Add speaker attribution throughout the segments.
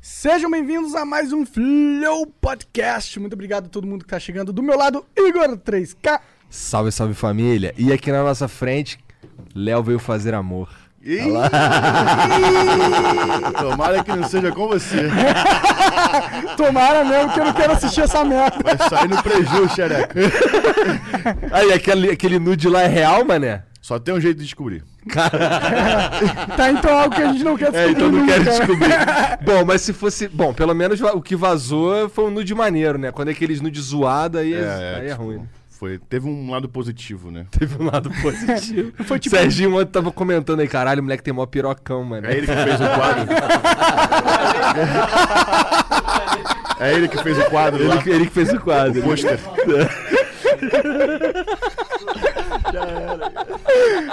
Speaker 1: Sejam bem-vindos a mais um Flow Podcast. Muito obrigado a todo mundo que tá chegando. Do meu lado, Igor 3K.
Speaker 2: Salve, salve família. E aqui na nossa frente, Léo veio fazer amor.
Speaker 3: Ih! Tomara que não seja com você.
Speaker 1: Tomara mesmo que eu não quero assistir essa merda.
Speaker 3: Vai É sair no preju, xereca.
Speaker 2: Aí, aquele, aquele nude lá é real, mané?
Speaker 3: Só tem um jeito de descobrir.
Speaker 1: Tá então algo que a gente não quer
Speaker 2: É,
Speaker 1: descobrir.
Speaker 2: então não
Speaker 1: nunca,
Speaker 2: quero
Speaker 1: né?
Speaker 2: descobrir. Bom, mas se fosse. Bom, pelo menos va- o que vazou foi um nude maneiro, né? Quando é aqueles nude zoado, aí é,
Speaker 3: É, é,
Speaker 2: aí é
Speaker 3: tipo,
Speaker 2: ruim. né?
Speaker 3: Foi, teve um lado positivo, né?
Speaker 2: Teve um lado positivo. foi tipo... Serginho ontem tava comentando aí, caralho, o moleque tem mó pirocão, mano.
Speaker 3: É ele que fez o quadro. É ele que fez o quadro lá.
Speaker 2: Ele, que- ele que fez o quadro.
Speaker 3: O pôster.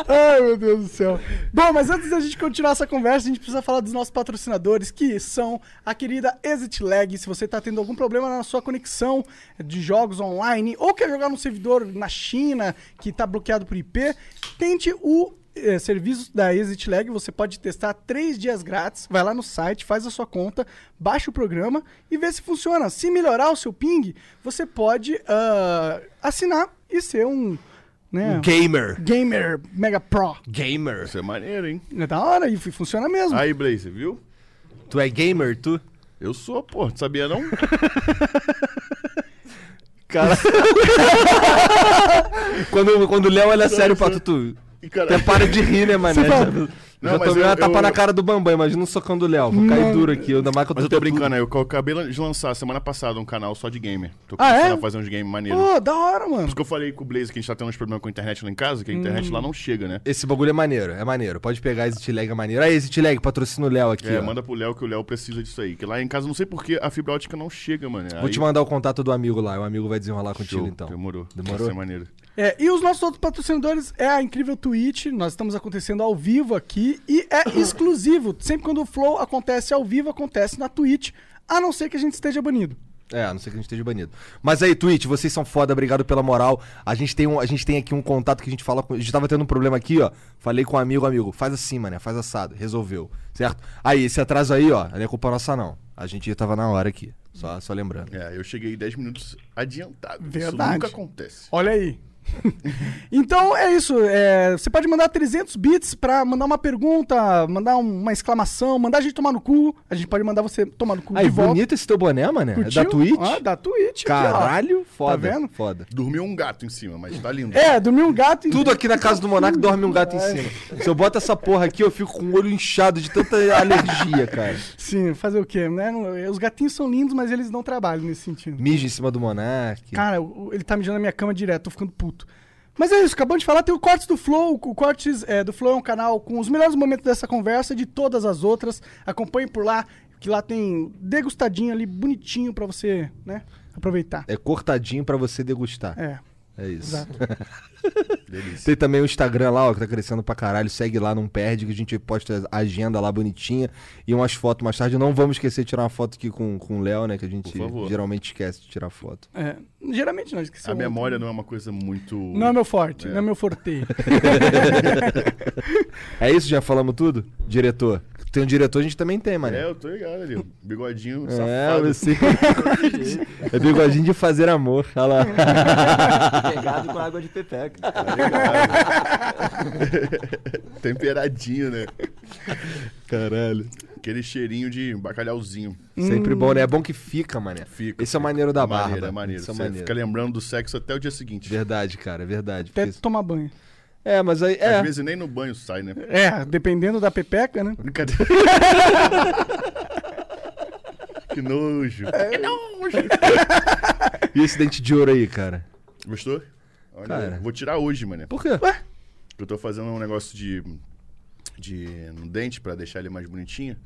Speaker 1: Ai, meu Deus do céu. Bom, mas antes da gente continuar essa conversa, a gente precisa falar dos nossos patrocinadores, que são a querida Exit Lag. Se você está tendo algum problema na sua conexão de jogos online ou quer jogar num servidor na China que está bloqueado por IP, tente o eh, serviço da Exit Lag. Você pode testar três dias grátis. Vai lá no site, faz a sua conta, baixa o programa e vê se funciona. Se melhorar o seu ping, você pode ah, assinar e ser um. Né?
Speaker 2: Gamer.
Speaker 1: Gamer Mega Pro.
Speaker 2: é Gamer.
Speaker 3: Isso é maneiro, hein?
Speaker 1: É da hora e fu- funciona mesmo.
Speaker 3: Aí, Blaze, viu?
Speaker 2: Tu é gamer, tu?
Speaker 3: Eu sou, pô. Tu sabia não?
Speaker 2: Cara. quando, quando o Léo olha sério pra tu, tu
Speaker 3: E, cara,
Speaker 2: até para de rir, né, mané?
Speaker 1: Você vai-
Speaker 2: Já,
Speaker 3: Não,
Speaker 2: já
Speaker 3: mas
Speaker 2: tomei
Speaker 3: eu-
Speaker 2: uma tapa
Speaker 3: eu-
Speaker 2: na cara do Bambam, imagina um socão do Léo. Vou cair duro aqui, ainda mais que eu
Speaker 3: Mas eu tô brincando aí. Eu acabei de lançar semana passada um canal só de gamer. Tô
Speaker 1: Ah, é?
Speaker 3: começando a fazer uns games maneiros.
Speaker 1: Pô, da hora, mano.
Speaker 3: Por isso que eu falei com o Blaze que a gente tá tendo uns problemas com a internet lá em casa, que a internet
Speaker 1: Hum.
Speaker 3: lá não chega, né?
Speaker 2: Esse bagulho é maneiro, é maneiro. Pode pegar esse lag, é maneiro. Aí, esse lag, patrocina o Léo aqui.
Speaker 3: É,
Speaker 2: ó.
Speaker 3: manda pro Léo que o Léo precisa disso aí. Que lá em casa, não sei porquê, a fibra ótica não chega, mano.
Speaker 2: Vou te mandar o contato do amigo lá, o amigo vai desenrolar contigo então.
Speaker 3: Demorou.
Speaker 2: Demorou?
Speaker 3: Vai ser maneiro.
Speaker 1: É, e os nossos outros patrocinadores é a incrível Twitch. Nós estamos acontecendo ao vivo aqui e é exclusivo. Sempre quando o Flow acontece ao vivo, acontece na Twitch, a não ser que a gente esteja banido.
Speaker 2: É, a não ser que a gente esteja banido. Mas aí, Twitch, vocês são foda, obrigado pela moral. A gente tem, um, a gente tem aqui um contato que a gente fala com. A gente tava tendo um problema aqui, ó. Falei com um amigo, amigo, faz assim, mané, faz assado. Resolveu, certo? Aí, esse atraso aí, ó, não é culpa nossa, não. A gente já tava na hora aqui. Só, só lembrando.
Speaker 3: É, eu cheguei 10 minutos adiantado.
Speaker 1: Verdade.
Speaker 3: Isso nunca acontece.
Speaker 1: Olha aí. então é isso. é, você pode mandar 300 bits pra mandar uma pergunta, mandar um- uma exclamação, mandar a gente tomar no cu. A gente pode mandar você tomar no cu
Speaker 2: Aí,
Speaker 1: de volta.
Speaker 2: bonito esse teu boné, mané. É da
Speaker 1: Curtiu?
Speaker 2: Twitch?
Speaker 1: Ah, da Twitch. aqui, ó. Tá
Speaker 2: Caralho, foda.
Speaker 1: vendo?
Speaker 2: Foda.
Speaker 3: Dormiu um gato em cima, mas tá lindo.
Speaker 1: É, dormiu um gato em
Speaker 2: Tudo aqui na casa do Monark dorme um gato em cima. Se eu boto essa porra aqui, eu fico com o olho inchado de tanta alergia, cara.
Speaker 1: Sim, fazer o quê, né? Não- Os gatinhos são lindos, mas eles não trabalham nesse sentido.
Speaker 2: Mija em cima do Monark.
Speaker 1: Cara, o- o- ele tá mijando na minha cama direto, tô ficando puto. Mas é isso, acabamos de falar, tem o Cortes do Flow. O Cortes é, do Flow é um canal com os melhores momentos dessa conversa e de todas as outras. Acompanhe por lá, que lá tem degustadinho ali, bonitinho pra você, né, aproveitar.
Speaker 2: É cortadinho pra você degustar.
Speaker 1: É,
Speaker 2: É isso.
Speaker 1: exato.
Speaker 3: Delícia.
Speaker 2: Tem também o Instagram lá, ó, que tá crescendo pra caralho. Segue lá, não perde, que a gente posta a agenda lá bonitinha e umas fotos mais tarde. Não vamos esquecer de tirar uma foto aqui com, com o Léo, né? Que a gente
Speaker 3: Por favor.
Speaker 2: geralmente esquece de tirar foto.
Speaker 1: É, geralmente não, esqueci.
Speaker 3: A memória não é uma coisa muito.
Speaker 1: Não é meu forte, não é meu forte.
Speaker 2: É isso? Já falamos tudo? Diretor. Tem um diretor, a gente também tem, mano.
Speaker 3: É, eu tô ligado ali. Bigodinho
Speaker 2: É,
Speaker 3: safado.
Speaker 2: você. é bigodinho de fazer amor. Olha lá.
Speaker 4: Pegado com água de pepeca.
Speaker 3: Temperadinho, né?
Speaker 2: Caralho.
Speaker 3: Aquele cheirinho de bacalhauzinho.
Speaker 2: Sempre bom, né? É bom que fica, mané.
Speaker 3: Fica,
Speaker 2: Esse é o
Speaker 3: fica.
Speaker 2: maneiro da barba.
Speaker 3: Maneiro, é maneiro.
Speaker 2: Esse é
Speaker 3: Você
Speaker 2: o maneiro. É.
Speaker 3: fica lembrando do sexo até o dia seguinte.
Speaker 2: Verdade, cara, verdade.
Speaker 1: Até
Speaker 2: Porque-
Speaker 1: tomar banho.
Speaker 2: É, mas aí. É.
Speaker 3: Às vezes nem no banho sai, né?
Speaker 1: É, dependendo da pepeca, né?
Speaker 3: Brincadeira. que nojo.
Speaker 1: É.
Speaker 2: E esse dente de ouro aí, cara?
Speaker 3: Gostou? Olha,
Speaker 2: Cara.
Speaker 3: Vou tirar hoje, mano.
Speaker 2: Por quê?
Speaker 3: Eu tô fazendo um negócio de. de. no dente pra deixar ele mais bonitinho.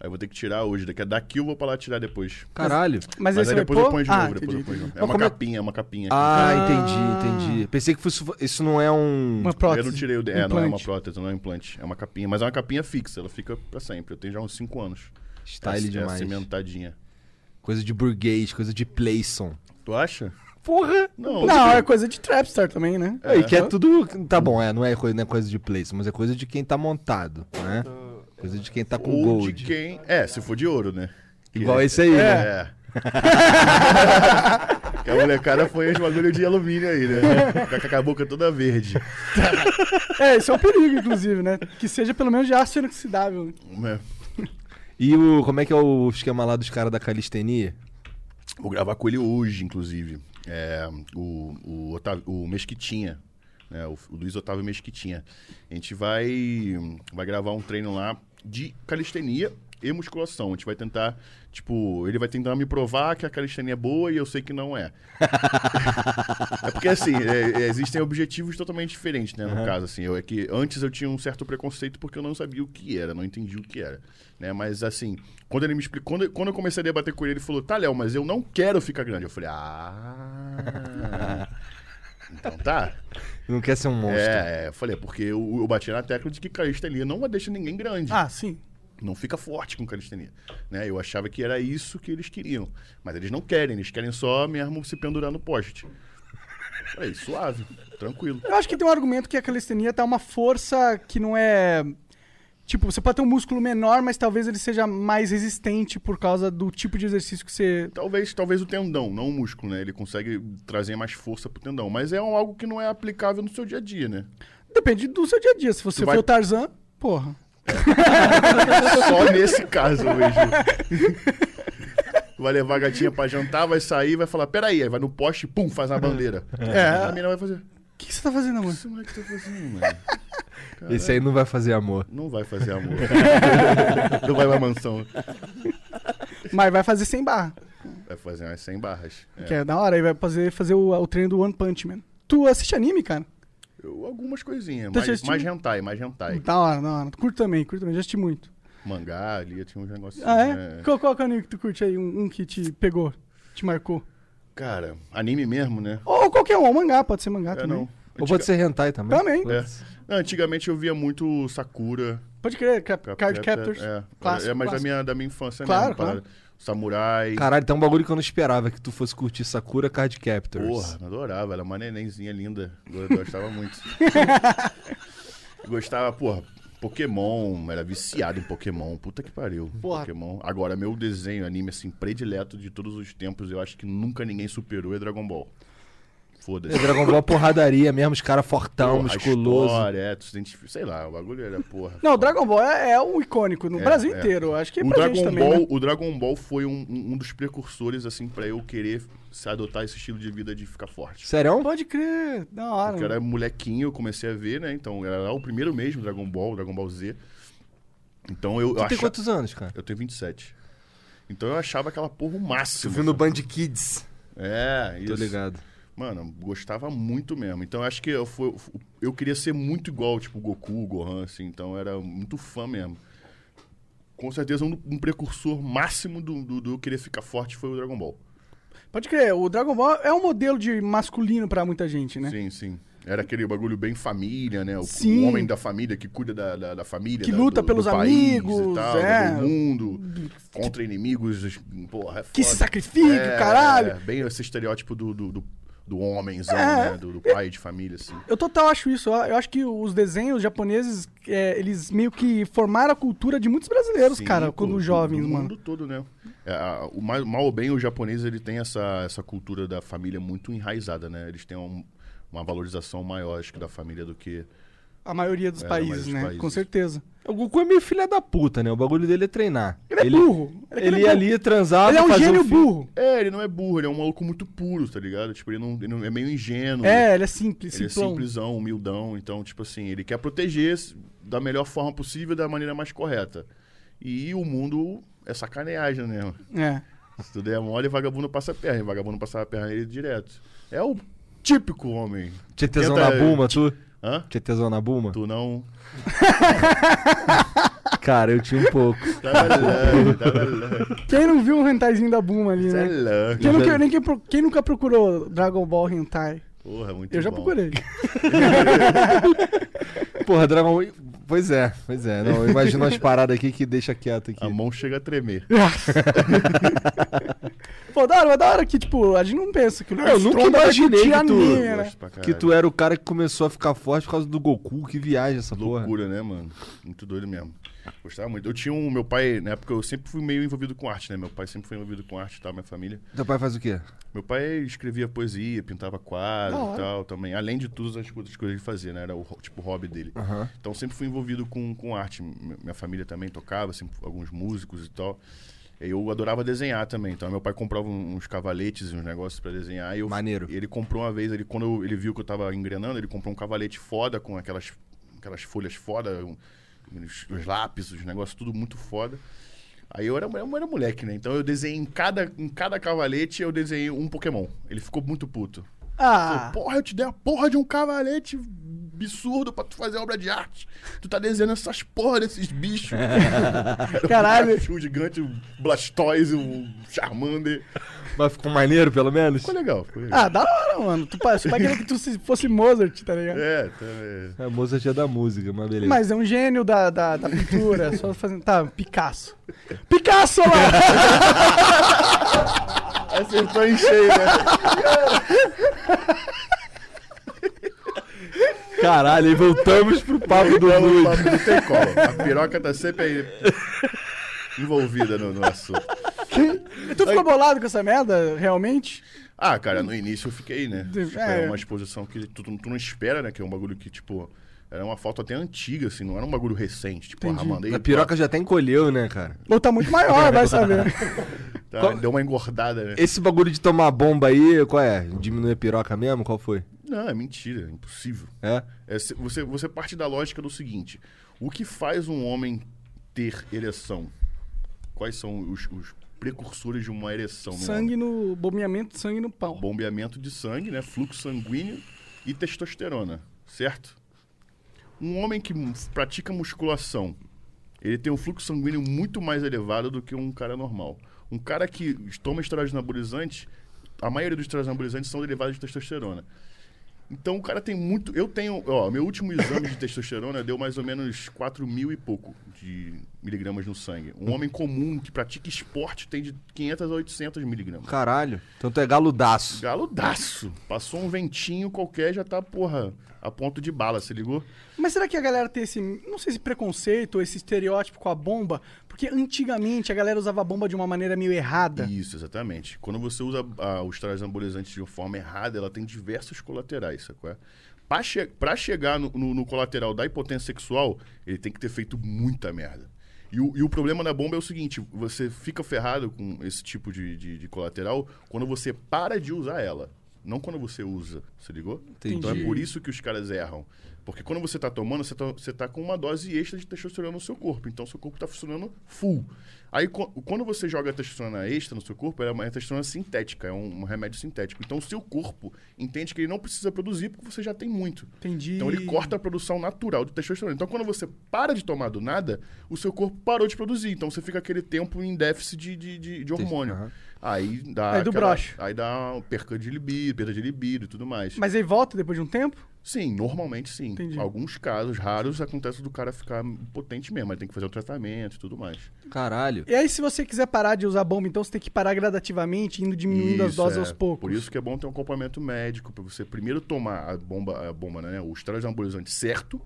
Speaker 3: Aí eu vou ter que tirar hoje. Daqui, daqui eu vou pra lá tirar depois.
Speaker 2: Caralho.
Speaker 1: Mas,
Speaker 3: Mas
Speaker 1: aí
Speaker 3: aí
Speaker 1: você
Speaker 3: depois
Speaker 1: vai
Speaker 3: eu
Speaker 1: pôr?
Speaker 3: ponho de
Speaker 1: Ah,
Speaker 3: novo, depois eu
Speaker 1: entendi.
Speaker 3: ponho de novo. É
Speaker 2: Mas
Speaker 3: uma
Speaker 2: como é-
Speaker 3: capinha, é uma capinha.
Speaker 2: Ah,
Speaker 1: Ah.
Speaker 2: entendi, entendi. Pensei que fosse- isso não é um.
Speaker 1: Uma
Speaker 3: Tipo, eu
Speaker 1: prótese.
Speaker 3: não tirei o dente. É, não é uma
Speaker 1: implante.
Speaker 3: prótese, não é um implante. É uma capinha, mas é uma capinha fixa, ela fica pra sempre. Eu tenho já uns 5 anos.
Speaker 1: Tá
Speaker 2: Style
Speaker 3: é, É
Speaker 2: demais.
Speaker 3: cimentadinha.
Speaker 2: Coisa de burguês, coisa de playson.
Speaker 3: Tu acha?
Speaker 2: Porra!
Speaker 3: Não.
Speaker 1: Não, é coisa de trapstar também, né?
Speaker 2: É. E que é tudo. Tá bom, é, não é coisa, não é coisa de playson, mas é coisa
Speaker 3: Ah.
Speaker 2: de quem tá montado, né? Coisa de quem tá com
Speaker 3: Ou
Speaker 2: gold.
Speaker 3: de quem. É, se for de ouro, né?
Speaker 2: Igual esse aí, né?
Speaker 3: É. que a molecada foi os bagulho de alumínio aí, né? Ficar com a boca toda verde.
Speaker 1: É, isso é um perigo, inclusive, né? Que seja pelo menos de aço inoxidável. né?
Speaker 3: É.
Speaker 2: E o, como é que é o esquema lá dos caras da calistenia?
Speaker 3: Vou gravar com ele hoje, inclusive. É, o, o, Otávio- o Mesquitinha, né? o, o Luiz Otávio Mesquitinha. A gente vai, vai gravar um treino lá de calistenia e musculação. A gente vai tentar, tipo, ele vai tentar me provar que a calistenia é boa e eu sei que não é. É porque, assim, é- é- existem objetivos totalmente diferentes, né? No caso, assim, eu, é que antes eu tinha um certo preconceito porque eu não sabia o que era, não entendi o que era, né? Mas, assim, quando ele me explicou, quando, quando eu comecei a debater com ele, ele falou, tá, Léo, mas eu não quero ficar grande. Eu falei, ah... Então tá.
Speaker 2: Não quer ser um monstro.
Speaker 3: É, eu falei, porque eu, eu bati na tecla de que calistenia não deixa ninguém grande
Speaker 1: Ah, sim.
Speaker 3: não fica forte com calistenia. Né? Eu achava que era isso que eles queriam. Mas eles não querem, eles querem só mesmo se pendurar no poste. Falei, suave, tranquilo.
Speaker 1: Eu acho que tem um argumento que a calistenia tá uma força que não é. Tipo, você pode ter um músculo menor, mas talvez ele seja mais resistente por causa do tipo de exercício que você.
Speaker 3: Talvez, talvez o tendão, não o músculo, né? Ele consegue trazer mais força pro tendão. Mas é algo que não é aplicável no seu dia a dia, né?
Speaker 1: Depende do seu dia a dia. Se você
Speaker 3: Tu vai-
Speaker 1: for o Tarzan, porra.
Speaker 3: Só nesse caso mesmo. Vai levar a gatinha pra jantar, vai sair, vai falar, peraí, aí vai no poste, pum, faz a bandeira. É. A menina vai fazer. O
Speaker 1: O que, que você tá fazendo,
Speaker 3: que
Speaker 1: mano?
Speaker 3: esse moleque tá fazendo, mano?
Speaker 2: Esse aí não vai fazer amor.
Speaker 3: Não vai fazer amor. não vai pra mansão.
Speaker 1: Mas vai fazer sem barra.
Speaker 3: Vai É, fazer umas 100 barras. É.
Speaker 1: Que é da hora. E vai fazer, fazer o, o treino do One Punch Man. Tu assiste anime, cara?
Speaker 3: Eu- algumas coisinhas.
Speaker 1: Tá
Speaker 3: Mais,
Speaker 1: assistindo?
Speaker 3: mais hentai, mais hentai.
Speaker 1: Da hora, da hora. Curto também, curto também. Já assisti muito.
Speaker 3: Mangá ali, tinha uns né? negócios.
Speaker 1: Ah, é? Qual, qual que é o anime que tu curte aí? Um, um que te pegou, te marcou?
Speaker 3: Cara, anime mesmo, né?
Speaker 1: Ou qualquer um, um mangá, pode ser mangá
Speaker 3: É,
Speaker 1: também.
Speaker 3: não.
Speaker 2: Ou pode ser hentai também.
Speaker 1: Também.
Speaker 3: É. Não, Antigamente eu via muito Sakura.
Speaker 1: Pode crer, cap-
Speaker 3: Cap-
Speaker 1: Card
Speaker 3: Cap-
Speaker 1: Captors.
Speaker 3: É,
Speaker 1: Clássico,
Speaker 3: é mais da
Speaker 1: clássico.
Speaker 3: minha, da minha infância
Speaker 1: Claro,
Speaker 3: mesmo.
Speaker 1: claro.
Speaker 3: parada. Samurai.
Speaker 2: Caralho, tem um bagulho que eu não esperava que tu fosse curtir Sakura Card Captors.
Speaker 3: Porra, eu adorava. Era uma nenenzinha linda. Eu gostava muito. gostava, porra. Pokémon, era viciado em Pokémon. Puta que pariu.
Speaker 1: Porra.
Speaker 3: Pokémon. Agora, meu desenho, anime, assim, predileto de todos os tempos, eu acho que nunca ninguém superou é Dragon Ball.
Speaker 2: É
Speaker 3: Foda-se.
Speaker 2: Dragon Ball porradaria mesmo, os caras fortão,
Speaker 3: Porra, a
Speaker 2: Tá musculoso.
Speaker 3: história, é, tu se identifica- sei lá, o bagulho era porra.
Speaker 1: Não, o Dragon Ball é, é um icônico no
Speaker 3: É,
Speaker 1: Brasil
Speaker 3: é.
Speaker 1: inteiro. Acho que é
Speaker 3: o
Speaker 1: pra gente
Speaker 3: Dragon
Speaker 1: também.
Speaker 3: Ball,
Speaker 1: né?
Speaker 3: o Dragon Ball foi um, um- um dos precursores assim pra eu querer se adotar esse estilo de vida de ficar forte.
Speaker 2: Sério?
Speaker 1: Pode crer, da hora.
Speaker 3: Porque eu
Speaker 1: mano.
Speaker 3: era molequinho, eu comecei a ver, né? Então, era o primeiro mesmo, Dragon Ball, Dragon Ball Z. Então eu, eu
Speaker 2: Tu tem
Speaker 3: achava.
Speaker 2: quantos anos, cara?
Speaker 3: Eu tenho 27. Então eu achava aquela porra o máximo.
Speaker 2: Band Kids.
Speaker 3: É, isso.
Speaker 2: Tô ligado.
Speaker 3: Mano, gostava muito mesmo. Então eu acho que eu, fui- eu queria ser muito igual, tipo, Goku, Gohan, assim. Então eu era muito fã mesmo. Com certeza, um, um precursor máximo do, do, do eu querer ficar forte foi o Dragon Ball.
Speaker 1: Pode crer, o Dragon Ball é um modelo de masculino pra muita gente, né?
Speaker 3: Sim, sim. Era aquele bagulho bem família, né? O,
Speaker 1: Sim.
Speaker 3: o homem da família que cuida da, da, da família.
Speaker 1: Que
Speaker 3: da-
Speaker 1: luta
Speaker 3: do-
Speaker 1: pelos
Speaker 3: do país
Speaker 1: amigos,
Speaker 3: e tal,
Speaker 1: é.
Speaker 3: do mundo, contra inimigos. Porra, é
Speaker 1: Que
Speaker 3: foda.
Speaker 1: se sacrifica,
Speaker 3: É,
Speaker 1: caralho.
Speaker 3: é, bem esse estereótipo do, do, do, do homenzão,
Speaker 1: É.
Speaker 3: né? Do, do pai de família, assim.
Speaker 1: Eu total acho isso. ó. Eu acho que os desenhos japoneses, é, eles meio que formaram a cultura de muitos brasileiros,
Speaker 3: Sim,
Speaker 1: cara,
Speaker 3: pô,
Speaker 1: quando
Speaker 3: do-
Speaker 1: jovens,
Speaker 3: do
Speaker 1: mano.
Speaker 3: mundo todo, né? É, a- o mal, mal ou bem, o japonês ele tem essa, essa cultura da família muito enraizada, né? Eles têm um- uma valorização maior, acho que, da família do que.
Speaker 1: A maioria dos
Speaker 3: É, a maioria
Speaker 1: países,
Speaker 3: dos
Speaker 1: né?
Speaker 3: países.
Speaker 1: Com certeza.
Speaker 2: O Goku é meio filha da puta, né? O bagulho dele é treinar.
Speaker 1: Ele é burro. É que
Speaker 2: Ele,
Speaker 1: ele é
Speaker 2: ia
Speaker 1: burro.
Speaker 2: ali transar.
Speaker 1: Ele é um
Speaker 2: fazer
Speaker 1: gênio
Speaker 2: o filho.
Speaker 1: burro.
Speaker 3: É, ele não é burro, ele é um maluco muito puro, tá ligado? Tipo, ele não, ele não- é meio ingênuo.
Speaker 1: É, ele é simples,
Speaker 3: Ele é
Speaker 1: simplão.
Speaker 3: simplesão, humildão, então, tipo assim, ele quer proteger s- da melhor forma possível, da maneira mais correta. E o mundo é sacaneagem, né? mano?
Speaker 1: É.
Speaker 3: Se tu der mole, vagabundo passa a perna. E vagabundo passava a perna nele direto. É o típico homem.
Speaker 2: Tinha tesão
Speaker 3: Tenta-
Speaker 2: na Buma, tu?
Speaker 3: Hã?
Speaker 2: Tinha tesão na Buma?
Speaker 3: Tu não.
Speaker 2: Cara, eu tinha um pouco.
Speaker 3: Tá Taralã, taralã,
Speaker 1: Quem não viu o hentaizinho da Buma ali,
Speaker 3: é
Speaker 1: né?
Speaker 3: taralã.
Speaker 1: Quem nunca, nem quem, pro- quem nunca procurou Dragon Ball Hentai?
Speaker 3: Porra, muito
Speaker 1: Eu já
Speaker 3: bom.
Speaker 1: procurei.
Speaker 2: Porra, Dragon Ball. Pois é, pois é. Não, imagina umas paradas aqui que deixa quieto aqui.
Speaker 3: A mão chega a tremer.
Speaker 1: Pô, da hora, da hora que, tipo, a gente não pensa que o Lord
Speaker 2: Eu nunca
Speaker 1: Stronda vai
Speaker 2: imaginei
Speaker 1: curtir
Speaker 2: que tu-
Speaker 1: anime, né?
Speaker 3: Gosto pra
Speaker 2: Que
Speaker 3: caralho.
Speaker 2: tu era o cara que começou a ficar forte por causa do Goku, que viagem essa porra.
Speaker 3: Loucura, né, mano? Muito doido mesmo. Gostava muito. Eu tinha um. Meu pai, na época, eu sempre fui meio envolvido com arte, né? Meu pai sempre foi envolvido com arte e tal, minha família.
Speaker 2: Teu pai faz o quê?
Speaker 3: Meu pai escrevia poesia, pintava quadros
Speaker 1: Da hora.
Speaker 3: e tal também. Além de todas as outras coisas que ele fazia, né? Era o, ho- tipo o hobby dele. Então sempre fui envolvido com, com arte. Mi- Minha família também tocava, sempre fui- alguns músicos e tal. Eu adorava desenhar também. Então meu pai comprava um- uns cavaletes, uns negócios pra desenhar. E eu,
Speaker 2: Maneiro.
Speaker 3: Ele comprou uma vez, ele, quando eu- ele viu que eu tava engrenando, ele comprou um cavalete foda com aquelas, aquelas folhas foda, um- os, os lápis, os negócios, tudo muito foda. Aí eu era, eu era moleque, né? Então eu desenhei em cada, em cada cavalete, eu desenhei um Pokémon. Ele ficou muito puto.
Speaker 1: Ah,
Speaker 3: Porra, eu te dei a porra de um cavalete absurdo pra tu fazer obra de arte. Tu tá desenhando essas porra desses bichos.
Speaker 1: Caralho.
Speaker 3: Um gigante, um Blastoise, um Charmander.
Speaker 2: Mas ficou maneiro, pelo menos?
Speaker 3: Ficou legal, ficou legal.
Speaker 1: ah, da hora, mano. Tu parece pai queria que tu se- fosse Mozart, tá ligado?
Speaker 3: É, tá, é.
Speaker 2: A moça já da música, mas beleza.
Speaker 1: Mas é um gênio da, da, da pintura, só fazendo. Tá, Picasso. Picasso, mano!
Speaker 3: Acertou em cheio, né?
Speaker 2: Caralho, aí voltamos pro papo do
Speaker 3: Não,
Speaker 2: Nude.
Speaker 3: Então, não tem como. A piroca tá sempre aí envolvida no, no assunto.
Speaker 1: tu ficou bolado com essa merda, realmente?
Speaker 3: Ah, cara, no início eu fiquei, né?
Speaker 1: De-
Speaker 3: Tipo,
Speaker 1: é.
Speaker 3: é uma exposição que tu, tu não espera, né? Que é um bagulho que, tipo, era uma foto até antiga, assim, não era um bagulho recente. Tipo, ah, mandei.
Speaker 2: A piroca já até encolheu, né, cara?
Speaker 1: Ou tá muito maior, vai saber.
Speaker 3: tá, Deu uma engordada, né?
Speaker 2: Esse bagulho de tomar bomba aí, qual é? Diminuir a piroca mesmo? Qual foi?
Speaker 3: Não, é mentira, é impossível.
Speaker 2: É?
Speaker 3: É, se- você, você parte da lógica do seguinte: o que faz um homem ter ereção? Quais são os, os precursores de uma ereção? no
Speaker 1: Sangue no. Bombeamento, de sangue no pau.
Speaker 3: homem? Bombeamento de sangue, né? Fluxo sanguíneo e testosterona, certo? Um homem que mu- pratica musculação, ele tem um fluxo sanguíneo muito mais elevado do que um cara normal. Um cara que toma esteroide anabolizante, a maioria dos esteroides anabolizantes são derivados de testosterona. Então o cara tem muito. Eu tenho. Ó, meu último exame de testosterona deu mais ou menos 4 mil e pouco de miligramas no sangue. Um homem comum que pratica esporte tem de 500 a 800 miligramas.
Speaker 2: Caralho. Então tu é galudaço.
Speaker 3: Galudaço. Passou um ventinho qualquer, já tá, porra, a ponto de bala, se ligou?
Speaker 1: Mas será que a galera tem esse, não sei se preconceito ou esse estereótipo com a bomba? Porque antigamente a galera usava a bomba de uma maneira meio errada.
Speaker 3: Isso, exatamente. Quando você usa ah, os trajes anabolizantes de uma forma errada, ela tem diversos colaterais, sacou? Pra, che pra chegar no, no- no colateral da impotência sexual, ele tem que ter feito muita merda. E o, e o problema da bomba é o seguinte: você fica ferrado com esse tipo de, de- de colateral quando você para de usar ela. Não quando você usa, se ligou?
Speaker 2: Entendi.
Speaker 3: Então é por isso que os caras erram. Porque quando você tá tomando, você tá, você tá com uma dose extra de testosterona no seu corpo. Então seu corpo tá funcionando full. Aí co- quando você joga a testosterona extra no seu corpo, ela é uma testosterona sintética, é um, um remédio sintético. Então o seu corpo entende que ele não precisa produzir porque você já tem muito.
Speaker 1: Entendi.
Speaker 3: Então ele corta a produção natural de testosterona. Então quando você para de tomar do nada, o seu corpo parou de produzir. Então você fica aquele tempo em déficit de, de, de- de hormônio.
Speaker 2: Aham.
Speaker 3: Aí dá.
Speaker 1: Aí do broche.
Speaker 3: Aí dá uma perca de libido, perda de libido e tudo mais.
Speaker 1: Mas aí volta depois de um tempo?
Speaker 3: Sim, normalmente sim.
Speaker 1: Entendi.
Speaker 3: Alguns casos raros acontece do cara ficar potente mesmo, mas tem que fazer o tratamento e tudo mais.
Speaker 2: Caralho.
Speaker 1: E aí, se você quiser parar de usar bomba, então você tem que parar gradativamente, indo diminuindo as
Speaker 3: Isso,
Speaker 1: um doses
Speaker 3: é.
Speaker 1: aos poucos.
Speaker 3: Por isso que é bom ter um acompanhamento médico, pra você primeiro tomar a bomba, a bomba né, o esteroide anabolizante certo,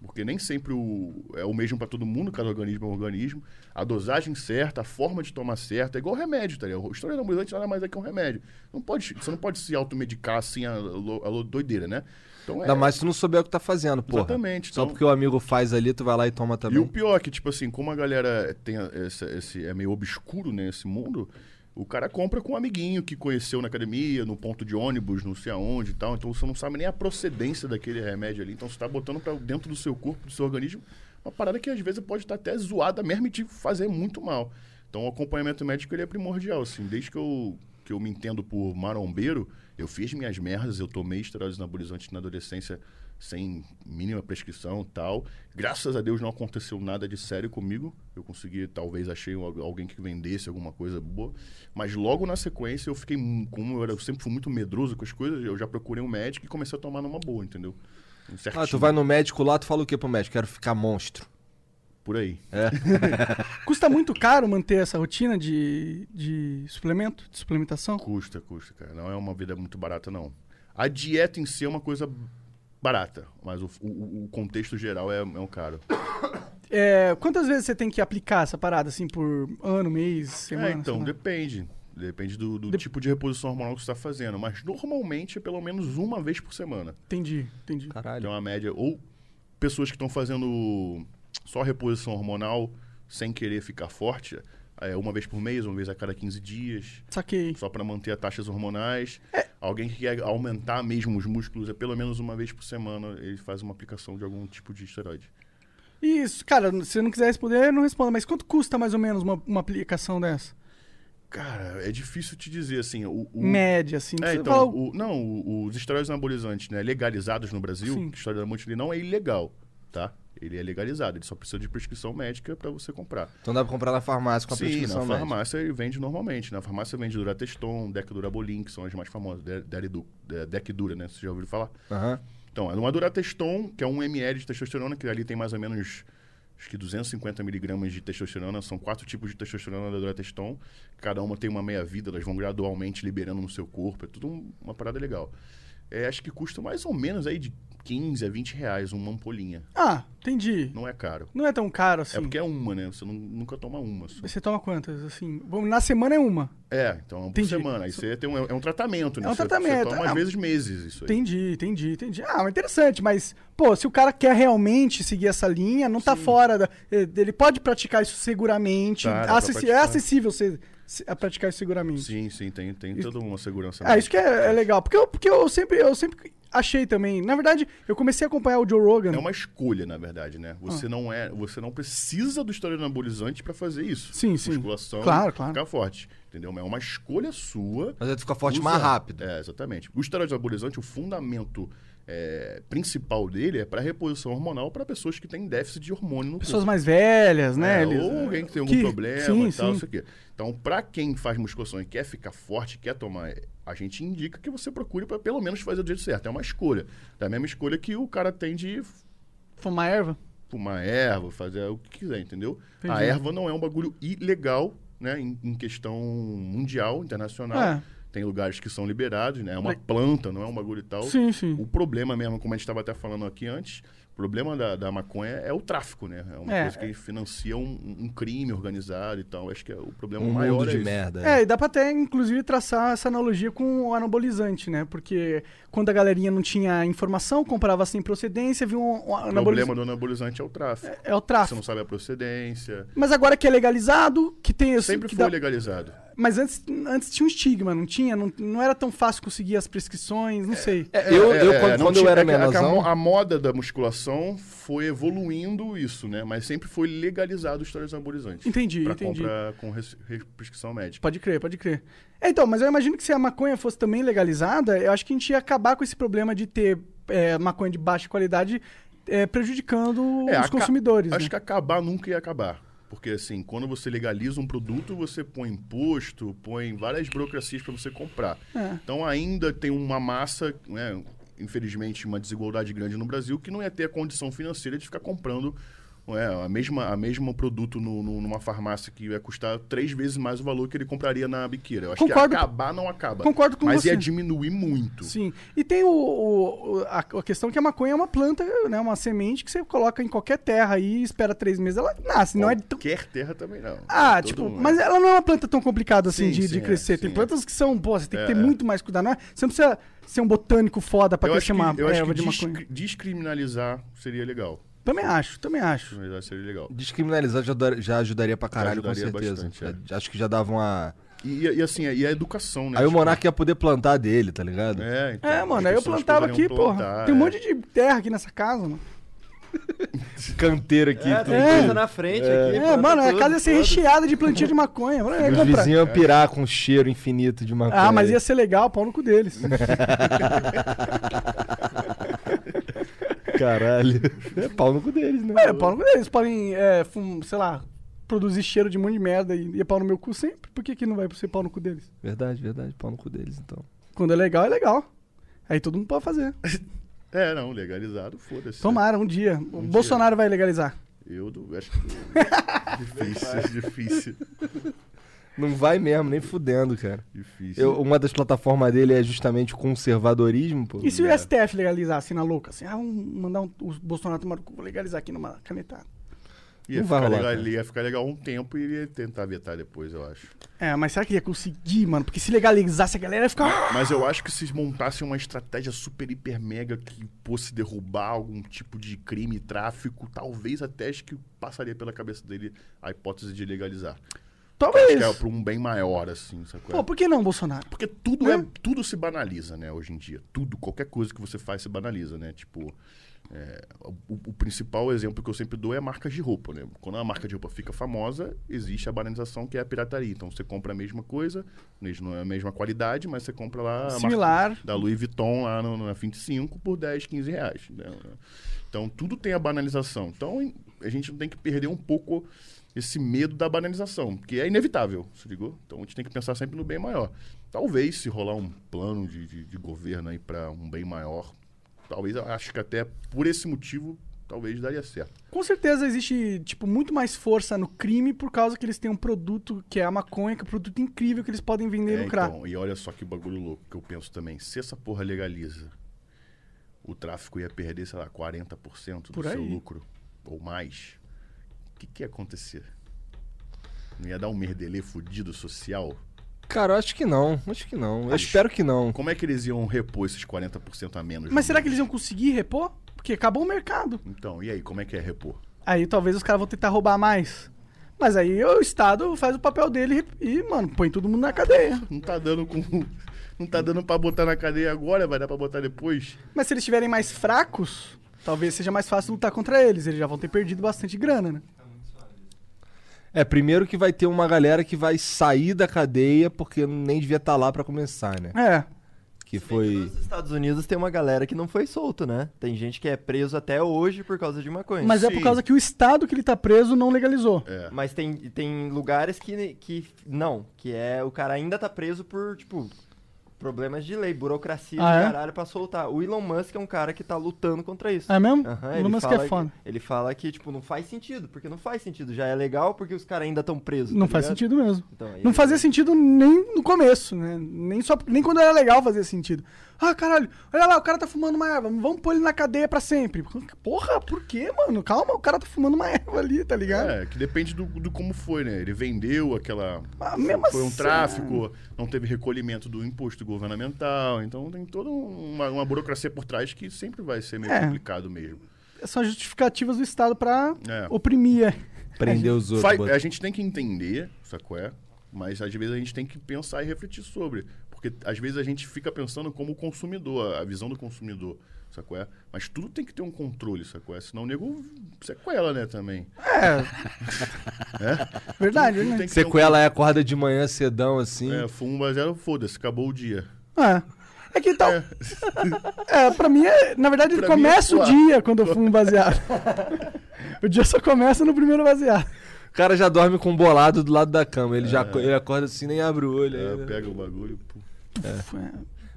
Speaker 3: porque nem sempre o, é o mesmo pra todo mundo, cada organismo é um organismo. A dosagem certa, a forma de tomar certa, é igual remédio, tá ligado? O esteroide anabolizante nada mais é que um remédio. Não pode, você não pode se automedicar assim, a, lo- a lo- doideira, né? Então,
Speaker 2: Ainda mais se tu não souber o que tá fazendo, porra.
Speaker 3: Exatamente,
Speaker 2: Só
Speaker 3: então-
Speaker 2: porque o amigo faz ali, tu vai lá e toma
Speaker 3: E
Speaker 2: também.
Speaker 3: o pior é que, tipo assim, como a galera tem a- essa, esse, é meio obscuro, né, esse mundo, o cara compra com um amiguinho que conheceu na academia, no ponto de ônibus, não sei aonde e tal. Então você não sabe nem a procedência daquele remédio ali. Então você tá botando pra dentro do seu corpo, do seu organismo, uma parada que às vezes pode estar até zoada mesmo e te fazer muito mal. Então o acompanhamento médico ele é primordial, assim. Desde que eu, que eu me entendo por marombeiro, eu fiz minhas merdas, eu tomei esteroides anabolizantes na adolescência sem mínima prescrição e tal. Graças a Deus não aconteceu nada de sério comigo. Eu consegui, talvez, achei al- alguém que vendesse alguma coisa boa. Mas logo na sequência eu fiquei, mu- como eu, era, eu sempre fui muito medroso com as coisas, eu já procurei um médico e comecei a tomar numa boa, entendeu? Um certinho,
Speaker 2: Ah, tu vai no médico lá, tu fala o que pro médico? Quero ficar monstro.
Speaker 3: por aí.
Speaker 1: Custa muito caro manter essa rotina de, de suplemento, de suplementação?
Speaker 3: Custa, custa, cara. Não é uma vida muito barata, não. A dieta em si é uma coisa barata, mas o, o- o contexto geral é, é um caro.
Speaker 1: É, quantas vezes você tem que aplicar essa parada, assim, por ano, mês, semana?
Speaker 3: É, então,
Speaker 1: semana?
Speaker 3: depende. Depende do, do tipo de reposição hormonal que você está fazendo. Mas normalmente é pelo menos uma vez por semana.
Speaker 1: Entendi, entendi.
Speaker 3: Tem
Speaker 2: Caralho.
Speaker 3: uma média. Ou pessoas que estão fazendo só reposição hormonal sem querer ficar forte, é, uma vez por mês, uma vez a cada 15 dias,
Speaker 1: Saquei.
Speaker 3: só para manter as taxas hormonais. Alguém que quer aumentar mesmo os músculos, é pelo menos uma vez por semana, ele faz uma aplicação de algum tipo de esteroide.
Speaker 1: Isso, cara, se não quiser responder, não responda. Mas quanto custa mais ou menos uma, uma aplicação dessa?
Speaker 3: Cara, é difícil te dizer assim. O, o-
Speaker 1: Média, assim.
Speaker 3: É,
Speaker 1: você
Speaker 3: então,
Speaker 1: fala-
Speaker 3: o- não, o- os esteroides anabolizantes né, legalizados no Brasil,
Speaker 1: Sim.
Speaker 3: o esteroide anabolizante ele não é ilegal, tá? Ele é legalizado, ele só precisa de prescrição médica para você comprar.
Speaker 2: Então dá pra comprar na farmácia com a
Speaker 3: Sim,
Speaker 2: prescrição
Speaker 3: na
Speaker 2: médica.
Speaker 3: farmácia ele vende normalmente. Na farmácia vende Durateston, Decdurabolin, que são as mais famosas, De- Deridu- De- Decdura, né? Você já ouviu falar?
Speaker 2: Aham.
Speaker 3: Então, é uma Durateston, que é um ml de testosterona, que ali tem mais ou menos acho que 250 miligramas de testosterona. São quatro tipos de testosterona da Durateston. Cada uma tem uma meia-vida, elas vão gradualmente liberando no seu corpo. É tudo um- uma parada legal. É, acho que custa mais ou menos aí de 15 a 20 reais uma ampolinha.
Speaker 1: Ah, entendi.
Speaker 3: Não é caro.
Speaker 1: Não é tão caro assim.
Speaker 3: É porque é uma, né? Você nu- nunca toma uma só.
Speaker 1: Você toma quantas, assim? Vamos- Na semana é uma.
Speaker 3: É, então é uma por
Speaker 1: Entendi.
Speaker 3: semana. Aí você tem um, é um tratamento, né?
Speaker 1: É um
Speaker 3: Você-
Speaker 1: tratamento,
Speaker 3: Você toma
Speaker 1: é.
Speaker 3: às vezes meses isso aí.
Speaker 1: Entendi, entendi, entendi. Ah, mas interessante, mas, pô, se o cara quer realmente seguir essa linha, não tá fora da. eh, Ele pode praticar isso seguramente.
Speaker 3: Tá, dá pra
Speaker 1: acessi- É
Speaker 3: praticar.
Speaker 1: acessível você se- a praticar isso seguramente.
Speaker 3: Sim, sim, tem, tem toda uma segurança.
Speaker 1: Ah, isso que é, é legal. Porque eu, porque eu sempre, eu sempre achei também. Na verdade, eu comecei a acompanhar o Joe Rogan.
Speaker 3: É uma escolha, na verdade, né? Você
Speaker 1: Ah.
Speaker 3: não é, você não precisa do esteroide anabolizante pra fazer isso.
Speaker 1: Sim, sim.
Speaker 3: Musculação,
Speaker 1: Claro, claro.
Speaker 3: ficar forte, entendeu? Mas É uma escolha sua.
Speaker 2: Mas aí tu fica forte
Speaker 3: Usa-
Speaker 2: mais rápido.
Speaker 3: É, exatamente. O esteroide anabolizante, o fundamento é, principal dele é pra reposição hormonal pra pessoas que têm déficit de hormônio no
Speaker 1: Pessoas
Speaker 3: corpo.
Speaker 1: mais velhas, né?
Speaker 3: É,
Speaker 1: eles-
Speaker 3: ou alguém que tem algum problema
Speaker 1: sim,
Speaker 3: e tal,
Speaker 1: sim.
Speaker 3: isso aqui. Então, pra quem faz musculação e quer ficar forte, quer tomar, a gente indica que você procure pra pelo menos fazer do jeito certo. É uma escolha. Da mesma escolha que o cara tem de
Speaker 1: Fumar erva?
Speaker 3: fumar erva, fazer o que quiser, entendeu?
Speaker 1: Entendi.
Speaker 3: A erva não é um bagulho ilegal, né? Em, em questão mundial, internacional.
Speaker 1: É.
Speaker 3: Tem lugares que são liberados, né? É uma
Speaker 1: Mas-
Speaker 3: planta, não é um bagulho e tal.
Speaker 1: Sim, sim.
Speaker 3: O problema mesmo, como a gente estava até falando aqui antes, o problema da, da maconha é o tráfico, né? É uma
Speaker 1: É.
Speaker 3: coisa que financia um, um crime organizado e tal. Acho que é o problema
Speaker 2: Um
Speaker 3: maior
Speaker 2: mundo
Speaker 3: é
Speaker 2: de
Speaker 3: esse.
Speaker 2: merda.
Speaker 1: É, e dá pra até, inclusive, traçar essa analogia com o anabolizante, né? Porque quando a galerinha não tinha informação, comprava sem procedência, viu um, um
Speaker 3: O
Speaker 1: anabolizante.
Speaker 3: problema do anabolizante é o tráfico.
Speaker 1: É o
Speaker 3: Você
Speaker 1: tráfico.
Speaker 3: não sabe a procedência.
Speaker 1: Mas agora que é legalizado, que tem esse-
Speaker 3: Sempre
Speaker 1: que
Speaker 3: foi
Speaker 1: dá-
Speaker 3: legalizado.
Speaker 1: Mas antes, antes tinha um estigma, não tinha? Não, não era tão fácil conseguir as prescrições, não sei.
Speaker 2: É, eu, eu, quando,
Speaker 3: não
Speaker 2: quando eu
Speaker 3: tinha-
Speaker 2: era
Speaker 3: é que- é que a
Speaker 2: menorzão...
Speaker 3: mo- A, moda da musculação foi evoluindo isso, né? Mas sempre foi legalizado os esteroides anabolizantes.
Speaker 1: Entendi,
Speaker 3: pra
Speaker 1: entendi.
Speaker 3: compra com res- res- prescrição médica.
Speaker 1: Pode crer, pode crer. É, então, mas eu imagino que se a maconha fosse também legalizada, eu acho que a gente ia acabar com esse problema de ter é, maconha de baixa qualidade é, prejudicando
Speaker 3: É,
Speaker 1: os
Speaker 3: aca-
Speaker 1: consumidores.
Speaker 3: Acho
Speaker 1: né?
Speaker 3: que acabar nunca ia acabar. Porque, assim, quando você legaliza um produto, você põe imposto, põe várias burocracias para você comprar.
Speaker 1: É.
Speaker 3: Então, ainda tem uma massa, né, infelizmente, uma desigualdade grande no Brasil, que não ia ter a condição financeira de ficar comprando né, a mesma a mesmo produto no- no- numa farmácia que ia custar três vezes mais o valor que ele compraria na biqueira. Eu acho
Speaker 1: Concordo-
Speaker 3: que acabar não acaba.
Speaker 1: concordo com
Speaker 3: Mas é
Speaker 1: você.
Speaker 3: ia diminuir muito.
Speaker 1: Sim. E tem o, o- o- a, a questão que a maconha é uma planta, né? Uma semente que você coloca em qualquer terra e espera três meses, ela nasce. Não é tão...
Speaker 3: Qualquer terra também não.
Speaker 1: Ah,
Speaker 3: Todo
Speaker 1: tipo,
Speaker 3: mundo.
Speaker 1: mas ela não é uma planta tão complicada assim
Speaker 3: Sim,
Speaker 1: de,
Speaker 3: sim,
Speaker 1: de
Speaker 3: é,
Speaker 1: crescer. tem
Speaker 3: sim,
Speaker 1: plantas que são, pô, você tem que ter
Speaker 3: É, é.
Speaker 1: muito mais cuidado. Não é- Você não precisa ser um botânico foda pra é,
Speaker 3: eu acho
Speaker 1: crescer
Speaker 3: que,
Speaker 1: uma
Speaker 3: eu acho
Speaker 1: erva
Speaker 3: que
Speaker 1: de
Speaker 3: descri-
Speaker 1: maconha.
Speaker 3: descriminalizar seria legal.
Speaker 1: Também acho, também acho.
Speaker 3: Descriminalizar seria legal.
Speaker 2: Descriminalizar já, dar- já ajudaria pra caralho,
Speaker 3: ajudaria
Speaker 2: com certeza. É,
Speaker 3: bastante, é.
Speaker 2: Acho que já dava uma...
Speaker 3: E, e assim, e a educação, né?
Speaker 2: Aí o
Speaker 3: Tipo,
Speaker 2: Monark ia poder plantar dele, tá ligado?
Speaker 3: É, então,
Speaker 1: É,
Speaker 3: as
Speaker 1: mano, aí eu
Speaker 3: pessoas
Speaker 1: plantava
Speaker 3: poderiam
Speaker 1: aqui, porra.
Speaker 3: plantar,
Speaker 1: Tem um
Speaker 3: é.
Speaker 1: monte de terra aqui nessa casa, mano.
Speaker 2: Canteiro aqui.
Speaker 4: É,
Speaker 2: tudo.
Speaker 4: tem coisa na frente aqui.
Speaker 1: É,
Speaker 4: planta
Speaker 1: mano, a
Speaker 4: tudo,
Speaker 1: casa ia ser
Speaker 4: tudo.
Speaker 1: recheada de plantinha de maconha. Mano, eu ia
Speaker 2: Os
Speaker 1: comprar.
Speaker 2: vizinhos
Speaker 3: É.
Speaker 2: iam pirar com o cheiro infinito de maconha.
Speaker 1: Ah, mas ia ser legal, pau no cu deles.
Speaker 2: Caralho. É pau no cu deles, né?
Speaker 1: É, pau no cu deles. Podem, é, fum- sei lá, produzir cheiro de um monte de merda e, e é pau no meu cu sempre. Por que, que não vai ser pau no cu deles?
Speaker 2: Verdade, verdade. Pau no cu deles, então.
Speaker 1: Quando é legal, é legal. Aí todo mundo pode fazer.
Speaker 3: É, não, legalizado, foda-se. né?
Speaker 1: Tomara, um dia. o Bolsonaro vai legalizar.
Speaker 3: Eu do, acho que. difícil, difícil,
Speaker 2: Não vai mesmo, nem fudendo, cara.
Speaker 3: difícil.
Speaker 2: Eu- uma das plataformas dele é justamente o conservadorismo, pô.
Speaker 1: E se o STF legalizar, assim, na louca? Assim, ah, vamos mandar um, o Bolsonaro tomar no cu, vou legalizar aqui numa canetada.
Speaker 3: Ia,
Speaker 2: Não vai
Speaker 3: ficar
Speaker 2: rolar,
Speaker 3: legal,
Speaker 2: cara.
Speaker 3: ele ia ficar legal um tempo e ele ia tentar vetar depois, eu acho.
Speaker 1: É, mas será que ia conseguir, mano? Porque se legalizasse a galera ia ficar. ah,
Speaker 3: Mas eu acho que se montassem uma estratégia super, hiper, mega que fosse derrubar algum tipo de crime, tráfico, talvez até acho que passaria pela cabeça dele a hipótese de legalizar. Acho
Speaker 1: Talvez.
Speaker 3: que é pra um bem maior, assim, sacou?
Speaker 1: Pô, por que não, Bolsonaro?
Speaker 3: Porque tudo, é,
Speaker 1: Né?
Speaker 3: tudo se banaliza, né, hoje em dia. Tudo, qualquer coisa que você faz se banaliza, né? Tipo, é, o, o principal exemplo que eu sempre dou é marcas de roupa, né? Quando a marca de roupa fica famosa, existe a banalização que é a pirataria. Então você compra a mesma coisa, mesmo- não é a mesma qualidade, mas você compra lá a marca
Speaker 1: Similar.
Speaker 3: da Louis Vuitton lá no, na 25 por 10, 15 reais. né? Então tudo tem a banalização. Então em- a gente não tem que perder um pouco esse medo da banalização, porque é inevitável, se ligou? Então a gente tem que pensar sempre no bem maior. Talvez se rolar um plano de, de- de governo aí para um bem maior, talvez eu acho que até por esse motivo talvez daria certo.
Speaker 1: Com certeza existe, tipo, muito mais força no crime por causa que eles têm um produto que é a maconha, que é um produto incrível que eles podem vender e
Speaker 3: É,
Speaker 1: lucrar.
Speaker 3: então, e olha só que bagulho louco que eu penso também. Se essa porra legaliza, o tráfico ia perder, sei lá, 40% do
Speaker 1: Por
Speaker 3: seu
Speaker 1: aí.
Speaker 3: lucro ou mais. O que, que ia acontecer? Não ia dar um merdelê fudido social?
Speaker 2: Cara, eu acho que não. Acho que não. Eu
Speaker 3: Acho.
Speaker 2: espero que não.
Speaker 3: Como é que eles iam repor esses 40% a menos?
Speaker 1: Mas
Speaker 3: no
Speaker 1: será que eles
Speaker 3: mês?
Speaker 1: iam conseguir repor? Porque acabou o mercado.
Speaker 3: Então, e aí, como é que é repor?
Speaker 1: Aí talvez os caras vão tentar roubar mais. Mas aí o Estado faz o papel dele e, mano, põe todo mundo na cadeia.
Speaker 3: Não tá dando com. Não tá dando pra botar na cadeia agora, vai dar pra botar depois?
Speaker 1: Mas se eles estiverem mais fracos, talvez seja mais fácil lutar contra eles. Eles já vão ter perdido bastante grana, né?
Speaker 2: É, primeiro que vai ter uma galera que vai sair da cadeia porque nem devia estar lá pra começar, né?
Speaker 1: É.
Speaker 2: Que foi.
Speaker 4: Nos Estados Unidos tem uma galera que não foi solto, né? Tem gente que é preso até hoje por causa de maconha.
Speaker 1: Mas é
Speaker 3: Sim.
Speaker 1: por causa que o Estado que ele tá preso não legalizou.
Speaker 3: É.
Speaker 4: Mas tem, tem lugares que, que não, que é o cara ainda tá preso por, tipo, problemas de lei, burocracia
Speaker 1: Ah,
Speaker 4: do
Speaker 1: é?
Speaker 4: caralho pra soltar. O Elon Musk é um cara que tá lutando contra isso.
Speaker 1: É mesmo?
Speaker 4: Aham,
Speaker 1: Elon
Speaker 4: ele
Speaker 1: Musk
Speaker 4: fala
Speaker 1: é foda.
Speaker 4: Que, ele fala que, tipo, não faz sentido, porque não faz sentido. Já é legal porque os caras ainda estão presos.
Speaker 1: Não
Speaker 4: tá
Speaker 1: faz
Speaker 4: ligado?
Speaker 1: sentido mesmo.
Speaker 4: Então, aí
Speaker 1: Não
Speaker 4: ele-
Speaker 1: fazia sentido nem no começo, né? Nem, só, nem quando era legal fazia sentido. Ah, caralho, olha lá, o cara tá fumando uma erva, vamos pôr ele na cadeia pra sempre. Porra, por quê, mano? Calma, o cara tá fumando uma erva ali, tá ligado?
Speaker 3: É, que depende do, do como foi, né? Ele vendeu aquela.
Speaker 1: Mas mesmo
Speaker 3: foi um
Speaker 1: assim-
Speaker 3: tráfico, não teve recolhimento do imposto governamental. Então tem toda uma, uma burocracia por trás que sempre vai ser meio
Speaker 1: É.
Speaker 3: complicado mesmo.
Speaker 1: São as justificativas do Estado pra
Speaker 3: É.
Speaker 1: oprimir.
Speaker 2: Prender os outros.
Speaker 3: Faz-
Speaker 2: bota-
Speaker 3: a gente tem que entender, sacou? é? Mas às vezes a gente tem que pensar e refletir sobre. Porque às vezes a gente fica pensando como consumidor, a visão do consumidor, sacou? é? Mas tudo tem que ter um controle, sacou? é? Senão o nego sequela, né, também.
Speaker 1: Verdade,
Speaker 3: Tudo
Speaker 1: né?
Speaker 3: tem que ter um-
Speaker 2: Sequela é acorda de manhã cedão, assim.
Speaker 3: É, fumo, zero, foda-se, acabou o dia.
Speaker 1: É. É que tal. É, pra mim, é, na verdade, ele
Speaker 3: Pra mim é
Speaker 1: começa o
Speaker 3: suave.
Speaker 1: dia quando eu fumo um baseado. o dia só começa no primeiro baseado.
Speaker 2: O cara já dorme com um bolado do lado da cama. Ele já aco- ele acorda assim, nem abre o olho.
Speaker 3: É,
Speaker 2: É,
Speaker 3: pega o bagulho, pô.
Speaker 1: Uf, é.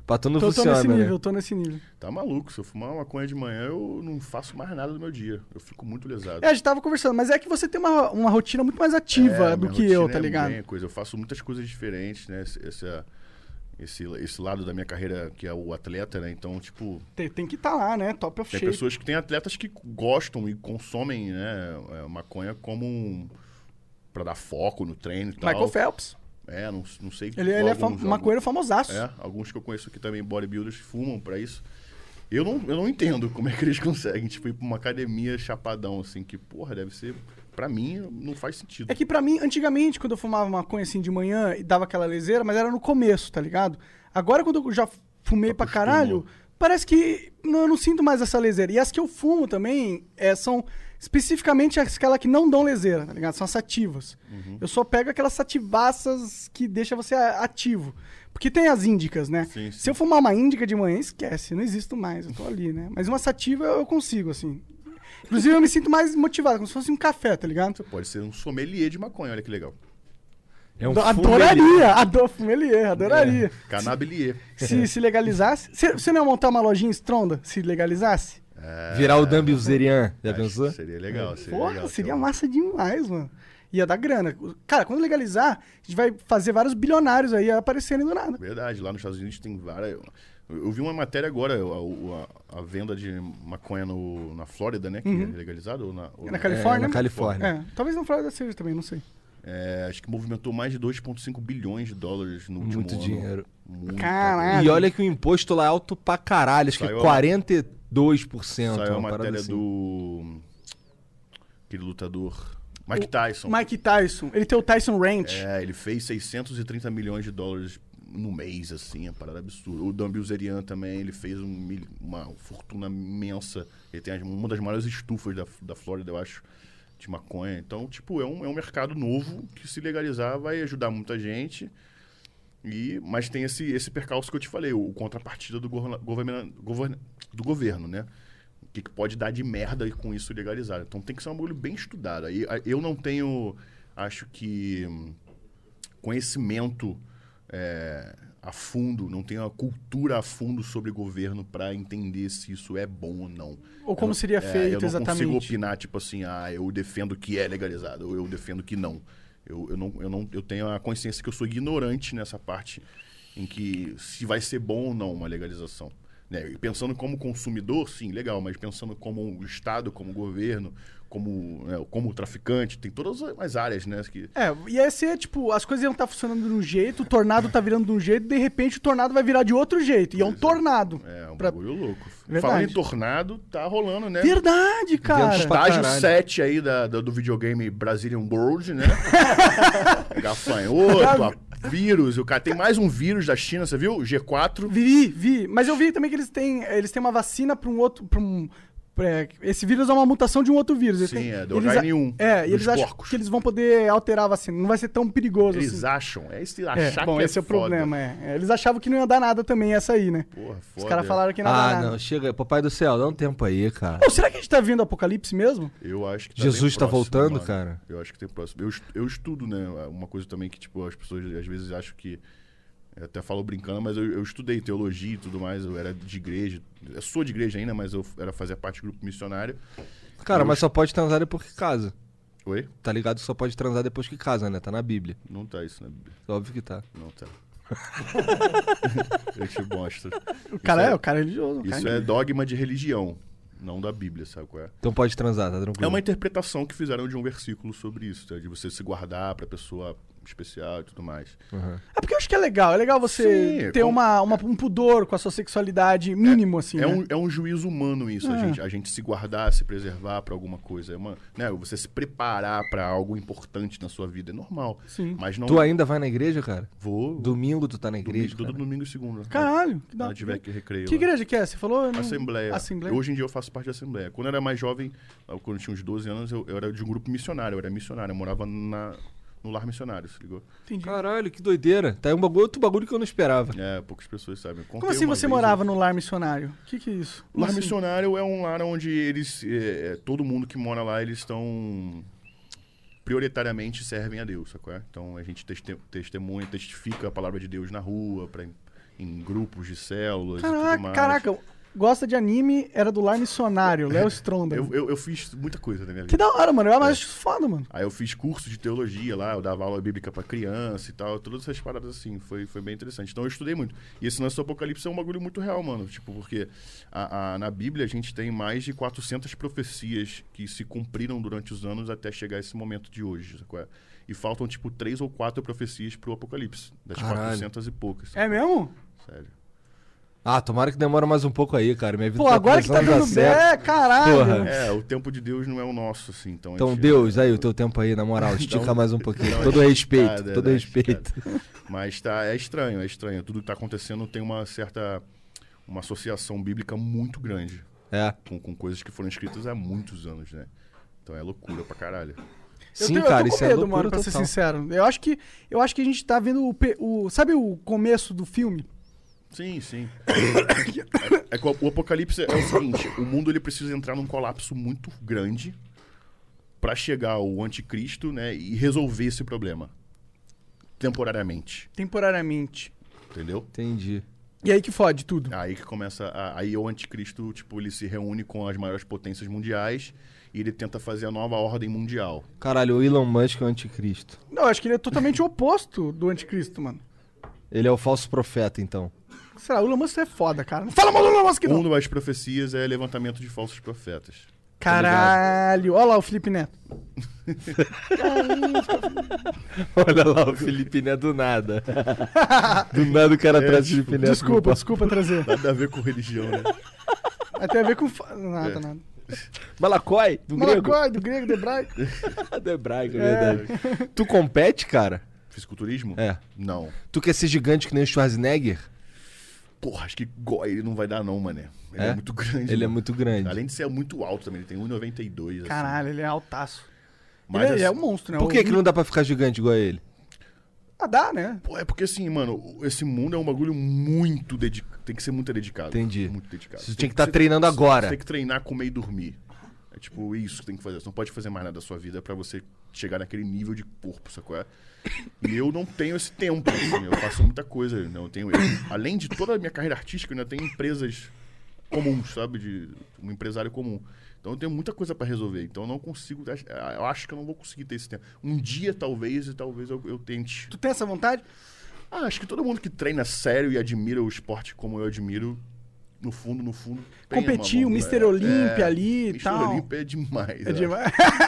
Speaker 2: pra tu não
Speaker 1: Tô, tô
Speaker 2: funciona,
Speaker 1: nesse nível,
Speaker 2: né?
Speaker 1: tô nesse nível.
Speaker 3: Tá maluco, se eu fumar uma maconha de manhã, eu não faço mais nada do meu dia. Eu fico muito lesado.
Speaker 1: É, a gente tava conversando, mas é que você tem uma, uma rotina muito mais ativa
Speaker 3: É,
Speaker 1: do
Speaker 3: minha
Speaker 1: que eu,
Speaker 3: rotina
Speaker 1: tá
Speaker 3: é
Speaker 1: ligado?
Speaker 3: bem coisa. Eu faço muitas coisas diferentes, né? Esse, essa- esse, esse lado da minha carreira que é o atleta, né? Então, tipo,
Speaker 1: Tem, tem que estar tá lá, né? Top of
Speaker 3: tem
Speaker 1: shape.
Speaker 3: pessoas que têm atletas que gostam e consomem, né? é, Maconha como um. pra dar foco no treino e tal.
Speaker 1: Michael Phelps.
Speaker 3: É, não, não sei.
Speaker 1: Ele, ele é fam...
Speaker 3: alguns-
Speaker 1: maconheiro famosaço.
Speaker 3: É, alguns que eu conheço aqui também, bodybuilders, fumam pra isso. Eu não, eu não entendo como é que eles conseguem, tipo, ir pra uma academia chapadão, assim, que, porra, deve ser. Pra mim, não faz sentido.
Speaker 1: É que pra mim, antigamente, quando eu fumava maconha assim de manhã e dava aquela leseira, mas era no começo, tá ligado? Agora, quando eu já fumei pra
Speaker 3: Tá Acostumou.
Speaker 1: caralho, parece que não, eu não sinto mais essa leseira. E as que eu fumo também é, são especificamente aquelas que não dão leseira, tá ligado? São as sativas.
Speaker 3: Uhum.
Speaker 1: Eu só pego aquelas sativaças que deixa você a- ativo. Porque tem as índicas, né?
Speaker 3: Sim, sim.
Speaker 1: Se eu fumar uma índica de manhã, esquece, não existo mais, eu tô ali, né? Mas uma sativa eu consigo, assim. Inclusive, eu me sinto mais motivado, como se fosse um café, tá ligado?
Speaker 3: Pode ser um sommelier de maconha, olha que legal.
Speaker 2: É um
Speaker 1: Do-
Speaker 2: fumelinho.
Speaker 1: adoraria, ador, fumelier, adoraria.
Speaker 3: Canabilier.
Speaker 1: Se, se legalizasse. Você- Você não ia montar uma lojinha estronda se legalizasse?
Speaker 2: Virar o Dambi Zerian. Já
Speaker 3: É. Acho que
Speaker 2: pensou?
Speaker 3: Seria legal. Seria
Speaker 1: É. Porra,
Speaker 3: legal, um.
Speaker 1: seria
Speaker 3: sei lá.
Speaker 1: massa demais, mano. Ia dar grana. Cara, quando legalizar, a gente vai fazer vários bilionários aí aparecendo do nada.
Speaker 3: Verdade, lá nos Estados Unidos tem várias. Eu eu vi uma matéria agora, a, a- a venda de maconha no- na Flórida, né? Que é legalizado? Ou na, ou
Speaker 1: Uhum. É na Califórnia?
Speaker 2: É, na Califórnia.
Speaker 1: É, talvez não Flórida seja também, não sei.
Speaker 3: É, acho que movimentou mais de 2,5 bilhões de dólares no último
Speaker 2: Muito
Speaker 3: ano.
Speaker 2: dinheiro.
Speaker 3: Muito.
Speaker 1: Caralho.
Speaker 2: E olha que o imposto lá é alto pra caralho, acho que
Speaker 3: Saiu a-
Speaker 2: 42%.
Speaker 3: Saiu a
Speaker 2: uma parada
Speaker 3: matéria
Speaker 2: assim.
Speaker 3: do. hum, Aquele lutador. Mike Tyson.
Speaker 1: Mike Tyson. Ele tem o Tyson Ranch.
Speaker 3: É, ele fez 630 milhões de dólares no mês, assim, é uma parada absurda. O Dan Bilzerian também, ele fez um mil- uma fortuna imensa. Ele tem as- uma das maiores estufas da, da Flórida, eu acho, de maconha. Então, tipo, é um, é um mercado novo que se legalizar vai ajudar muita gente. E, mas tem esse, esse percalço que eu te falei, o contrapartida do, governa- governa- govern- do governo, né? O que, que pode dar de merda com isso legalizado. Então tem que ser um bagulho bem estudado. Aí, a- eu não tenho, acho que, hum, conhecimento é, a fundo, não tenho a cultura a fundo sobre governo para entender se isso é bom ou não.
Speaker 1: Ou como
Speaker 3: Eu não-
Speaker 1: seria
Speaker 3: é,
Speaker 1: feito
Speaker 3: eu não consigo
Speaker 1: exatamente.
Speaker 3: opinar, tipo assim, ah, eu defendo que é legalizado, ou eu defendo que não. Eu, eu não, eu não. Eu tenho a consciência que eu sou ignorante nessa parte em que se vai ser bom ou não uma legalização. Né? E pensando como consumidor, sim, legal, mas pensando como um Estado, como governo, como, né, como traficante, tem todas as áreas, né? Que,
Speaker 1: É, ia ser tipo, as coisas iam estar funcionando de um jeito, o tornado tá virando de um jeito, de repente o tornado vai virar de outro jeito. E é um tornado.
Speaker 3: é um
Speaker 1: Pra-
Speaker 3: bagulho louco.
Speaker 1: Verdade.
Speaker 3: Falando em tornado, tá rolando, né?
Speaker 1: Verdade, cara.
Speaker 2: pra
Speaker 3: Estágio
Speaker 2: caralho.
Speaker 3: 7 aí da, da- do videogame Brazilian World, né?
Speaker 1: Tá
Speaker 3: Gafanhoto, a- vírus. O cara tem mais um vírus da China, você viu? G4.
Speaker 1: Vi, vi. Mas eu vi também que eles têm, eles têm uma vacina pra um outro. Pra um, pra- esse vírus é uma mutação de um outro vírus. Eles
Speaker 3: Sim,
Speaker 1: têm-
Speaker 3: é, do
Speaker 1: eles a-
Speaker 3: H1N1,
Speaker 1: É, e
Speaker 3: dos
Speaker 1: eles acham
Speaker 3: porcos.
Speaker 1: que eles vão poder alterar a vacina. Não vai ser tão perigoso
Speaker 3: Eles
Speaker 1: assim.
Speaker 3: acham. É esse
Speaker 1: É,
Speaker 3: achar
Speaker 1: bom,
Speaker 3: que
Speaker 1: esse é o
Speaker 3: foda.
Speaker 1: problema, é. É, Eles achavam que não ia dar nada também essa aí, né?
Speaker 3: Porra,
Speaker 1: Os
Speaker 3: foda.
Speaker 1: caras falaram que não ia dar
Speaker 2: Ah,
Speaker 1: nada.
Speaker 2: não, chega. Papai do céu, dá um tempo aí, cara.
Speaker 1: Pô, será que a gente tá vendo o apocalipse mesmo?
Speaker 3: Eu acho que tá
Speaker 2: Jesus
Speaker 3: bem
Speaker 2: tá
Speaker 3: próximo,
Speaker 2: voltando,
Speaker 3: mano.
Speaker 2: cara?
Speaker 3: Eu acho que tem próximo. Eu, es- eu estudo, né? Uma coisa também que, tipo, as pessoas às vezes acham que. Eu até falo brincando, mas eu, eu estudei teologia e tudo mais. Eu era de igreja. Eu sou de igreja ainda, mas eu era fazer parte do grupo missionário.
Speaker 2: Cara, mas só pode transar depois que casa.
Speaker 3: Oi?
Speaker 2: Tá ligado que só pode transar depois que casa, né? Tá na Bíblia.
Speaker 3: Não tá isso na Bíblia.
Speaker 2: Óbvio que tá.
Speaker 3: Não tá. eu te mostro.
Speaker 1: O cara é,
Speaker 3: é-
Speaker 1: o cara é religioso. o cara
Speaker 3: Isso é dogma de religião, não da Bíblia, sabe qual é?
Speaker 2: Então pode transar, tá tranquilo.
Speaker 3: É uma interpretação que fizeram de um versículo sobre isso, tá? de você se guardar pra pessoa especial e tudo mais.
Speaker 2: Uhum.
Speaker 1: É porque eu acho que é legal. É legal você
Speaker 3: Sim,
Speaker 1: ter
Speaker 3: com-
Speaker 1: uma, uma- um pudor com a sua sexualidade mínimo, assim.
Speaker 3: É
Speaker 1: né? É.
Speaker 3: um, é um juízo humano isso, a, gente, a gente se guardar, se preservar pra alguma coisa. É uma, né, você se preparar pra algo importante na sua vida, é normal.
Speaker 1: Sim.
Speaker 3: Mas não
Speaker 2: Tu ainda vai na igreja, cara?
Speaker 3: vou
Speaker 2: Domingo tu tá na igreja?
Speaker 3: domingo, todo
Speaker 2: cara?
Speaker 3: domingo e segunda. Né?
Speaker 1: Caralho, que da
Speaker 3: Quando tiver que recreio.
Speaker 1: Que
Speaker 3: lá.
Speaker 1: igreja que é? Você falou? Eu não-
Speaker 3: Assembleia.
Speaker 1: Assembleia.
Speaker 3: Hoje em dia eu faço parte da Assembleia. Quando eu era mais jovem, quando eu tinha uns 12 anos, eu, eu era de um grupo missionário. Eu era missionário. Eu morava na, no lar missionário, se ligou?
Speaker 1: Entendi.
Speaker 2: Caralho, que doideira. Tá aí um bagulho, outro bagulho que eu não esperava.
Speaker 3: É, poucas pessoas sabem. Eu
Speaker 1: Como
Speaker 3: contei
Speaker 1: assim
Speaker 3: uma
Speaker 1: você
Speaker 3: vez, um
Speaker 1: morava no lar missionário? O que, que é isso?
Speaker 3: O lar
Speaker 1: Assim,
Speaker 3: missionário é um lar onde eles. é, é, todo mundo que mora lá, eles estão. Prioritariamente servem a Deus, sacou? é? Então a gente teste- testemunha, testifica a palavra de Deus na rua, pra, em, em grupos de células e tudo
Speaker 1: Caraca,
Speaker 3: mais.
Speaker 1: caraca, gosta de anime, era do lar missionário, Léo Stronda.
Speaker 3: Eu, eu, eu fiz muita coisa na minha vida.
Speaker 1: Que da hora, mano. Eu acho isso foda, mano.
Speaker 3: Aí eu fiz curso de teologia lá, eu dava aula bíblica pra criança e tal, todas essas paradas assim, foi, foi bem interessante. Então eu estudei muito. E esse lance do Apocalipse é um bagulho muito real, mano. Tipo, porque a- a- na Bíblia a gente tem mais de 400 profecias que se cumpriram durante os anos até chegar esse momento de hoje, sacou? E faltam, tipo, três ou quatro profecias pro Apocalipse, das
Speaker 2: Caralho.
Speaker 3: 400 e poucas.
Speaker 1: É mesmo?
Speaker 3: Sério.
Speaker 2: Ah, tomara que demora mais um pouco aí, cara. Minha vida
Speaker 1: Pô, agora que tá
Speaker 2: precisando
Speaker 1: dando
Speaker 2: dar certo.
Speaker 1: pé, caralho.
Speaker 2: Porra.
Speaker 3: É, o tempo de Deus não é o nosso, assim, então... a
Speaker 2: Então,
Speaker 3: gente-
Speaker 2: Deus, aí o teu tempo aí, na moral, estica
Speaker 3: Então-
Speaker 2: mais um pouquinho.
Speaker 3: Não,
Speaker 2: todo
Speaker 3: é
Speaker 2: respeito,
Speaker 3: esticada,
Speaker 2: todo
Speaker 3: né,
Speaker 2: respeito.
Speaker 3: esticada. Mas tá, é estranho, é estranho. Tudo que tá acontecendo tem uma certa. uma associação bíblica muito grande
Speaker 2: É.
Speaker 3: com, com coisas que foram escritas há muitos anos, né? Então é loucura pra caralho.
Speaker 1: Eu
Speaker 2: Sim,
Speaker 1: tenho-
Speaker 2: cara,
Speaker 1: eu tô
Speaker 2: isso
Speaker 1: com
Speaker 2: é
Speaker 1: medo,
Speaker 2: loucura
Speaker 1: mano, pra ser
Speaker 2: total.
Speaker 1: sincero. Eu acho que, eu acho que a gente tá vendo o, pe- o- Sabe o começo do filme?
Speaker 3: Sim, sim. É que o- o apocalipse é o seguinte: o mundo ele precisa entrar num colapso muito grande pra chegar o anticristo, né? E resolver esse problema. Temporariamente.
Speaker 1: Temporariamente.
Speaker 3: Entendeu?
Speaker 2: Entendi.
Speaker 1: E aí que fode tudo.
Speaker 3: Aí que começa. a- aí o anticristo, tipo, ele se reúne com as maiores potências mundiais e ele tenta fazer a nova ordem mundial.
Speaker 2: Caralho, o Elon Musk é o anticristo.
Speaker 1: Não, eu acho que ele é totalmente o oposto do anticristo, mano.
Speaker 2: Ele é o falso profeta, então.
Speaker 1: Será, o Elon Musk é foda, cara. Não fala mal do Elon Musk, não.
Speaker 3: Uma Um das profecias é levantamento de falsos profetas.
Speaker 1: Tá Caralho. Olha lá o Felipe Neto.
Speaker 2: Olha lá o Felipe Neto do nada. Do nada o cara traz o Felipe
Speaker 3: é
Speaker 2: Neto.
Speaker 1: Desculpa, desculpa trazer.
Speaker 3: Nada a ver com religião, né?
Speaker 1: Mas tem a ver com... fa- Nada,
Speaker 3: É.
Speaker 1: nada.
Speaker 2: Malacói, do grego.
Speaker 1: Malacói, do grego, do hebraico.
Speaker 2: Do hebraico, é verdade. Tu compete, cara?
Speaker 3: Fisiculturismo?
Speaker 2: É.
Speaker 3: Não.
Speaker 2: Tu quer ser gigante que nem o Schwarzenegger?
Speaker 3: Porra, acho que goi ele não vai dar, não, mané. Ele é,
Speaker 2: É?
Speaker 3: muito grande.
Speaker 2: Ele é
Speaker 3: mano.
Speaker 2: muito grande.
Speaker 3: Além de ser muito alto também, ele tem 1,92. assim.
Speaker 1: Caralho, ele é altaço.
Speaker 3: Mas
Speaker 1: ele, é-
Speaker 3: assim-
Speaker 1: é um monstro, né?
Speaker 2: Por que,
Speaker 1: O-
Speaker 2: que não dá pra ficar gigante igual a ele?
Speaker 1: Ah, dá, né?
Speaker 3: Pô, é porque assim, mano, esse mundo é um bagulho muito dedicado. Tem que ser muito dedicado.
Speaker 2: Entendi.
Speaker 3: Muito dedicado.
Speaker 2: Você tinha que tá treinando
Speaker 3: você-
Speaker 2: agora.
Speaker 3: Você tem que treinar, comer e dormir. É tipo isso que tem que fazer. Você não pode fazer mais nada da sua vida pra você chegar naquele nível de corpo, sacou? É? E eu não tenho esse tempo, assim, eu faço muita coisa, não tenho. Além de toda a minha carreira artística, eu ainda tenho empresas comuns, sabe? De um empresário comum. Então eu tenho muita coisa pra resolver. Então eu não consigo. Eu acho que eu não vou conseguir ter esse tempo. Um dia, talvez, e talvez eu- eu tente.
Speaker 1: Tu tem essa vontade?
Speaker 3: Ah, acho que todo mundo que treina sério e admira o esporte como eu admiro, no fundo, no fundo. tem
Speaker 1: Competir, o
Speaker 3: uma-
Speaker 1: Mr. Olímpia ali e
Speaker 3: Mr.
Speaker 1: tal.
Speaker 3: Olímpia é demais.
Speaker 1: É
Speaker 3: né?
Speaker 1: demais.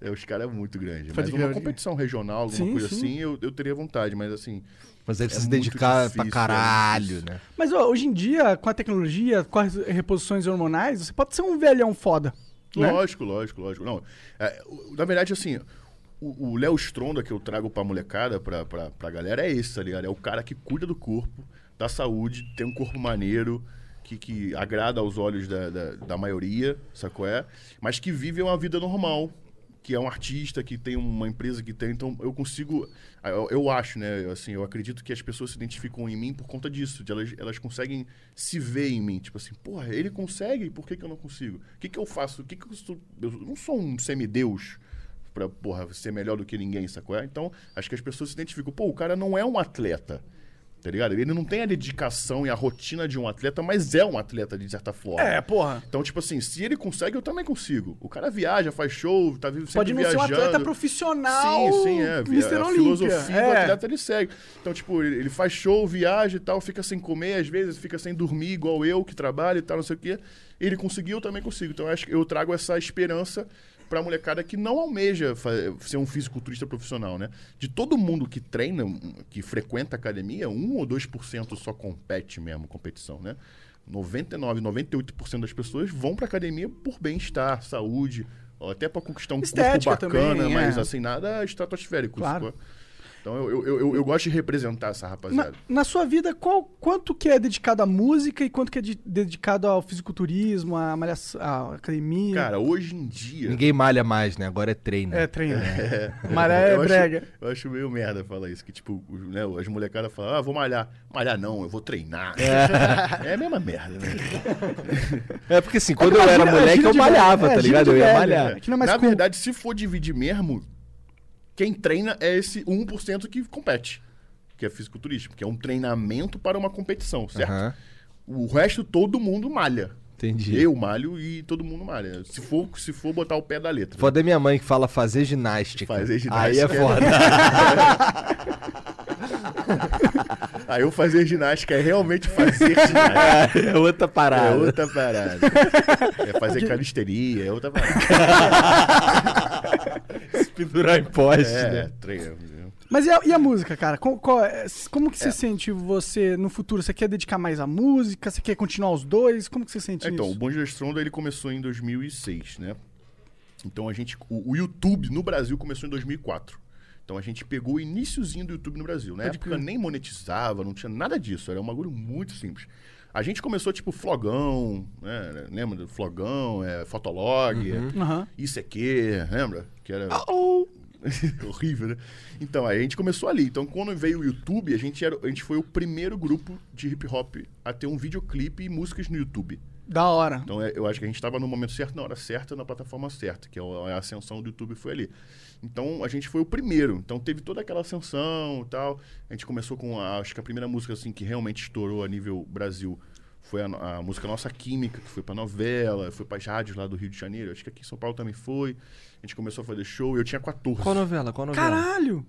Speaker 3: É, os caras é muito grande.
Speaker 1: Pode
Speaker 3: Mas
Speaker 1: crer,
Speaker 3: uma
Speaker 1: pode crer.
Speaker 3: competição regional, alguma
Speaker 1: Sim,
Speaker 3: coisa
Speaker 1: sim.
Speaker 3: assim, eu, eu teria vontade, mas assim.
Speaker 2: Mas aí precisa
Speaker 3: É
Speaker 2: se
Speaker 3: muito
Speaker 2: dedicar pra
Speaker 3: difícil,
Speaker 2: caralho,
Speaker 3: é muito
Speaker 2: né?
Speaker 1: Mas ó, hoje em dia, com a tecnologia, com as reposições hormonais, você pode ser um velhão foda. Né?
Speaker 3: Lógico, lógico, lógico. Não, é, o- na verdade, assim, o o Léo Stronda que eu trago pra molecada, pra, pra, pra galera, é esse, tá ligado? É o cara que cuida do corpo, da saúde, tem um corpo maneiro, que, que agrada aos olhos da, da, da maioria, sacou é? Mas que vive uma vida normal. Que é um artista, que tem uma empresa que tem, então eu consigo. Eu, eu acho, né? eu, assim, eu acredito que as pessoas se identificam em mim por conta disso. de elas, elas conseguem se ver em mim. Tipo assim, porra, ele consegue, por que, que eu não consigo? O que, que eu faço? O que, que eu sou. Eu não sou um semideus pra, porra, ser melhor do que ninguém, sacou? É? Então, acho que as pessoas se identificam. Pô, o cara não é um atleta, tá ligado? Ele não tem a dedicação e a rotina de um atleta, mas é um atleta, de certa forma.
Speaker 1: É, porra.
Speaker 3: Então, tipo assim, se ele consegue, eu também consigo. O cara viaja, faz show, tá vivo sempre
Speaker 1: Pode não
Speaker 3: viajando.
Speaker 1: ser um atleta profissional.
Speaker 3: Sim, sim, é.
Speaker 1: Mr.
Speaker 3: A, a
Speaker 1: Olímpia.
Speaker 3: filosofia do
Speaker 1: É.
Speaker 3: atleta ele segue. Então, tipo, ele, ele faz show, viaja e tal, fica sem comer, às vezes fica sem dormir, igual eu, que trabalho e tal, não sei o quê. Ele conseguiu, eu também consigo. Então, eu acho que eu trago essa esperança pra molecada que não almeja fa- ser um fisiculturista profissional, né? De todo mundo que treina, um, que frequenta a academia, 1 ou 2% só compete mesmo, competição, né? 99, 98% das pessoas vão pra academia por bem-estar, saúde, ou até pra conquistar um
Speaker 1: Estética
Speaker 3: corpo bacana,
Speaker 1: também,
Speaker 3: mas
Speaker 1: é.
Speaker 3: assim, nada estratosférico.
Speaker 1: Claro.
Speaker 3: sacou? Então eu, eu, eu, eu- eu gosto de representar essa
Speaker 1: Na,
Speaker 3: rapaziada.
Speaker 1: na sua vida, qual, quanto que é dedicado à música e quanto que é de- dedicado ao fisiculturismo, à, malhação, à academia?
Speaker 3: Cara, hoje em dia.
Speaker 2: Ninguém malha mais, né? Agora é treino.
Speaker 1: é, treino. Maré é
Speaker 3: eu acho-
Speaker 1: brega.
Speaker 3: eu acho meio merda falar isso. Que, tipo, o- né, as molecadas falam, ah, vou malhar. Malhar não, eu vou treinar. É, a mesma merda, né?
Speaker 2: É porque assim, quando eu
Speaker 1: Imagina-
Speaker 2: era moleque,
Speaker 1: imagina
Speaker 2: eu
Speaker 1: de
Speaker 2: malhava,
Speaker 1: velho, é,
Speaker 2: tá
Speaker 1: gíria
Speaker 2: ligado?
Speaker 1: de
Speaker 2: Eu ia
Speaker 1: velho,
Speaker 2: malhar.
Speaker 1: né? Aquilo é mais
Speaker 3: Na
Speaker 1: comum.
Speaker 3: verdade, se for dividir mesmo, quem treina é esse 1% que compete. Que é fisiculturismo, que é um treinamento para uma competição, certo?
Speaker 2: Aham,
Speaker 3: O resto, todo mundo malha.
Speaker 2: entendi.
Speaker 3: Eu malho e todo mundo malha. Se for, se for botar o pé da letra.
Speaker 2: Foda é minha mãe que fala fazer ginástica.
Speaker 3: Fazer
Speaker 2: Aí é
Speaker 3: ginástica.
Speaker 2: foda.
Speaker 3: Aí eu fazer ginástica é realmente fazer ginástica.
Speaker 2: é outra
Speaker 3: É
Speaker 2: parada.
Speaker 3: outra parada. É fazer calisteria, é outra parada.
Speaker 2: Pendurar em poste,
Speaker 3: É,
Speaker 2: né?
Speaker 3: treino.
Speaker 1: Mas e a, e a música, cara? Com- qual é- como que você sente você no futuro? Você quer dedicar mais à música? Você quer continuar os dois? Como que você sente
Speaker 3: É, Então, o
Speaker 1: isso?
Speaker 3: Bonde da Stronda, ele começou em 2006, né? Então a gente. O, o YouTube no Brasil começou em 2004. Então a gente pegou o iníciozinho do YouTube no Brasil. Na época nem monetizava, não tinha nada disso. Era um bagulho muito simples. A gente começou tipo Flogão, né? Lembra do Flogão, é, Fotolog, é,
Speaker 1: Aham.
Speaker 3: isso aqui, lembra? Que era.
Speaker 1: Ou-
Speaker 3: Horrível, né? Então, aí a gente começou ali. Então, quando veio o YouTube, a gente, era, a gente foi o primeiro grupo de hip hop a ter um videoclipe e músicas no YouTube.
Speaker 1: Da hora.
Speaker 3: Então, é- eu acho que a gente estava no momento certo, na hora certa, na plataforma certa, que é o- a ascensão do YouTube foi ali. Então, a gente foi o primeiro. Então, teve toda aquela ascensão e tal. A gente começou com, a- acho que a primeira música assim que realmente estourou a nível Brasil foi a, no- a música Nossa Química, que foi pra novela, foi pras rádios lá do Rio de Janeiro. Acho que aqui em São Paulo também foi. A gente começou a fazer show. Eu tinha 14.
Speaker 2: Qual novela? Qual novela?
Speaker 1: Caralho!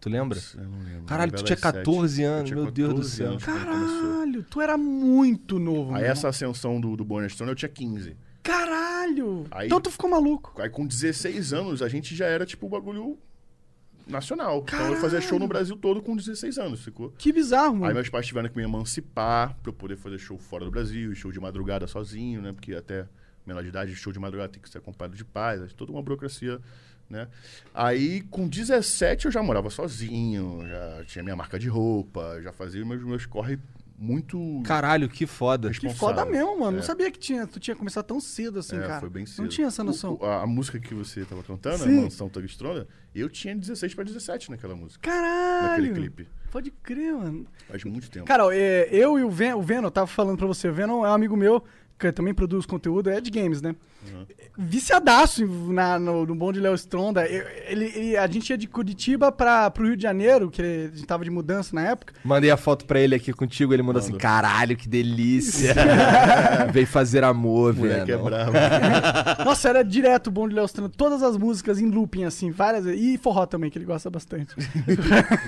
Speaker 2: Tu lembra?
Speaker 3: Eu não lembro.
Speaker 2: Caralho, tu
Speaker 3: Novela
Speaker 2: tinha
Speaker 3: às sete.
Speaker 2: 14
Speaker 3: Eu
Speaker 2: anos,
Speaker 3: tinha
Speaker 2: meu Deus do
Speaker 3: 14
Speaker 2: céu.
Speaker 3: anos quando começou.
Speaker 1: Caralho, tu era muito novo,
Speaker 3: Aí
Speaker 1: mano.
Speaker 3: essa ascensão do, do Bonner Stone eu tinha 15.
Speaker 1: Caralho!
Speaker 3: Aí-
Speaker 1: Então tu ficou maluco.
Speaker 3: Aí com 16 anos a gente já era tipo o bagulho nacional. Então eu fazia
Speaker 1: Caralho!
Speaker 3: show no Brasil todo com 16 anos, ficou?
Speaker 1: Que bizarro,
Speaker 3: Aí
Speaker 1: mano.
Speaker 3: meus pais tiveram que me emancipar pra eu poder fazer show fora do Brasil, show de madrugada sozinho, né? Porque até menor de idade, show de madrugada tem que ser acompanhado de pais, acho toda uma burocracia, né? Aí com 17 eu já morava sozinho, já tinha minha marca de roupa, já fazia os meus, meus corre muito.
Speaker 2: Caralho, que foda.
Speaker 1: Que
Speaker 3: responsável.
Speaker 1: foda mesmo, mano.
Speaker 3: É.
Speaker 1: Não sabia que tinha, tu tinha começado tão cedo assim,
Speaker 3: É,
Speaker 1: cara.
Speaker 3: foi bem cedo.
Speaker 1: Não tinha essa
Speaker 3: O-
Speaker 1: noção.
Speaker 3: o- a, a música que você tava cantando,
Speaker 1: Sim.
Speaker 3: a Mansão Tugstronda, eu tinha 16 pra 17 naquela música,
Speaker 1: Caralho!
Speaker 3: naquele clipe. Então.
Speaker 1: Pode crer, mano.
Speaker 3: Faz muito tempo.
Speaker 1: Cara, ó, é, eu e o Ven- o Venom, eu tava falando pra você, o Venom é um amigo meu, que também produz conteúdo, é de games, né?
Speaker 3: Uhum.
Speaker 1: Viciadaço em- na, no, no Bom de Léo Stronda. Eu- ele, ele- a gente ia de Curitiba pra, pro Rio de Janeiro, que a gente tava de mudança na época.
Speaker 2: Mandei a foto pra ele aqui contigo, ele mandou assim, caralho, que delícia. Veio fazer amor,
Speaker 3: Moleque é
Speaker 2: velho.
Speaker 3: bravo.
Speaker 1: Nossa, era direto o Bom de Léo Stronda, todas as músicas em looping, assim, várias vezes. E forró também, que ele gosta bastante.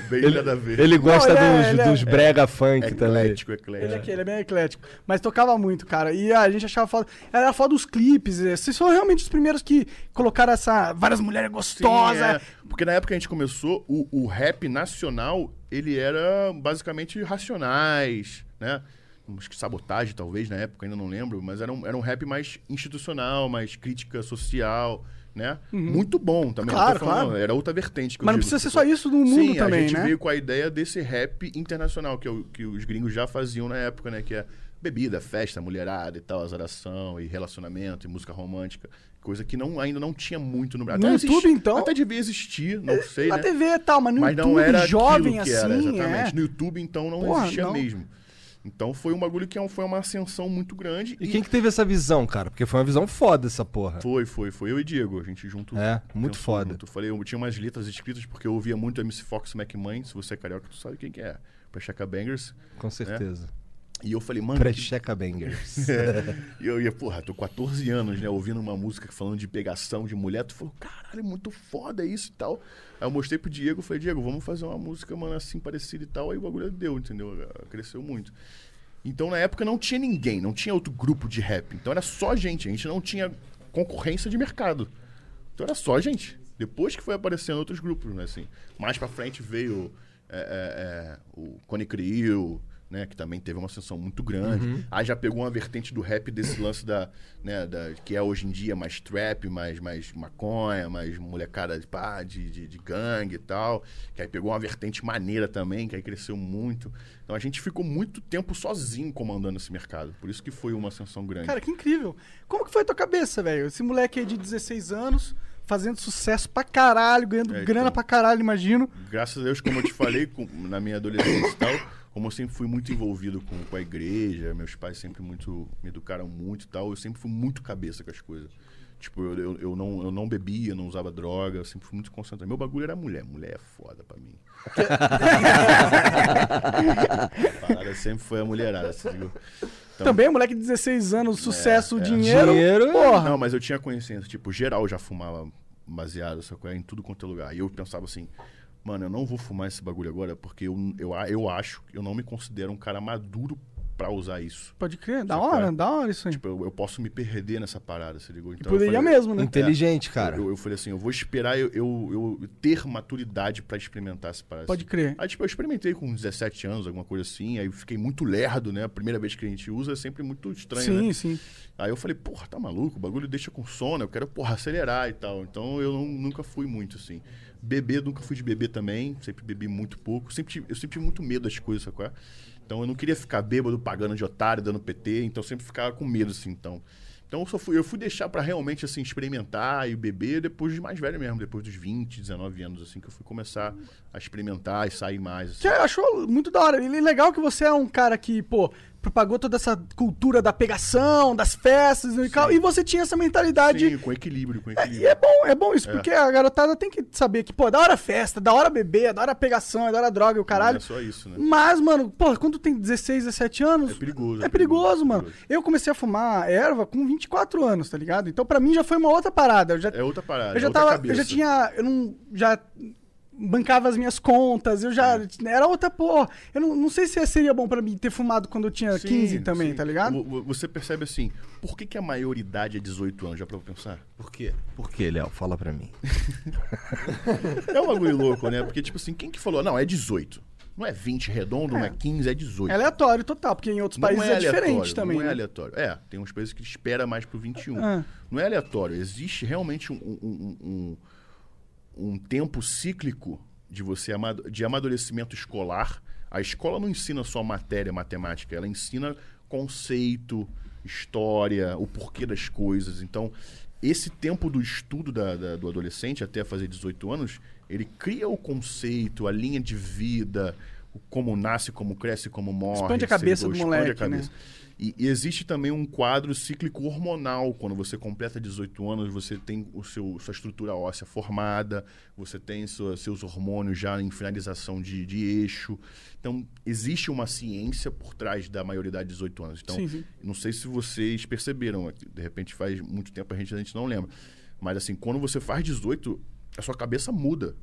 Speaker 3: Bem
Speaker 2: Ele,
Speaker 3: nada a ver.
Speaker 2: ele gosta
Speaker 1: Não, ele é-
Speaker 2: dos,
Speaker 1: ele é-
Speaker 2: dos brega funk tá também.
Speaker 3: eclético,
Speaker 1: Ele é
Speaker 3: eclético.
Speaker 1: aquele, ele é bem eclético. Mas tocava muito, cara. E a gente achava foda. Era foda os clipes. eh, Vocês foram realmente os primeiros que colocaram essa. Várias mulheres
Speaker 3: Sim,
Speaker 1: gostosas.
Speaker 3: é. Porque na época que a gente começou, o, o rap nacional, ele era basicamente racionais, né? Acho que sabotagem, talvez, na época, ainda não lembro, mas era um, era um rap mais institucional, mais crítica social, né? Muito bom também. não tô
Speaker 1: Uhum. Claro,
Speaker 3: falando,
Speaker 1: claro.
Speaker 3: Era outra vertente que eu
Speaker 1: Mas não
Speaker 3: digo,
Speaker 1: precisa ser
Speaker 3: tipo,
Speaker 1: só isso no mundo
Speaker 3: Sim,
Speaker 1: também,
Speaker 3: a gente
Speaker 1: né?
Speaker 3: veio com a ideia desse rap internacional que, o- que os gringos já faziam na época, né? Que é bebida, festa, mulherada e tal, azaração e relacionamento e música romântica. Coisa que não, ainda não tinha muito no Brasil.
Speaker 1: No
Speaker 3: Até
Speaker 1: YouTube, então?
Speaker 3: Até devia existir, não sei,
Speaker 1: na
Speaker 3: né?
Speaker 1: TV e tal, mas no
Speaker 3: Mas
Speaker 1: YouTube,
Speaker 3: não era
Speaker 1: jovem
Speaker 3: aquilo que
Speaker 1: assim.
Speaker 3: era, exatamente.
Speaker 1: é.
Speaker 3: No YouTube, então, não
Speaker 1: Porra,
Speaker 3: existia
Speaker 1: não.
Speaker 3: mesmo. Então foi um bagulho que é um- foi uma ascensão muito grande.
Speaker 2: E quem que teve essa visão, cara? Porque foi uma visão foda essa porra.
Speaker 3: Foi, foi, foi eu e Diego, a gente junto.
Speaker 2: É, muito
Speaker 3: pensou
Speaker 2: foda.
Speaker 3: junto. Falei, eu tinha umas letras escritas porque eu ouvia muito MC Fox McMahon, se você é carioca, tu sabe quem que é. Pecheca Bangers.
Speaker 2: Com certeza.
Speaker 3: E eu falei, mano, que...
Speaker 2: Precheca Bangers.
Speaker 3: e eu ia, porra, tô 14 anos, né, ouvindo uma música falando de pegação de mulher, tu falou, caralho, é muito foda isso e tal. Aí eu mostrei pro Diego, falei, Diego, vamos fazer uma música, mano, assim, parecida e tal. Aí o bagulho deu, entendeu? Cresceu muito. Então, na época, não tinha ninguém, não tinha outro grupo de rap. Então, era só gente. A gente não tinha concorrência de mercado. Então, era só gente. Depois que foi aparecendo outros grupos, né? Assim, mais pra frente veio é, é, é, o Cone Creil, né? Que também teve uma ascensão muito grande. Aí já pegou uma vertente do rap desse lance da, né, da- que é hoje em dia mais trap, mais, mais maconha, mais molecada de pá, de, de, de gangue e tal. Que aí pegou uma vertente maneira também, que aí cresceu muito. Então a gente ficou muito tempo sozinho comandando esse mercado. Por isso que foi uma ascensão grande.
Speaker 1: Cara, que incrível. Como que foi tua cabeça, velho? Esse moleque aí de 16 anos, fazendo sucesso pra caralho, ganhando
Speaker 3: É,
Speaker 1: grana
Speaker 3: então.
Speaker 1: pra caralho, imagino.
Speaker 3: graças a Deus, como eu te falei com- na minha adolescência e tal, como eu sempre fui muito envolvido com, com a igreja, meus pais sempre muito me educaram muito e tal, eu sempre fui muito cabeça com as coisas. Tipo, eu, eu, eu não, eu não bebia, não usava droga, eu sempre fui muito concentrado. Meu bagulho era mulher. Mulher é foda pra mim. A parada sempre foi a mulherada, você viu? Então- É,
Speaker 1: Também, é um moleque de 16 anos, sucesso, dinheiro.
Speaker 2: Dinheiro. é
Speaker 1: Porra.
Speaker 3: Não, mas eu tinha consciência, tipo, geral já fumava baseado, só que em tudo quanto é lugar. E eu pensava assim, mano, eu não vou fumar esse bagulho agora, porque eu, eu, a- eu acho, eu não me considero um cara maduro pra usar isso.
Speaker 1: Pode crer, da
Speaker 3: Sabe
Speaker 1: hora,
Speaker 3: qual é?
Speaker 1: da hora isso aí.
Speaker 3: Tipo, eu, eu posso me perder nessa parada, você ligou?
Speaker 1: e
Speaker 3: Então, eu
Speaker 1: poderia
Speaker 3: falei-
Speaker 1: mesmo, né?
Speaker 2: Inteligente, cara.
Speaker 3: Eu, eu falei assim, eu vou esperar eu, eu, eu ter maturidade pra experimentar essa parada.
Speaker 1: Pode crer.
Speaker 3: Aí, tipo, eu experimentei com 17 anos, alguma coisa assim, aí fiquei muito lerdo, né? A primeira vez que a gente usa é sempre muito estranho, né?
Speaker 1: sim, sim.
Speaker 3: Aí eu falei, porra, tá maluco? O bagulho deixa com sono, eu quero, porra, acelerar e tal. Então eu não- nunca fui muito assim. Beber, nunca fui de beber também, sempre bebi muito pouco. Sempre, tive- eu sempre tive muito medo das coisas, sabe? qual é? Então eu não queria ficar bêbado, pagando de otário, dando PT, então eu sempre ficava com medo assim, então. Então eu só fui, eu fui deixar pra realmente assim experimentar e beber depois de mais velho mesmo, depois dos 20, 19 anos assim que eu fui começar a experimentar e sair mais assim.
Speaker 1: Que eu acho muito da hora. E legal que você é um cara que, pô, propagou toda essa cultura da pegação, das festas e tal. E você tinha essa mentalidade.
Speaker 3: Sim, com equilíbrio, com
Speaker 1: É,
Speaker 3: equilíbrio.
Speaker 1: e é bom, é bom isso, porque a garotada tem que saber que, pô, é da hora festa, da hora beber, da hora pegação, é da hora droga e o
Speaker 3: Não
Speaker 1: caralho. Hum,
Speaker 3: é só isso, né?
Speaker 1: Mas, mano, pô, quando tem 16, 17 anos.
Speaker 3: É perigoso,
Speaker 1: É
Speaker 3: é
Speaker 1: perigoso,
Speaker 3: perigoso,
Speaker 1: mano.
Speaker 3: é perigoso.
Speaker 1: Eu comecei a fumar erva com 24 anos, tá ligado? Então, pra mim já foi uma outra parada. Eu já
Speaker 3: É outra parada,
Speaker 1: eu já
Speaker 3: é outra
Speaker 1: tava, eu
Speaker 3: cabeça.
Speaker 1: já tinha, eu não, já bancava as minhas contas, eu já. Era outra porra. Eu não, não sei se seria bom pra mim ter fumado quando eu tinha
Speaker 3: Sim,
Speaker 1: 15 também,
Speaker 3: sim.
Speaker 1: tá ligado?
Speaker 3: O- o- Você percebe assim, por que, que a maioridade é 18 anos? Já pra pensar?
Speaker 2: Por quê? Por quê, Léo? Fala pra mim.
Speaker 3: É um bagulho louco, né? Porque, tipo assim, quem que falou? Não, é 18. Não é 20 redondo, não é 15, é 18.
Speaker 1: É aleatório total, porque em outros países é, diferente
Speaker 3: aleatório,
Speaker 1: também.
Speaker 3: Não é
Speaker 1: né?
Speaker 3: aleatório. É, tem uns países que espera mais pro 21.
Speaker 1: Ah.
Speaker 3: Não é aleatório. Existe realmente um, um, um- um- um tempo cíclico de você amado- de amadurecimento escolar. A escola não ensina só matéria, matemática, ela ensina conceito, história, o porquê das coisas. Então, esse tempo do estudo da- da- do adolescente até fazer 18 anos, ele cria o conceito, a linha de vida, o como nasce, como cresce, como morre.
Speaker 1: Expande a
Speaker 3: se ele
Speaker 1: cabeça
Speaker 3: go-
Speaker 1: do
Speaker 3: expande a
Speaker 1: moleque, né?
Speaker 3: cabeça. E e existe também um quadro cíclico hormonal. Quando você completa 18 anos, você tem o seu, sua estrutura óssea formada, você tem sua- seus hormônios já em finalização de, de eixo. Então, existe uma ciência por trás da maioridade de 18 anos. Então,
Speaker 1: Sim, sim.
Speaker 3: não sei se vocês perceberam, é de repente faz muito tempo, a gente, a gente não lembra. Mas assim, quando você faz 18, a sua cabeça muda.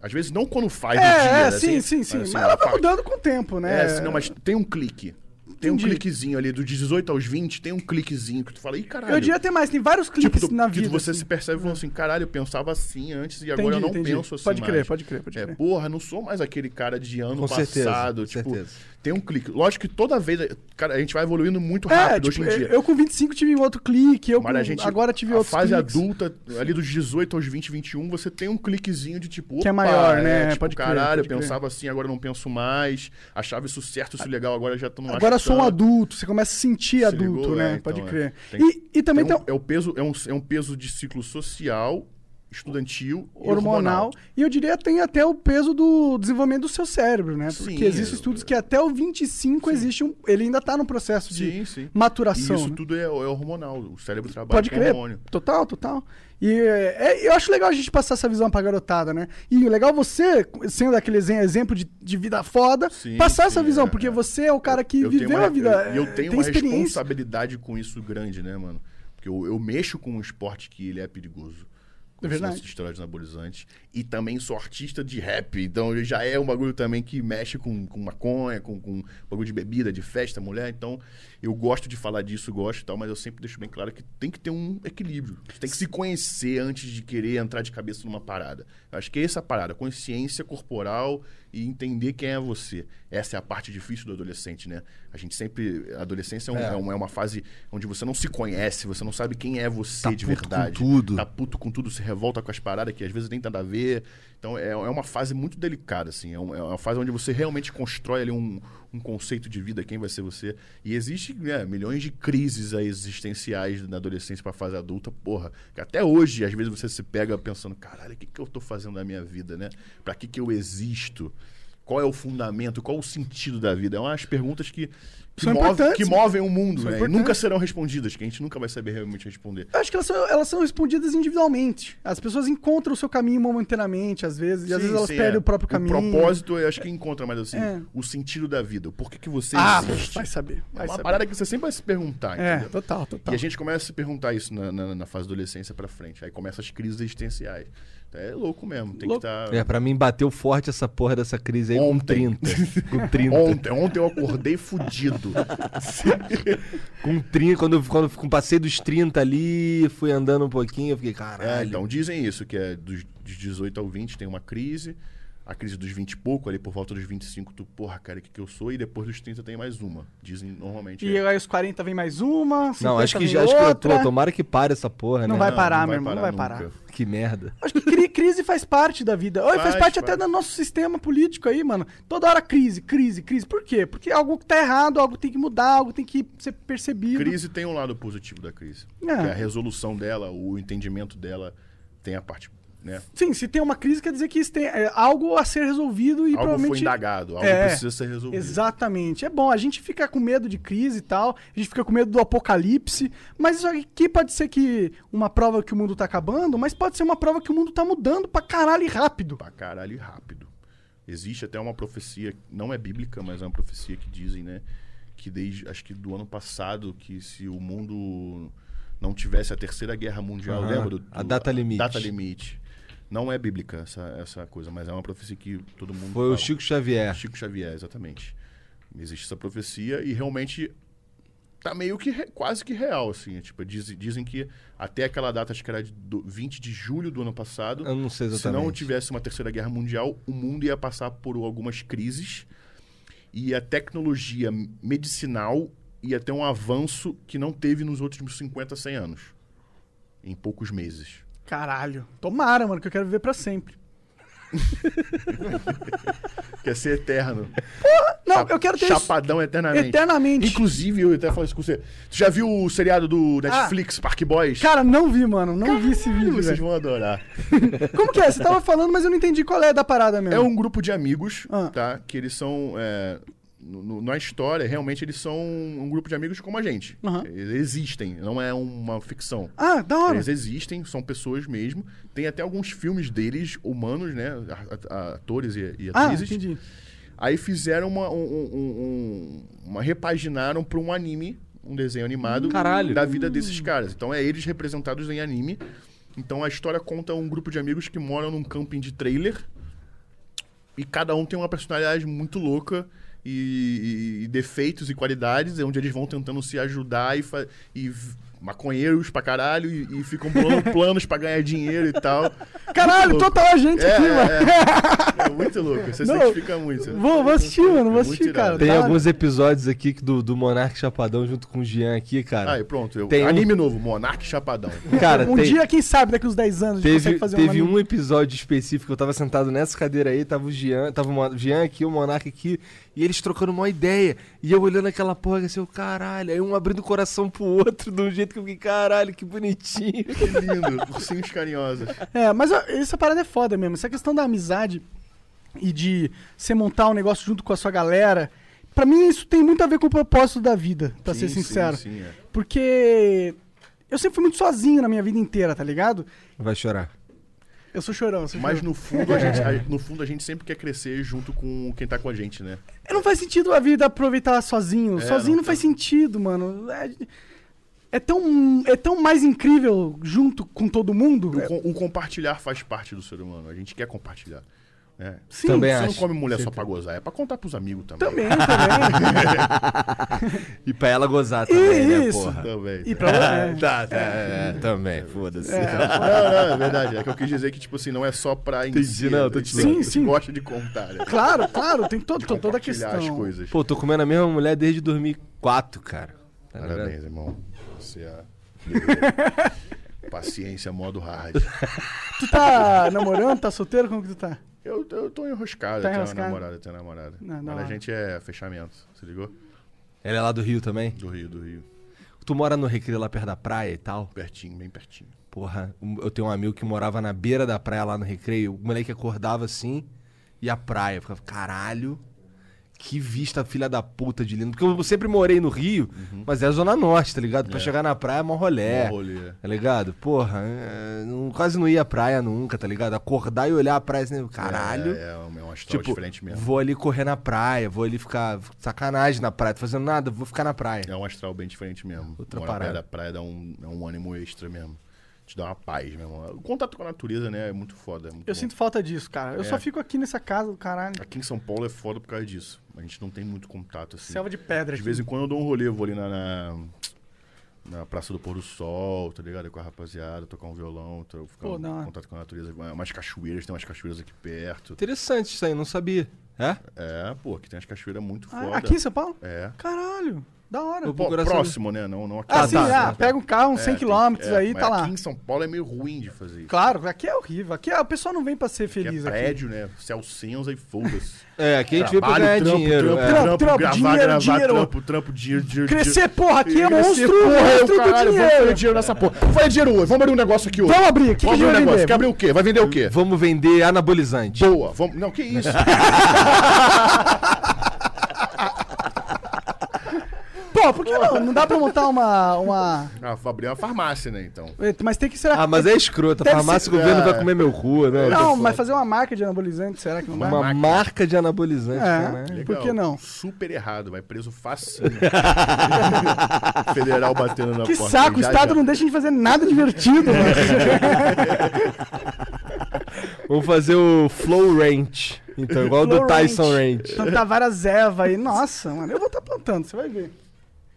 Speaker 3: Às vezes não quando faz no dia,
Speaker 1: É, é,
Speaker 3: né?
Speaker 1: sim,
Speaker 3: Assim,
Speaker 1: sim, sim. Mas
Speaker 3: assim,
Speaker 1: ela vai
Speaker 3: faz.
Speaker 1: mudando com o tempo, né?
Speaker 3: É, assim, não, mas tem um clique. Tem um
Speaker 1: Entendi.
Speaker 3: cliquezinho ali, do 18 aos 20, tem um cliquezinho que tu fala, ih, caralho.
Speaker 1: eu diria ter mais, tem vários
Speaker 3: tipo,
Speaker 1: clipes
Speaker 3: do-
Speaker 1: na
Speaker 3: que
Speaker 1: vida.
Speaker 3: você
Speaker 1: assim.
Speaker 3: se percebe falando assim, caralho, eu pensava assim antes e agora eu
Speaker 1: Entendi,
Speaker 3: não
Speaker 1: entendi.
Speaker 3: penso assim
Speaker 1: Pode crer,
Speaker 3: mais.
Speaker 1: pode crer, pode
Speaker 3: É,
Speaker 1: crer.
Speaker 3: porra, não sou mais aquele cara de ano
Speaker 2: Com certeza,
Speaker 3: passado.
Speaker 2: com
Speaker 3: tipo,
Speaker 2: certeza.
Speaker 3: tem um clique. Lógico que toda vez, cara, a gente vai evoluindo muito
Speaker 1: É,
Speaker 3: rápido
Speaker 1: tipo,
Speaker 3: hoje em dia.
Speaker 1: eu com 25 tive um outro clique, eu
Speaker 3: Mas
Speaker 1: com-
Speaker 3: a gente,
Speaker 1: agora tive
Speaker 3: a
Speaker 1: outro
Speaker 3: fase
Speaker 1: cliques.
Speaker 3: adulta, ali dos 18 aos 20, 21, você tem um cliquezinho de tipo,
Speaker 1: Que é
Speaker 3: opa,
Speaker 1: maior, né?
Speaker 3: tipo,
Speaker 1: Pode crer,
Speaker 3: caralho,
Speaker 1: pode
Speaker 3: eu
Speaker 1: crer.
Speaker 3: pensava assim, agora não penso mais. Achava isso certo, isso legal, agora já tô não
Speaker 1: Agora eu
Speaker 3: acho
Speaker 1: sou um
Speaker 3: tanto.
Speaker 1: adulto, você começa a sentir
Speaker 3: Se
Speaker 1: adulto,
Speaker 3: ligou?
Speaker 1: né?
Speaker 3: É, então,
Speaker 1: Pode
Speaker 3: é.
Speaker 1: crer.
Speaker 3: Tem-
Speaker 1: e, e também tem,
Speaker 3: Então, é, o peso, é, um, é um peso de ciclo social, estudantil e
Speaker 1: hormonal. E eu diria tem até o peso do desenvolvimento do seu cérebro, né? Porque
Speaker 3: Sim, é.
Speaker 1: existem
Speaker 3: eu-
Speaker 1: estudos que até o 25 existe um. Ele ainda tá no processo de
Speaker 3: Sim, sim.
Speaker 1: maturação.
Speaker 3: e isso
Speaker 1: né?
Speaker 3: tudo é, é hormonal. O cérebro trabalha
Speaker 1: Pode
Speaker 3: com
Speaker 1: crer.
Speaker 3: hormônio.
Speaker 1: Total, total. E é, é, eu acho legal a gente passar essa visão pra garotada, né? E legal você, sendo aquele exe- exemplo de, de vida foda,
Speaker 3: Sim,
Speaker 1: passar essa
Speaker 3: sim,
Speaker 1: visão,
Speaker 3: é,
Speaker 1: porque
Speaker 3: é.
Speaker 1: você é o cara que
Speaker 3: Eu tenho
Speaker 1: viveu
Speaker 3: uma-
Speaker 1: a vida.
Speaker 3: eu- E eu,
Speaker 1: é,
Speaker 3: tenho
Speaker 1: tem
Speaker 3: uma
Speaker 1: experiência.
Speaker 3: responsabilidade com isso grande, né, mano? Porque eu, eu mexo com um esporte que ele é perigoso. Com
Speaker 1: É
Speaker 3: esse
Speaker 1: verdade.
Speaker 3: lance de esteroides anabolizantes. E também sou artista de rap. Então ele já é um bagulho também que mexe com, com maconha, com, com bagulho de bebida, de festa, mulher. Então eu gosto de falar disso, gosto e tal, mas eu sempre deixo bem claro que tem que ter um equilíbrio. Você tem que se conhecer antes de querer entrar de cabeça numa parada. Eu acho que é essa a parada, consciência corporal e entender quem é você. Essa é a parte difícil do adolescente, né? A gente sempre. A adolescência é, um- é um- é uma fase onde você não se conhece, você não sabe quem é você
Speaker 2: Tá puto
Speaker 3: de
Speaker 2: com
Speaker 3: verdade.
Speaker 2: tudo.
Speaker 3: Tá puto com tudo, se revolta com as paradas que às vezes nem tem nada a ver. Então é, é uma fase muito delicada, assim. É, um- é uma fase onde você realmente constrói ali um, um conceito de vida, quem vai ser você. E existe né, milhões de crises aí existenciais da adolescência pra fase adulta, porra. Que até hoje, às vezes, você se pega pensando, caralho, o que, que eu tô fazendo da minha vida, né? Pra que, que eu existo? Qual é o fundamento? Qual o sentido da vida? É umas perguntas que, que,
Speaker 1: São
Speaker 3: move,
Speaker 1: importantes,
Speaker 3: que movem o mundo,
Speaker 1: São
Speaker 3: né? E
Speaker 1: importantes.
Speaker 3: nunca serão respondidas, que a gente nunca vai saber realmente responder.
Speaker 1: Eu acho que elas são, elas são respondidas individualmente. As pessoas encontram o seu caminho momentaneamente, às vezes, e às
Speaker 3: Sim,
Speaker 1: vezes elas
Speaker 3: sim,
Speaker 1: perdem
Speaker 3: é.
Speaker 1: o próprio caminho.
Speaker 3: O propósito, eu acho que encontra, mas assim,
Speaker 1: É.
Speaker 3: o sentido da vida. Por que, que você
Speaker 1: Ah,
Speaker 3: existe?
Speaker 1: vai saber.
Speaker 3: É
Speaker 1: Vai
Speaker 3: uma
Speaker 1: saber.
Speaker 3: parada que você sempre vai se perguntar,
Speaker 1: É,
Speaker 3: entendeu?
Speaker 1: total, total.
Speaker 3: E a gente começa a se perguntar isso na, na, na fase da adolescência pra frente. Aí começam as crises existenciais. É louco mesmo, tem
Speaker 1: Louco.
Speaker 3: que tá estar.
Speaker 2: É, pra mim bateu forte essa porra dessa crise aí
Speaker 3: Ontem.
Speaker 2: com 30. Com 30.
Speaker 3: Ontem, ontem eu acordei fudido.
Speaker 2: Com 30. Quando, eu- quando eu passei dos 30 ali, fui andando um pouquinho, eu fiquei,
Speaker 3: É,
Speaker 2: caralho.
Speaker 3: então, dizem isso, que é dos, dos 18 ao 20 tem uma crise, a crise dos 20 e pouco, ali por volta dos 25, tu, porra, cara, o que, que eu sou? E depois dos 30 tem mais uma. Dizem normalmente.
Speaker 1: E
Speaker 3: é.
Speaker 1: aí os 40 vem mais uma. 50
Speaker 2: não, acho que
Speaker 1: vem
Speaker 2: já acho que eu
Speaker 1: outra.
Speaker 2: tô.
Speaker 3: né?
Speaker 2: Tomara que pare essa porra,
Speaker 1: Não
Speaker 2: né?
Speaker 1: vai parar, meu irmão, não vai parar.
Speaker 3: nunca.
Speaker 2: Que merda.
Speaker 1: Acho que cri- crise faz parte da vida. Oi, faz
Speaker 3: Faz,
Speaker 1: parte até
Speaker 3: faz.
Speaker 1: do nosso sistema político aí, mano. Toda hora crise, crise, crise. Por quê? Porque algo tá errado, algo tem que mudar, algo tem que ser percebido.
Speaker 3: Crise tem um lado positivo da crise.
Speaker 1: É.
Speaker 3: Que é a resolução dela, o entendimento dela tem a parte, né?
Speaker 1: Sim, se tem uma crise, quer dizer que isso tem, é, algo a ser resolvido e
Speaker 3: algo foi
Speaker 1: provavelmente.
Speaker 3: indagado, algo
Speaker 1: É.
Speaker 3: precisa ser resolvido.
Speaker 1: Exatamente. É bom, a gente fica com medo de crise e tal, a gente fica com medo do apocalipse, mas isso aqui pode ser que uma prova que o mundo tá acabando, mas pode ser uma prova que o mundo tá mudando pra caralho e rápido.
Speaker 3: Pra caralho e rápido. Existe até uma profecia, não é bíblica, mas é uma profecia que dizem, né? Que desde, acho que do ano passado, que se o mundo não tivesse a Terceira Guerra Mundial,
Speaker 2: Aham,
Speaker 3: lembra? Do,
Speaker 2: a
Speaker 3: do-
Speaker 2: data limite.
Speaker 3: Data limite. Não é bíblica essa, essa coisa, mas é uma profecia que todo mundo.
Speaker 2: Foi o
Speaker 3: fala.
Speaker 2: Chico
Speaker 1: É.
Speaker 2: Xavier.
Speaker 3: Chico Xavier, exatamente. Existe essa profecia e realmente tá meio que re- quase que real, assim. É, Tipo, diz- dizem que até aquela data, acho que era de do- 20 de julho do ano passado,
Speaker 1: Ah,
Speaker 2: Eu não sei
Speaker 3: se não
Speaker 2: exatamente.
Speaker 3: tivesse uma terceira guerra mundial, o mundo ia passar por algumas crises e a tecnologia medicinal ia ter um avanço que não teve nos últimos 50, 100 anos. Em poucos meses.
Speaker 1: Caralho. Tomara, mano, que eu quero viver pra sempre.
Speaker 3: Quer ser eterno.
Speaker 1: Não,
Speaker 3: Chap-
Speaker 1: eu quero ter isso
Speaker 3: Chapadão eternamente.
Speaker 1: eternamente.
Speaker 3: Inclusive, eu até falei isso com você. Tu já viu o seriado do
Speaker 1: Ah.
Speaker 3: Netflix, Park Boys?
Speaker 1: Cara, não vi, mano. Não vi esse
Speaker 3: Caralho,
Speaker 1: vídeo,
Speaker 3: vocês
Speaker 1: velho.
Speaker 3: vão adorar.
Speaker 1: Como que é? Você tava falando, mas eu não entendi qual é da parada mesmo.
Speaker 3: É um grupo de amigos,
Speaker 1: Ah.
Speaker 3: tá? Que eles são. é, no- no- na história, realmente, eles são um grupo de amigos como a gente.
Speaker 1: Aham.
Speaker 3: Eles existem, não é uma ficção.
Speaker 1: Ah, da hora.
Speaker 3: Eles existem, são pessoas mesmo. Tem até alguns filmes deles, humanos, né? a- a- Atores e, e
Speaker 1: Ah,
Speaker 3: atrizes.
Speaker 1: entendi.
Speaker 3: Aí fizeram uma. Um, um- um- uma repaginaram para um anime, um desenho animado
Speaker 2: Caralho.
Speaker 3: da
Speaker 1: Hum.
Speaker 3: vida desses caras. Então é eles representados em anime. Então a história conta um grupo de amigos que moram num camping de trailer. E cada um tem uma personalidade muito louca. E, e- e defeitos e qualidades, é onde eles vão tentando se ajudar e, fa- e v- maconheiros pra caralho e, e ficam bolando planos pra ganhar dinheiro e tal.
Speaker 1: Caralho,
Speaker 3: Muito louco.
Speaker 1: total a gente
Speaker 3: É,
Speaker 1: aqui, mano.
Speaker 3: é, é. É muito louco, você se
Speaker 1: Não.
Speaker 3: identifica muito.
Speaker 1: Vou, vou assistir, mano. Vou
Speaker 3: É
Speaker 1: assistir,
Speaker 3: muito
Speaker 1: cara.
Speaker 3: irado.
Speaker 2: Tem
Speaker 1: Da hora.
Speaker 2: alguns episódios aqui que do, do Monark Chapadão junto com o Jean aqui, cara.
Speaker 3: Aí, pronto. Eu,
Speaker 2: Tem um-
Speaker 3: anime novo, Monarque Chapadão.
Speaker 2: Cara,
Speaker 1: um
Speaker 2: tem-
Speaker 1: dia, quem sabe, daqui uns 10 anos, a gente
Speaker 2: Teve,
Speaker 1: consegue fazer
Speaker 2: teve
Speaker 1: um. anime.
Speaker 2: um episódio específico, eu tava sentado nessa cadeira aí, tava o Jean, tava o Mon- Jean aqui, o Monarca aqui, e eles trocando uma ideia. E eu olhando aquela porra assim, eu, caralho, aí um abrindo o coração pro outro de um jeito que eu fiquei, caralho, que bonitinho.
Speaker 3: Que lindo, ursinhos carinhosos.
Speaker 1: É, mas ó, essa parada é foda mesmo. Essa questão da amizade e de você montar um negócio junto com a sua galera. Pra mim, isso tem muito a ver com o propósito da vida, pra ser
Speaker 3: Sim, sim,
Speaker 1: sincero.
Speaker 3: Sim, é.
Speaker 1: Porque eu sempre fui muito sozinho na minha vida inteira, tá ligado?
Speaker 2: Vai chorar.
Speaker 1: Eu sou chorão, eu sou
Speaker 3: Mas
Speaker 1: chorão.
Speaker 3: no fundo, a gente, a- no fundo, a gente sempre quer crescer junto com quem tá com a gente, né?
Speaker 1: É, Não faz sentido a vida aproveitar sozinho.
Speaker 3: É,
Speaker 1: sozinho não,
Speaker 3: não
Speaker 1: faz sentido, mano. É, é tão, é tão mais incrível junto com todo mundo.
Speaker 3: O, com- o compartilhar faz parte do ser humano. A gente quer compartilhar. né?
Speaker 1: Sim,
Speaker 2: Também
Speaker 3: Você não
Speaker 2: acho.
Speaker 3: come mulher
Speaker 2: Você
Speaker 3: só pra gozar, é pra contar pros amigos também.
Speaker 1: também, também.
Speaker 2: E pra ela gozar também, né,
Speaker 1: Isso.
Speaker 2: porra?
Speaker 3: Também.
Speaker 1: e pra é.
Speaker 2: Tá, tá, é, também, foda-se.
Speaker 3: Não, não, é verdade. É que eu quis dizer que, tipo assim, não é só pra
Speaker 2: Entendi, não, tô te
Speaker 3: te
Speaker 1: zoando.
Speaker 3: sim,
Speaker 1: Sim, sim.
Speaker 3: gosta de contar, né?
Speaker 1: Claro, claro, tem todo, to- toda a
Speaker 3: Compartilhar
Speaker 1: questão.
Speaker 3: as coisas.
Speaker 2: Pô, tô comendo a mesma mulher desde 2004, cara. Tá ligado?
Speaker 3: Parabéns, irmão. Você é. Paciência modo hard.
Speaker 1: Tu tá namorando, tá solteiro? Como que tu tá?
Speaker 3: Eu, eu tô enroscado,
Speaker 1: Tá
Speaker 3: eu tenho uma
Speaker 1: enroscado?
Speaker 3: namorada, eu tenho uma namorada.
Speaker 1: Não, da
Speaker 3: Mas a
Speaker 1: hora.
Speaker 3: gente é fechamento, se ligou?
Speaker 2: Ela é lá do Rio também?
Speaker 3: Do Rio, do Rio.
Speaker 2: Tu mora no Recreio lá perto da praia e tal?
Speaker 3: Pertinho, bem pertinho.
Speaker 2: Porra, um- eu tenho um amigo que morava na beira da praia lá no Recreio. O moleque acordava assim e a praia. Eu Ficava, caralho, que vista filha da puta de lindo. Porque eu sempre morei no Rio, mas é a Zona Norte, tá ligado? Pra chegar na praia é mó rolé.
Speaker 3: Uhum. Mó rolê.
Speaker 2: Tá ligado? Porra, é, não- quase não ia à praia nunca, tá ligado? Acordar e olhar a praia assim, caralho.
Speaker 3: É, é, é um é um astral
Speaker 2: Tipo,
Speaker 3: diferente mesmo.
Speaker 2: vou ali correr na praia, vou ali ficar sacanagem na praia, tô fazendo nada, vou ficar na praia.
Speaker 3: É um astral bem diferente mesmo.
Speaker 2: Outra
Speaker 3: Morar perto
Speaker 2: parada.
Speaker 3: da praia dá um, é um ânimo extra mesmo. Te dá uma paz mesmo. O contato com a natureza, né, é muito foda. é muito
Speaker 1: Eu
Speaker 3: bom.
Speaker 1: sinto falta disso, cara. Eu só fico aqui nessa casa do caralho.
Speaker 3: É. Aqui em São Paulo é foda por causa disso. A gente não tem muito contato, assim.
Speaker 1: Selva de pedra
Speaker 3: De
Speaker 1: aqui.
Speaker 3: vez em quando eu dou um rolê, eu vou ali na, na, na Praça do Pôr do Sol, tá ligado? Com a rapaziada, tocar um violão, tô- ficar
Speaker 1: Pô,
Speaker 3: em
Speaker 1: da hora.
Speaker 3: contato com a natureza. É Umas cachoeiras, tem umas cachoeiras aqui perto.
Speaker 2: Interessante isso aí, não sabia. É?
Speaker 3: É, pô, aqui tem umas cachoeiras muito
Speaker 1: Ah,
Speaker 3: foda.
Speaker 1: aqui em São Paulo?
Speaker 3: É.
Speaker 1: Caralho, da hora.
Speaker 2: Eu-
Speaker 3: Pô,
Speaker 2: Procura saber.
Speaker 3: próximo, né? Não, não aqui.
Speaker 1: Ah,
Speaker 2: tá,
Speaker 1: sim,
Speaker 2: tá,
Speaker 1: ah,
Speaker 2: tá.
Speaker 1: pega um carro, uns 100
Speaker 3: É, tem-
Speaker 1: quilômetros
Speaker 3: é,
Speaker 1: aí,
Speaker 3: mas
Speaker 1: tá lá.
Speaker 3: Aqui em São Paulo é meio ruim de fazer isso.
Speaker 1: Claro, aqui é horrível. Aqui é, o pessoal não vem pra ser
Speaker 3: Aqui
Speaker 1: feliz
Speaker 3: é
Speaker 1: aqui.
Speaker 3: prédio, né? Céu cinza e foda-se.
Speaker 2: É, aqui a gente veio pra ganhar dinheiro.
Speaker 3: trampo,
Speaker 2: é.
Speaker 1: Trampo,
Speaker 3: trampo,
Speaker 1: trampo,
Speaker 3: gravar,
Speaker 1: dinheiro,
Speaker 3: gravar,
Speaker 1: dinheiro.
Speaker 3: trampo, trampo, dinheiro, dinheiro,
Speaker 1: Crescer, porra, aqui é
Speaker 3: dinheiro. Crescer,
Speaker 1: monstro,
Speaker 3: porra, eu,
Speaker 1: monstro do
Speaker 3: caralho, Vamos fazer
Speaker 1: dinheiro.
Speaker 3: dinheiro nessa porra. Vamos fazer dinheiro hoje, vamos abrir um negócio aqui hoje.
Speaker 1: Vamos abrir, o que
Speaker 3: Vamos
Speaker 1: que
Speaker 3: abrir um
Speaker 1: a gente vai
Speaker 3: negócio.
Speaker 1: vender?
Speaker 3: Quer abrir o quê? Vai vender o quê?
Speaker 2: Vamos vender anabolizante.
Speaker 3: Boa. Vamos... Não, que isso?
Speaker 1: Pô, por que não? Não dá pra montar uma. uma...
Speaker 3: ah, vou abrir uma farmácia, né, então.
Speaker 1: Mas tem que. Será
Speaker 2: Ah, mas é escroto. A
Speaker 1: Deve ser-
Speaker 2: farmácia o governo
Speaker 3: É.
Speaker 2: vai comer meu cu, né?
Speaker 1: Não, mas fazer uma marca de anabolizante, será que não dá?
Speaker 2: Uma
Speaker 3: Uma
Speaker 2: marca de anabolizante, né?
Speaker 1: É,
Speaker 2: caralho.
Speaker 1: por que não?
Speaker 3: Super errado, vai preso facinho. Federal batendo na
Speaker 1: Que
Speaker 3: porta.
Speaker 1: saco, o
Speaker 3: Já,
Speaker 1: Estado
Speaker 3: já.
Speaker 1: não deixa a gente fazer nada divertido, mano.
Speaker 2: Vamos fazer o Flow Ranch. Então, igual o do
Speaker 1: Flow
Speaker 2: Tyson
Speaker 1: ranch.
Speaker 2: Ranch.
Speaker 1: Plantar várias ervas aí. Nossa, mano, eu vou estar plantando, você vai ver.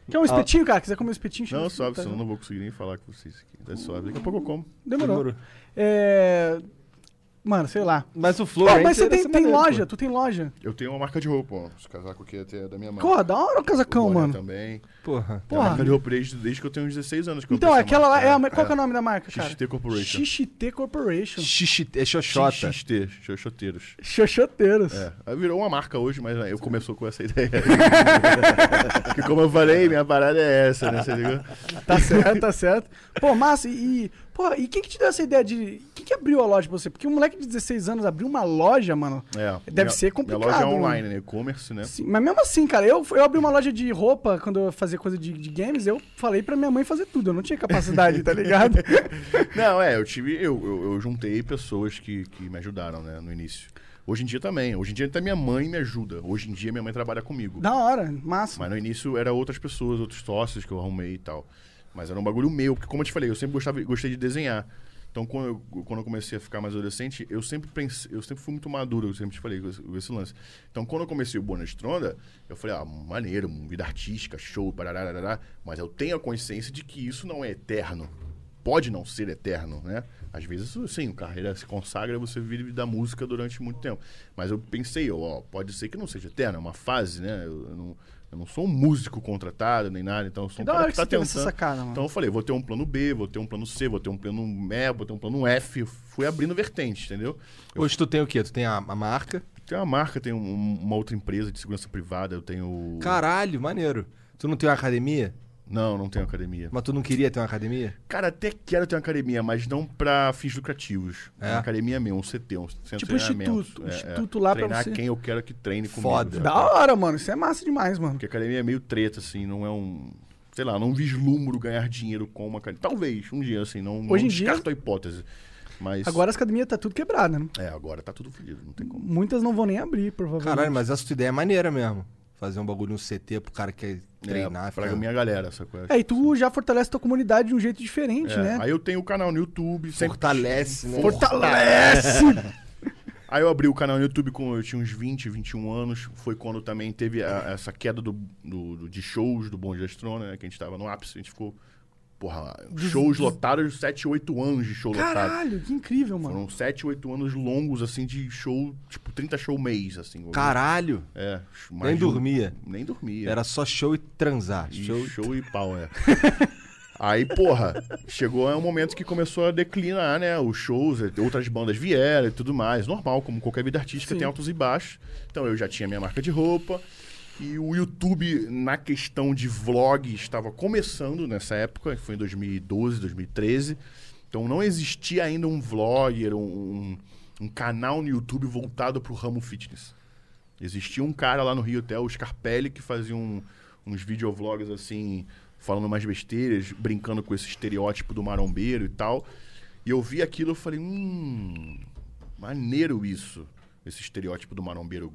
Speaker 1: Quer
Speaker 2: Ah.
Speaker 1: um espetinho, cara? Quiser comer um espetinho? chama
Speaker 3: Não,
Speaker 1: o
Speaker 3: sobe,
Speaker 1: espetinho,
Speaker 3: senão eu
Speaker 1: tá?
Speaker 3: não vou conseguir nem falar com vocês aqui. Então, sobe. Daqui a pouco eu como.
Speaker 1: Demorou.
Speaker 2: Demorou.
Speaker 1: É... Mano, sei lá.
Speaker 2: Mas o Flow
Speaker 1: Pô,
Speaker 2: Ranch.
Speaker 1: mas você
Speaker 2: era
Speaker 1: tem,
Speaker 2: essa
Speaker 1: tem
Speaker 2: maneira,
Speaker 1: loja,
Speaker 2: pô.
Speaker 1: tu tem loja.
Speaker 3: Eu tenho uma marca de roupa, ó. Os casacos aqui até é da minha mãe.
Speaker 1: Porra, da hora o casacão, mano.
Speaker 3: também.
Speaker 2: Porra.
Speaker 3: Tem uma
Speaker 1: Porra.
Speaker 3: marca de roupa desde, desde que eu tenho uns 16 anos. Que eu
Speaker 1: Então,
Speaker 3: comprei
Speaker 1: é
Speaker 3: essa
Speaker 1: aquela lá.
Speaker 3: marca.
Speaker 1: É a, qual que é o nome da marca, cara?
Speaker 3: XT Corporation.
Speaker 1: XT Corporation.
Speaker 2: Xixi, é xoxota.
Speaker 3: XT, Xoxoteiros.
Speaker 1: Xoxoteiros.
Speaker 3: É, aí virou uma marca hoje, mas né, eu começou com essa ideia. Porque como eu falei, minha parada é essa, né? Você ligou?
Speaker 1: Tá certo, tá certo. Pô, massa, e. e- Pô, e quem que te deu essa ideia de. Quem que abriu a loja pra você? Porque um moleque de 16 anos abriu uma loja, mano.
Speaker 3: É,
Speaker 1: Deve
Speaker 3: minha-
Speaker 1: ser complicado.
Speaker 3: Minha loja é
Speaker 1: mano.
Speaker 3: online, né? E-commerce, né?
Speaker 1: Sim, mas mesmo assim, cara, eu, eu abri uma loja de roupa quando eu fazia coisa de, de games, eu falei pra minha mãe fazer tudo, eu não tinha capacidade, tá ligado?
Speaker 3: Não, é, eu tive. Eu, eu, eu juntei pessoas que, que me ajudaram, né, no início. Hoje em dia também. Hoje em dia até minha mãe me ajuda. Hoje em dia minha mãe trabalha comigo.
Speaker 1: da hora, massa.
Speaker 3: Mas no início era outras pessoas, outros sócios que eu arrumei e tal. Mas era um bagulho meu, porque como eu te falei, eu sempre gostava, gostei de desenhar. Então quando eu, quando eu comecei a ficar mais adolescente, eu sempre pensei, eu sempre fui muito maduro, eu sempre te falei com esse, com esse lance. Então quando eu comecei o Bono Stronda, eu falei, ah, maneiro, vida artística, show, parará, mas eu tenho a consciência de que isso não é eterno pode não ser eterno, né? Às vezes, sim, a carreira se consagra, você vive da música durante muito tempo. Mas eu pensei, eu, ó, pode ser que não seja eterno, é uma fase, né? Eu, eu não, eu não sou um músico contratado nem nada, então eu sou
Speaker 1: Que
Speaker 3: um
Speaker 1: da
Speaker 3: cara
Speaker 1: hora
Speaker 3: que,
Speaker 1: que
Speaker 3: tá
Speaker 1: você teve
Speaker 3: tentando.
Speaker 1: essa sacada, mano.
Speaker 3: Então eu falei, vou ter um plano B, vou ter um plano C, vou ter um plano E, vou ter um plano F. Eu fui abrindo vertentes, entendeu?
Speaker 2: Hoje tu tem o quê? Tu tem a, a marca.
Speaker 3: Tem uma marca, tem um- uma outra empresa de segurança privada, eu tenho.
Speaker 2: Caralho, maneiro. Tu não tem uma academia?
Speaker 3: Não, não tenho academia.
Speaker 2: Mas tu não queria ter uma academia?
Speaker 3: Cara, até quero ter uma academia, mas não pra fins lucrativos.
Speaker 2: É.
Speaker 3: Uma academia mesmo, um CT, um centro
Speaker 1: Tipo
Speaker 3: de treinamento. É,
Speaker 1: instituto, instituto lá pra
Speaker 3: Treinar
Speaker 1: você.
Speaker 3: quem eu quero que treine comigo.
Speaker 2: Foda.
Speaker 3: sabe?
Speaker 1: Da hora, mano, isso é massa demais, mano.
Speaker 3: Porque academia é meio treta, assim, não é um... Sei lá, não vislumbro ganhar dinheiro com uma academia. Talvez, um dia, assim, não,
Speaker 1: Hoje
Speaker 3: não
Speaker 1: em dia-
Speaker 3: descarto a hipótese. Mas...
Speaker 1: Agora as academias tá tudo quebrada, né?
Speaker 3: É, agora tá tudo fodido, não tem como.
Speaker 1: Muitas não vão nem abrir, provavelmente.
Speaker 2: Caralho, mas essa tua ideia é maneira mesmo. Fazer um bagulho, um CT pro cara que quer treinar.
Speaker 3: é, pra
Speaker 2: ficar-
Speaker 3: minha galera, essa coisa.
Speaker 1: É, e tu já fortalece tua comunidade de um jeito diferente, né?
Speaker 3: É, Aí eu tenho o canal no YouTube. sempre-
Speaker 2: Fortalece, né?
Speaker 1: Fortalece!
Speaker 3: Aí eu abri o canal no YouTube com eu tinha uns 20, 21 anos. Foi quando também teve a- essa queda do, do- do- de shows do Bom Gestrona, né? Que a gente tava no ápice, a gente ficou. Porra, shows lotados, 7, 8 anos de show lotado.
Speaker 1: Caralho, que incrível, mano.
Speaker 3: Foram 7, 8 anos longos, assim, de show, tipo, 30 show mês, assim.
Speaker 2: Caralho.
Speaker 3: É, mais
Speaker 2: Nem
Speaker 3: de um-
Speaker 2: dormia.
Speaker 3: Nem
Speaker 1: É,
Speaker 3: dormia.
Speaker 2: Era só show e transar.
Speaker 3: E
Speaker 2: Show.
Speaker 3: show, e pau, é. Aí, porra, chegou um momento que começou a declinar, né? Os shows, outras bandas vieram e tudo mais. Normal, como qualquer vida artística, tem altos e baixos. Então eu já tinha minha marca de roupa. E o YouTube, na questão de vlog, estava começando nessa época, foi em 2012, 2013. Então não existia ainda um vlogger, um- um, um canal no YouTube voltado para o ramo fitness. Existia um cara lá no Rio até, o Scarpelli, que fazia um- uns videovlogs assim, falando umas besteiras, brincando com esse estereótipo do marombeiro e tal. E eu vi aquilo e falei, hum, maneiro isso. Esse estereótipo do marombeiro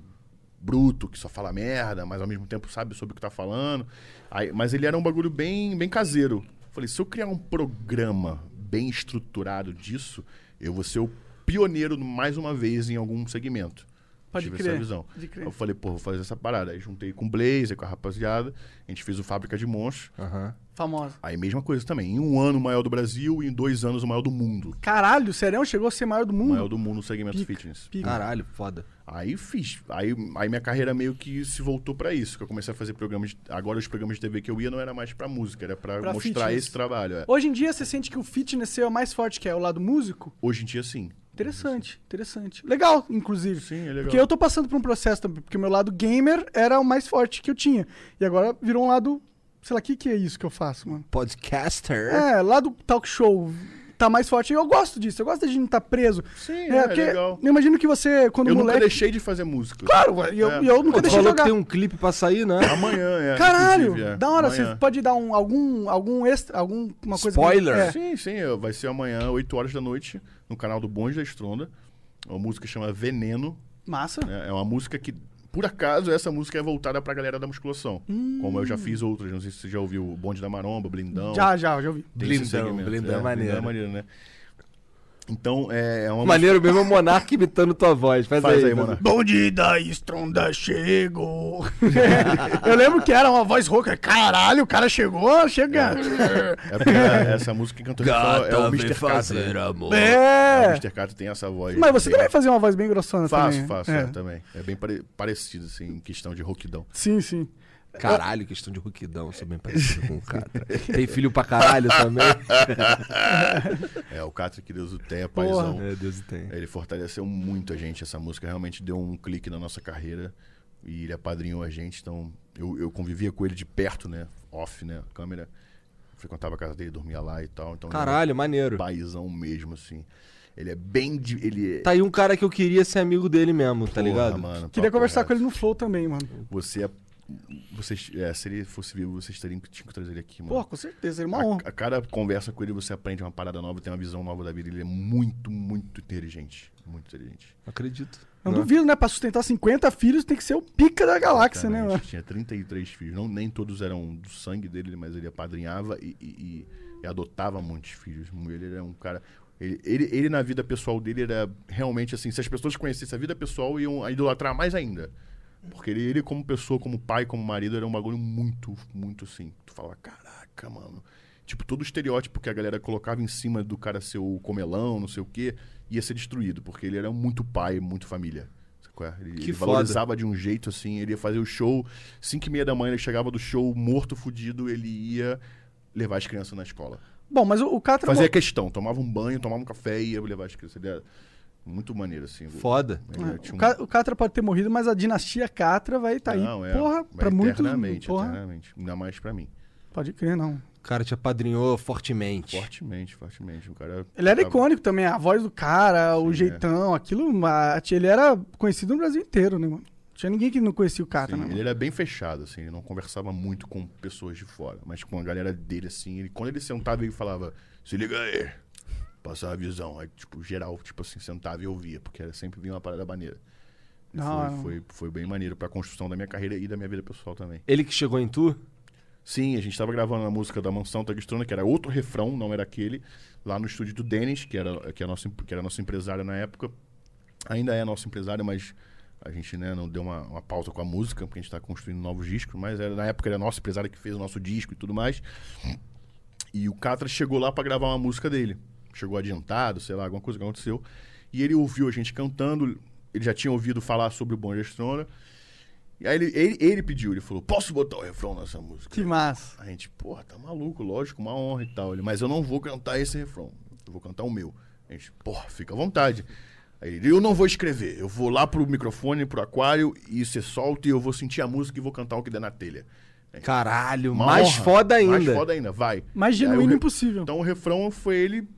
Speaker 3: bruto, que só fala merda, mas ao mesmo tempo sabe sobre o que tá falando. Aí- mas ele era um bagulho bem, bem caseiro. Falei, se eu criar um programa bem estruturado disso, eu vou ser o pioneiro mais uma vez em algum segmento.
Speaker 1: Pode
Speaker 3: Tive
Speaker 1: crer,
Speaker 3: essa visão.
Speaker 1: pode crer.
Speaker 3: Eu falei, pô, vou fazer essa parada. Aí juntei com o Blazer, com a rapaziada, a gente fez o Fábrica de Monstros.
Speaker 2: Aham.
Speaker 1: Famosa.
Speaker 3: Aí mesma coisa também, em um ano o maior do Brasil e em dois anos o maior do mundo.
Speaker 1: Caralho, o Serão chegou a ser maior do
Speaker 3: O
Speaker 1: mundo.
Speaker 3: maior do mundo no segmento
Speaker 1: Hum. Pica,
Speaker 3: fitness.
Speaker 1: pica.
Speaker 2: Caralho, foda.
Speaker 3: Aí fiz. Aí, aí minha carreira meio que se voltou pra isso, que eu comecei a fazer programas. de- agora os programas de TV que eu ia não era mais pra música, era pra,
Speaker 1: Pra
Speaker 3: mostrar
Speaker 1: fitness.
Speaker 3: esse trabalho. é.
Speaker 1: Hoje em dia você sente que o fitness seu é mais forte que é o lado músico?
Speaker 3: Hoje em dia sim.
Speaker 1: Interessante, interessante. Legal, inclusive.
Speaker 3: Sim, é legal.
Speaker 1: Porque eu tô passando por um processo também, porque o meu lado gamer era o mais forte que eu tinha. E agora virou um lado. Sei lá, o que, que é isso que eu faço, mano?
Speaker 2: Podcaster.
Speaker 1: É, lado talk show tá mais forte. E eu gosto disso, eu gosto da gente estar tá preso.
Speaker 3: Sim, é,
Speaker 1: porque
Speaker 3: legal.
Speaker 1: Eu imagino que você, quando
Speaker 3: Eu
Speaker 1: moleque.
Speaker 3: nunca deixei de fazer música.
Speaker 1: Claro, ué, e eu,
Speaker 3: É.
Speaker 1: e eu
Speaker 2: Pô,
Speaker 1: nunca
Speaker 2: tu
Speaker 1: deixei
Speaker 2: falou que
Speaker 1: jogar.
Speaker 2: tem um clipe pra sair, né?
Speaker 3: Amanhã, é.
Speaker 1: Caralho,
Speaker 3: inclusive, é.
Speaker 1: da hora.
Speaker 3: Amanhã.
Speaker 1: Você pode dar um, algum, algum extra, alguma coisa.
Speaker 2: Spoiler.
Speaker 1: É.
Speaker 3: Sim, sim, eu- vai ser amanhã, 8 horas da noite, no canal do Bonde da Estronda. Uma música que chama Veneno.
Speaker 1: Massa.
Speaker 3: né? É uma música que, por acaso, essa música é voltada pra galera da musculação.
Speaker 1: Hum.
Speaker 3: Como eu já fiz outras, não sei se você já ouviu o Bonde da Maromba, Blindão.
Speaker 1: Já, já, já ouvi.
Speaker 3: Tem esse
Speaker 2: Blindão,
Speaker 3: segmento. É,
Speaker 2: Blindão é maneiro.
Speaker 3: maneiro, né? Então, é, é uma...
Speaker 2: Maneiro mesmo é o Monark imitando tua voz. Faz,
Speaker 3: Faz aí,
Speaker 2: faz
Speaker 3: Monark.
Speaker 1: Bandida estronda chego. eu lembro que era uma voz rouca. Caralho, o cara chegou, chega.
Speaker 3: É porque a- essa música que cantou é o Mr. Catra. né?
Speaker 2: amor.
Speaker 3: É, O
Speaker 1: É.
Speaker 3: Mr. Catra tem essa voz.
Speaker 1: Mas você
Speaker 3: bem-
Speaker 1: também fazia uma voz bem grossona
Speaker 3: Faço,
Speaker 1: também.
Speaker 3: faço,
Speaker 1: É.
Speaker 3: é, também. É bem pare- parecido, assim, em questão de rouquidão.
Speaker 1: Sim, sim.
Speaker 2: Caralho, questão de ruquidão. eu Sou bem parecido com o cara. Tem filho pra caralho também.
Speaker 3: É, o Catra, que Deus o tenha, paizão.
Speaker 2: É, Deus tem.
Speaker 3: Ele fortaleceu muito a gente. Essa música realmente deu um clique na nossa carreira e ele apadrinhou a gente. Então, eu, eu convivia com ele de perto, né? Off, né? Câmera. Frequentava a casa dele, dormia lá e tal. Então, ele era
Speaker 2: Caralho, maneiro.
Speaker 3: um paizão mesmo, assim. Ele é bem. De, ele é.
Speaker 2: Tá aí um cara que eu queria ser amigo dele mesmo, tá ligado?
Speaker 1: Queria conversar com ele no Flow também, mano.
Speaker 3: Você é. Vocês, é, se ele fosse vivo, vocês teriam que, tinham que trazer ele aqui, mano.
Speaker 1: Pô, com certeza, seria uma
Speaker 3: A-
Speaker 1: honra.
Speaker 3: A, cada conversa com ele você aprende uma parada nova, tem uma visão nova da vida. Ele é muito, muito inteligente. Muito inteligente.
Speaker 2: Acredito.
Speaker 1: Não
Speaker 2: Não. é?
Speaker 1: duvido, né? Pra sustentar 50 filhos tem que ser o pica da galáxia, né,
Speaker 3: Exatamente.
Speaker 1: mano?
Speaker 3: Tinha 33 filhos. Não, nem todos eram do sangue dele, mas ele apadrinhava e, e- e- e adotava muitos filhos. Ele era um cara. Ele, ele, ele, na vida pessoal dele, era realmente assim. Se as pessoas conhecessem a vida pessoal, iam idolatrar mais ainda. Porque ele, ele, como pessoa, como pai, como marido, era um bagulho muito, muito assim. Tu falava, caraca, mano. Tipo, todo o estereótipo que a galera colocava em cima do cara ser o comelão, não sei o quê, ia ser destruído, porque ele era muito pai, muito família. Sabe qual é? Ele,
Speaker 2: Que
Speaker 3: ele
Speaker 2: foda.
Speaker 3: valorizava de um jeito assim, ele ia fazer o show, 5 e meia da manhã ele chegava do show morto, fudido, ele ia levar as crianças na escola.
Speaker 1: Bom, mas o, o Catra.
Speaker 3: Fazia questão, tomava um banho, tomava um café e ia levar as crianças. Ele era muito maneiro, assim.
Speaker 2: Foda.
Speaker 3: Ele
Speaker 1: É,
Speaker 3: tinha
Speaker 1: o,
Speaker 3: um-
Speaker 1: Ca- o Catra pode ter morrido, mas a dinastia Catra vai estar
Speaker 3: Não,
Speaker 1: Tá aí.
Speaker 3: é,
Speaker 1: porra,
Speaker 3: é
Speaker 1: pra muitos.
Speaker 3: Eternamente, né?
Speaker 1: porra,
Speaker 3: eternamente. Ainda mais pra mim.
Speaker 1: Pode crer, não.
Speaker 2: O cara te apadrinhou fortemente.
Speaker 3: Fortemente, fortemente. O cara.
Speaker 1: Ele era
Speaker 3: tava-
Speaker 1: icônico também, a voz do cara, o
Speaker 3: Tá Sim, é.
Speaker 1: jeitão, aquilo. mate. Ele era conhecido no Brasil inteiro, né, mano? Tinha ninguém que não conhecia o Catra,
Speaker 3: Sim,
Speaker 1: né?
Speaker 3: assim, ele
Speaker 1: Mano?
Speaker 3: era bem fechado, assim, ele não conversava muito com pessoas de fora, mas com a galera dele, assim, ele, quando ele sentava, ele falava, se liga aí, passava a visão. Aí, tipo, geral, tipo assim, sentava e ouvia, porque era sempre vinha uma parada maneira. E
Speaker 1: Não, é um-
Speaker 3: foi, foi, foi bem maneiro pra construção da minha carreira e da minha vida pessoal também.
Speaker 2: Ele que chegou em tu?
Speaker 3: Sim, a gente tava gravando a música da Mansão Tagustrona, que era outro refrão, não era aquele, lá no estúdio do Denis, que era, que, era nosso, que era nosso empresário na época. Ainda é nosso empresário, mas a gente né, não deu uma, uma pausa com a música, porque a gente tá construindo novos discos, mas era, na época era nosso empresário que fez o nosso disco e tudo mais. E o Catra chegou lá pra gravar uma música dele. Chegou adiantado, sei lá, alguma coisa que aconteceu. E ele ouviu a gente cantando, ele já tinha ouvido falar sobre o Bom Gestrona. E aí ele, ele, ele pediu, ele falou, posso botar o refrão nessa música?
Speaker 1: Que massa.
Speaker 3: A gente, porra, tá maluco, lógico, uma honra e tal. Ele, mas eu não vou cantar esse refrão. Eu vou cantar o meu. A gente, porra, fica à vontade. Aí ele, eu não vou escrever. Eu vou lá pro microfone, pro aquário, e você solta e eu vou sentir a música e vou cantar o que der na telha.
Speaker 2: Caralho,
Speaker 3: Uma
Speaker 2: É. mais
Speaker 3: honra,
Speaker 2: foda ainda.
Speaker 3: Mais foda ainda, vai.
Speaker 1: Mais
Speaker 3: E aí o
Speaker 1: genuíno
Speaker 3: re-
Speaker 1: impossível.
Speaker 3: Então o refrão foi ele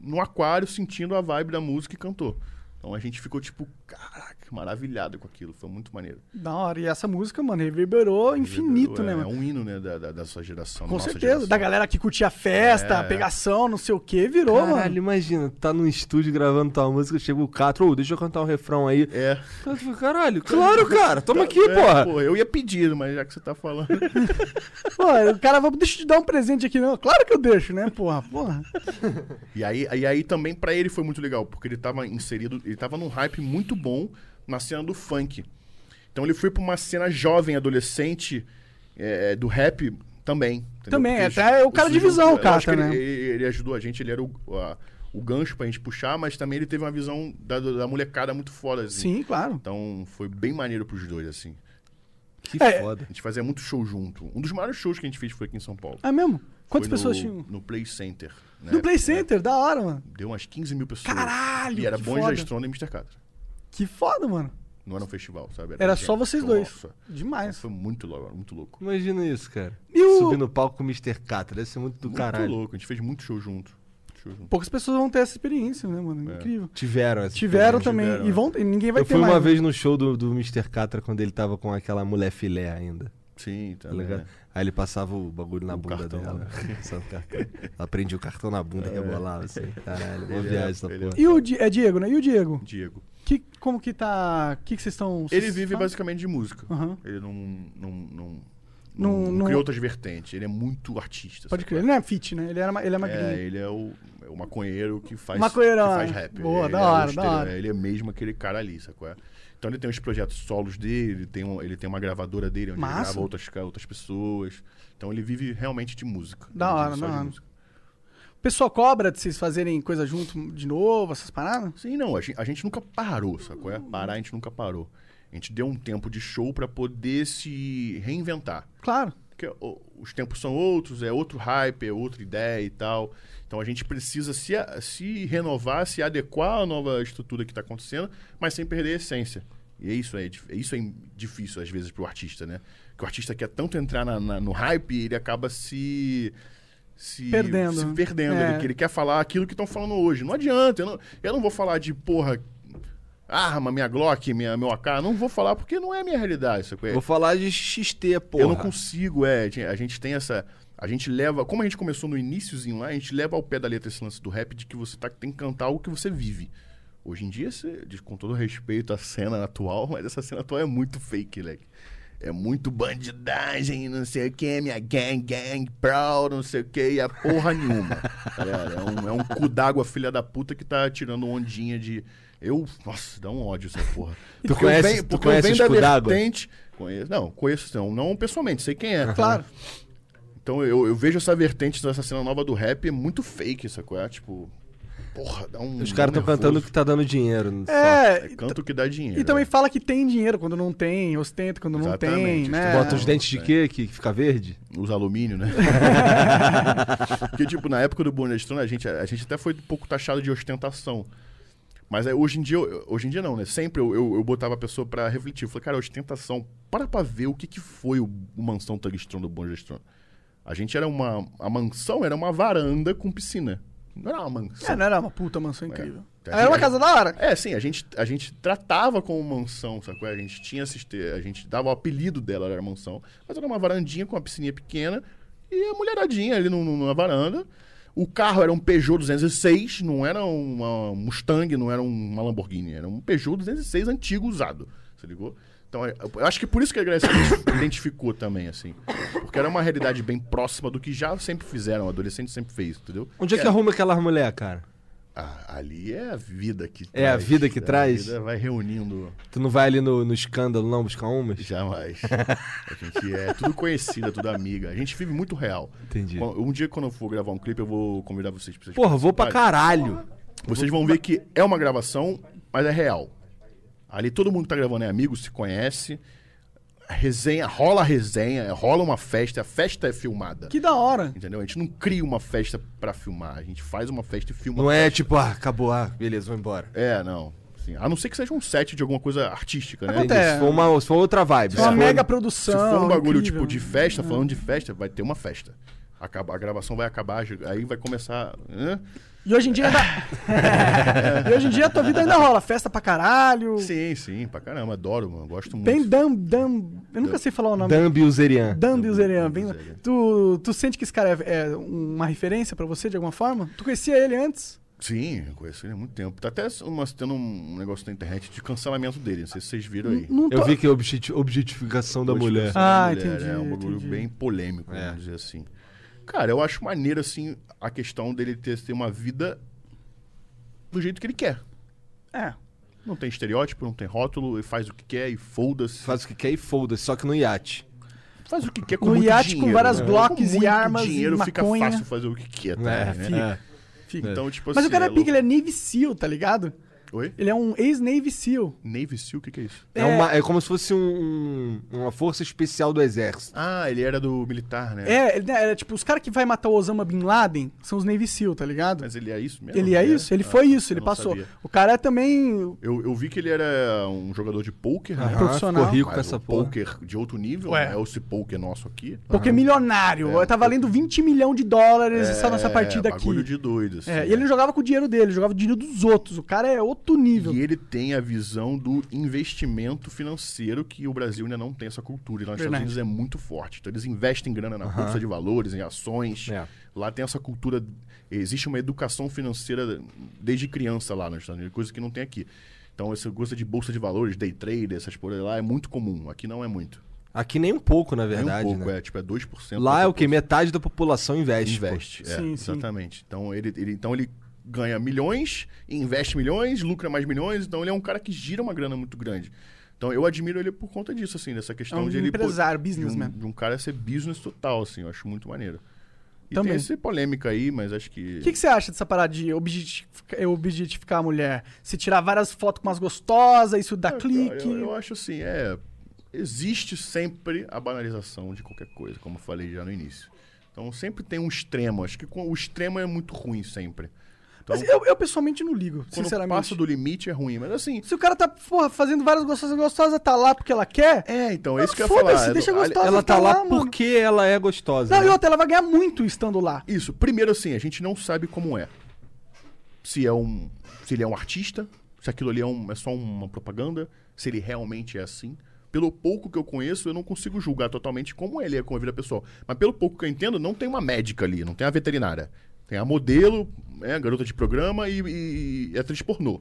Speaker 3: no aquário sentindo a vibe da música e cantou. Então a gente ficou tipo, caraca, maravilhado com aquilo. Foi muito maneiro.
Speaker 1: Da hora. E essa música, mano, reverberou infinito,
Speaker 3: é,
Speaker 1: né, mano?
Speaker 3: É um hino, né, da, da, da sua geração. da
Speaker 1: Com
Speaker 3: nossa
Speaker 1: certeza.
Speaker 3: geração.
Speaker 1: Da galera que curtia a festa,
Speaker 3: É.
Speaker 1: pegação, não sei o que, virou,
Speaker 2: Caralho,
Speaker 1: mano.
Speaker 2: imagina, tá num estúdio gravando tua música, chega o Catro, ô, deixa eu cantar um refrão aí.
Speaker 3: É.
Speaker 2: Eu
Speaker 1: tipo,
Speaker 2: falei, Caralho, claro, cara, toma aqui,
Speaker 3: É,
Speaker 2: porra.
Speaker 3: pô, eu ia pedir, mas já que você tá falando.
Speaker 1: Pô, o cara vai, deixa eu te dar um presente aqui, não. Claro que eu deixo, né, porra, porra.
Speaker 3: e, aí, e aí também pra ele foi muito legal, porque ele tava inserido, ele tava num hype muito bom na cena do funk. Então ele foi pra uma cena jovem, adolescente, é, do rap também. entendeu?
Speaker 1: Também,
Speaker 3: Porque
Speaker 1: até
Speaker 3: ele-
Speaker 1: é o cara de
Speaker 3: surgiu-
Speaker 1: visão,
Speaker 3: eu acho
Speaker 1: cara,
Speaker 3: que ele-
Speaker 1: né?
Speaker 3: Ele, ele ajudou a gente, ele era o, a- o gancho pra gente puxar, mas também ele teve uma visão da, da molecada muito foda, assim.
Speaker 1: Sim, claro.
Speaker 3: Então foi bem maneiro pros dois, assim.
Speaker 2: Que
Speaker 1: É.
Speaker 3: A
Speaker 2: foda.
Speaker 3: gente fazia muito show junto. Um dos maiores shows que a gente fez foi aqui em São Paulo.
Speaker 1: É mesmo? Quantas
Speaker 3: Foi
Speaker 1: pessoas
Speaker 3: no,
Speaker 1: tinham?
Speaker 3: No Play Center. né? É,
Speaker 1: No Play Center, da hora, mano.
Speaker 3: Deu umas 15 mil pessoas.
Speaker 1: Caralho,
Speaker 3: E era
Speaker 1: que
Speaker 3: Bom
Speaker 1: foda.
Speaker 3: Gestrona e Mr. Catra.
Speaker 1: Que foda, mano.
Speaker 3: Não era um festival, sabe?
Speaker 1: Era
Speaker 3: gente,
Speaker 1: só vocês
Speaker 3: show
Speaker 1: dois.
Speaker 3: nossa. É,
Speaker 1: Demais.
Speaker 3: Foi muito louco, muito louco.
Speaker 2: Imagina isso, cara.
Speaker 1: E o-
Speaker 2: Subir no palco com o Mr. Catra, deve ser muito do caralho.
Speaker 3: Muito louco, a gente fez muito show junto. Show junto.
Speaker 1: Poucas pessoas vão ter essa experiência, né, mano?
Speaker 3: É.
Speaker 1: Incrível.
Speaker 2: Tiveram essa
Speaker 1: Tiveram
Speaker 2: experiência.
Speaker 1: também.
Speaker 3: tiveram,
Speaker 1: e
Speaker 3: né?
Speaker 1: vão, e ninguém vai
Speaker 2: Eu
Speaker 1: ter
Speaker 2: fui
Speaker 1: mais.
Speaker 2: uma
Speaker 1: né?
Speaker 2: vez no show do, do Mr. Catra quando ele tava com aquela mulher filé ainda.
Speaker 3: Sim,
Speaker 2: Tá
Speaker 3: tá ligado?
Speaker 2: ligado? Aí ele passava o bagulho na bunda
Speaker 3: cartão, né?
Speaker 2: dela.
Speaker 3: É.
Speaker 2: Só o cartão. Ela prendia o cartão na bunda, rebolava assim. Caralho, uma
Speaker 3: Ele
Speaker 2: viagem
Speaker 3: é-
Speaker 2: essa
Speaker 3: ele é-
Speaker 2: porra.
Speaker 1: E o Di- é Diego, né? E o Diego?
Speaker 3: Diego.
Speaker 1: Que, como que tá. O que, que vocês estão.
Speaker 3: Ele vive
Speaker 1: basicamente.
Speaker 3: basicamente de música.
Speaker 1: Aham.
Speaker 3: Ele não, não, não,
Speaker 1: Não-
Speaker 3: não,
Speaker 1: não-
Speaker 3: criou outras vertentes. Ele é muito artista.
Speaker 1: Pode
Speaker 3: sabe?
Speaker 1: crer. Ele não é fit, né? Ele, era, ma- ele é magrinho.
Speaker 3: É, ele é o, é o maconheiro que faz,
Speaker 1: Maconheirão,
Speaker 3: que faz
Speaker 1: né?
Speaker 3: rap.
Speaker 1: Boa,
Speaker 3: ele
Speaker 1: da
Speaker 3: é o
Speaker 1: hora, da
Speaker 3: estereo-
Speaker 1: hora.
Speaker 3: Ele é mesmo aquele cara ali, sacou? É? Então ele tem os projetos solos dele, ele tem, um- ele tem uma gravadora dele, onde
Speaker 1: Massa.
Speaker 3: ele grava outras, ca- outras pessoas. Então ele vive realmente de música.
Speaker 1: Da
Speaker 3: Ele vive
Speaker 1: hora,
Speaker 3: só
Speaker 1: da
Speaker 3: de
Speaker 1: hora.
Speaker 3: música.
Speaker 1: O pessoal cobra de vocês fazerem coisa junto de novo, essas paradas?
Speaker 3: Sim, não, a gen- a gente, nunca parou, sacou? É? Parar a gente nunca parou. A gente deu um tempo de show pra poder se reinventar.
Speaker 1: Claro.
Speaker 3: Porque ó, os tempos são outros, é outro hype, é outra ideia e tal. Então a gente precisa se, a- se renovar, se adequar à nova estrutura que está acontecendo, mas sem perder a essência. E é isso, é, dif- é isso é im- difícil às vezes para o artista, né? Porque o artista quer tanto entrar na- na- no hype, ele acaba se. Se
Speaker 1: Perdendo,
Speaker 3: Se
Speaker 1: né?
Speaker 3: perdendo.
Speaker 1: É.
Speaker 3: Ele, que- ele quer falar aquilo que estão falando hoje. Não adianta. Eu não, eu não vou falar de, porra, arma, minha Glock, minha, meu AK. Não vou falar porque não é a minha realidade. Sacou?
Speaker 2: Vou falar de XT, porra.
Speaker 3: Eu não consigo, é. ti- A gente tem essa. A gente leva. Como a gente começou no iníciozinho lá, a gente leva ao pé da letra esse lance do rap de que você tá, tem que cantar algo que você vive. Hoje em dia, você- de- com todo respeito à cena atual, mas essa cena atual é muito fake, leque. É muito bandidagem, não sei o que, minha gang, gang, proud, não sei o que, e a porra nenhuma. tá ligado? É um, é um cu d'água, filha da puta, que tá tirando ondinha de. Eu. Nossa, dá um ódio essa porra.
Speaker 2: Tu
Speaker 3: Porque eu
Speaker 2: conhece-
Speaker 3: venho-
Speaker 2: tu
Speaker 3: porque
Speaker 2: conhece
Speaker 3: eu
Speaker 2: os
Speaker 3: venho
Speaker 2: cu
Speaker 3: da
Speaker 2: d'água?
Speaker 3: vertente. Conheço, não, conheço não, não pessoalmente, sei quem é.
Speaker 1: Claro.
Speaker 3: Então eu, eu vejo essa vertente dessa cena nova do rap é muito fake, essa coisa. Tipo, porra, dá um.
Speaker 2: Os caras
Speaker 3: dá um
Speaker 2: estão cantando que
Speaker 3: nervoso.
Speaker 2: tá dando dinheiro. só.
Speaker 1: É,
Speaker 3: É, canto que dá dinheiro.
Speaker 1: e também
Speaker 3: né?
Speaker 1: fala que tem dinheiro quando não tem, ostenta quando não tem,
Speaker 3: Exatamente,
Speaker 1: né?
Speaker 3: ostenta.
Speaker 2: Bota os dentes de quê que fica verde?
Speaker 3: Os alumínio, né? Porque, tipo, na época do Bundestron, a gente, a gente até foi um pouco taxado de ostentação. Mas aí, hoje em dia, eu- hoje em dia não, né? Sempre eu, eu, eu botava a pessoa pra refletir. Eu falei, cara, ostentação, para pra ver o que, que foi o, o mansão Tugstron do Bundestron. A gente era uma. A mansão era uma varanda com piscina. Não era uma mansão.
Speaker 1: É, não era uma puta mansão incrível.
Speaker 3: É.
Speaker 1: Era uma casa da hora.
Speaker 3: É, sim, a gente, a gente tratava como mansão, sacou? A gente tinha assiste... a gente dava o apelido dela, era mansão, mas era uma varandinha com uma piscininha pequena e a mulheradinha ali no, no- na varanda. O carro era um Peugeot 206, não era uma Mustang, não era uma Lamborghini, era um Peugeot 206 antigo usado, você ligou? Então, é- eu acho que por isso que a galera se identificou também, assim. Porque era uma realidade bem próxima do que já sempre fizeram, o adolescente sempre fez, entendeu?
Speaker 2: Onde é que arruma aquelas mulher, cara?
Speaker 3: Ah, ali é a vida que
Speaker 2: É a vida que
Speaker 3: né?
Speaker 2: traz.
Speaker 3: A vida vai reunindo
Speaker 2: Tu não vai ali no, no escândalo não buscar umas?
Speaker 3: jamais. a gente é tudo conhecida, tudo amiga. A gente vive muito real.
Speaker 2: Entendi.
Speaker 3: Quando- Um dia, quando eu for gravar um clipe, eu vou convidar vocês pra vocês.
Speaker 2: Porra, vou pra
Speaker 3: participarem.
Speaker 2: caralho.
Speaker 3: Vocês vão ver que é uma gravação, mas é real. Ali todo mundo que tá gravando é amigo, se conhece. A Resenha, rola a resenha, rola uma festa, a festa é filmada.
Speaker 1: Que da hora.
Speaker 3: Entendeu? A gente não cria uma festa pra filmar, a gente faz uma festa e filma.
Speaker 2: Não é tipo, ah, acabou, ah, beleza, vou embora.
Speaker 3: É, não. Sim. A não ser que seja um set de alguma coisa artística, né?
Speaker 1: Acontece. É.
Speaker 2: Se, for uma, se for outra vibe.
Speaker 1: É uma
Speaker 2: se for-
Speaker 1: mega
Speaker 3: Se
Speaker 1: produção.
Speaker 3: for um bagulho
Speaker 1: é incrível.
Speaker 3: tipo de festa, falando de festa, vai ter uma festa. Acaba, a gravação vai acabar, aí vai começar. né?
Speaker 1: E hoje em dia ainda. e hoje em dia a tua vida ainda rola. Festa pra caralho.
Speaker 3: Sim, sim, pra caramba, adoro, mano. Gosto muito.
Speaker 1: Tem Dan. Dan. Eu nunca sei falar o nome.
Speaker 2: Dan Bilzerian.
Speaker 1: Dan Bilzerian. Bem...
Speaker 3: Bilzerian.
Speaker 1: Tu, tu sente que esse cara é, é uma referência pra você de alguma forma? Tu conhecia ele antes?
Speaker 3: Sim, eu conheço ele há muito tempo. Tá até uma, tendo um negócio na internet de cancelamento dele. Não sei se vocês viram aí.
Speaker 1: Não tô-
Speaker 2: Eu vi que é objeti- objetificação da mulher.
Speaker 3: Objetificação da
Speaker 1: Ah,
Speaker 3: mulher,
Speaker 1: entendi,
Speaker 3: É um bagulho
Speaker 1: entendi.
Speaker 3: bem polêmico,
Speaker 2: É.
Speaker 3: vamos dizer assim. Cara, eu acho maneiro, assim, a questão dele ter, ter uma vida do jeito que ele quer.
Speaker 1: É.
Speaker 3: Não tem estereótipo, não tem rótulo, ele faz o que quer e folda-se.
Speaker 2: Faz o que quer e foda-se, só que no iate.
Speaker 3: Faz o que quer com
Speaker 1: No
Speaker 3: muito
Speaker 1: iate
Speaker 3: dinheiro.
Speaker 1: com várias
Speaker 3: né?
Speaker 1: Glocks
Speaker 3: Com muito
Speaker 1: e armas e
Speaker 3: dinheiro fica
Speaker 1: maconha.
Speaker 3: fácil fazer o que quer, tá?
Speaker 2: É,
Speaker 3: né?
Speaker 2: fica.
Speaker 1: Fica.
Speaker 3: Então, tipo
Speaker 1: Mas
Speaker 3: assim,
Speaker 1: o cara é pica,
Speaker 3: louco.
Speaker 1: ele é Navy SEAL, tá ligado?
Speaker 3: Oi?
Speaker 1: Ele é um ex-Navy SEAL.
Speaker 3: Navy Seal, o que que é isso?
Speaker 2: É, uma- é como se fosse um- um- uma força especial do exército.
Speaker 3: Ah, ele era do militar, né?
Speaker 1: É, ele, né, é tipo, os caras que vai matar o Osama Bin Laden são os Navy SEAL, tá ligado?
Speaker 3: Mas ele é isso mesmo?
Speaker 1: ele é isso, ele foi isso,
Speaker 3: Ah, eu
Speaker 1: ele
Speaker 3: não
Speaker 1: passou.
Speaker 3: sabia.
Speaker 1: O cara é também.
Speaker 3: Eu, eu vi que ele era um jogador de pôquer, né?
Speaker 2: Aham,
Speaker 1: profissional.
Speaker 2: Ficou rico
Speaker 3: Mas
Speaker 2: com essa
Speaker 3: um
Speaker 2: porra.
Speaker 3: pôquer de outro nível,
Speaker 1: Ué.
Speaker 3: né? É esse pôquer nosso aqui.
Speaker 1: Porque é milionário. tá valendo 20 milhões de dólares essa nossa partida
Speaker 3: é, bagulho
Speaker 1: aqui.
Speaker 3: de doido, assim,
Speaker 1: É, e
Speaker 3: né?
Speaker 1: ele não jogava com o dinheiro dele, ele jogava com o dinheiro dos outros. O cara é outro nível.
Speaker 3: E ele tem a visão do investimento financeiro que o Brasil ainda não tem essa cultura. E lá nos
Speaker 1: Verdade.
Speaker 3: Estados Unidos é muito forte. Então eles investem grana na bolsa de valores, em ações.
Speaker 2: É.
Speaker 3: Lá tem essa cultura. Existe uma educação financeira desde criança lá nos Estados Unidos, coisa que não tem aqui. Então essa coisa de bolsa de valores, day trade, essas coisas lá é muito comum. Aqui não é muito.
Speaker 2: Aqui nem um pouco, na
Speaker 3: Nem
Speaker 2: verdade,
Speaker 3: um pouco,
Speaker 2: né?
Speaker 3: é, tipo, é 2%.
Speaker 2: Lá é
Speaker 3: da
Speaker 2: o que? Metade da população investe. pô.
Speaker 3: investe. é,
Speaker 1: Sim, sim.
Speaker 3: Exatamente. Então ele, ele- então ele ganha milhões, investe milhões, lucra mais milhões, então ele é um cara que gira uma grana muito grande. Então eu admiro ele por conta disso, assim, dessa questão
Speaker 1: É um
Speaker 3: de ele. pô,
Speaker 1: empresário, né?
Speaker 3: de um-
Speaker 1: businessman.
Speaker 3: De um cara ser business total, assim, eu acho muito maneiro. E
Speaker 1: Também.
Speaker 3: tem essa polêmica aí, mas acho que.
Speaker 1: O que, que você acha dessa parada de objetifica- objetificar, a mulher? Se tirar várias fotos com umas gostosas, isso dá
Speaker 3: É, Eu-
Speaker 1: clique.
Speaker 3: Eu, eu acho assim, é. Existe sempre a banalização de qualquer coisa, como eu falei já no início. Então sempre tem um extremo. Acho que com- o extremo é muito ruim sempre. Então,
Speaker 1: Mas eu, eu pessoalmente não ligo,
Speaker 3: quando
Speaker 1: sinceramente.
Speaker 3: passa do limite é ruim. Mas assim,
Speaker 1: Se o cara tá, porra, fazendo várias gostosas, gostosas, tá lá porque ela quer. Ah,
Speaker 3: É, então, é isso que eu ia
Speaker 1: Foda-se,
Speaker 3: falar.
Speaker 1: deixa
Speaker 3: Ali-
Speaker 1: gostosa.
Speaker 2: Ela tá,
Speaker 1: tá
Speaker 2: lá,
Speaker 1: lá, mano.
Speaker 2: porque ela é gostosa.
Speaker 1: Não,
Speaker 2: né?
Speaker 1: e outra, ela vai ganhar muito estando lá.
Speaker 3: Isso, primeiro assim, a gente não sabe como é. Se é um. Se ele é um artista, se aquilo ali é, um- é só uma propaganda, se ele realmente é assim. Pelo pouco que eu conheço, eu não consigo julgar totalmente como ele é com a vida pessoal. Mas pelo pouco que eu entendo, não tem uma médica ali, não tem a veterinária. Tem a modelo, é, a garota de programa e, e, e atriz pornô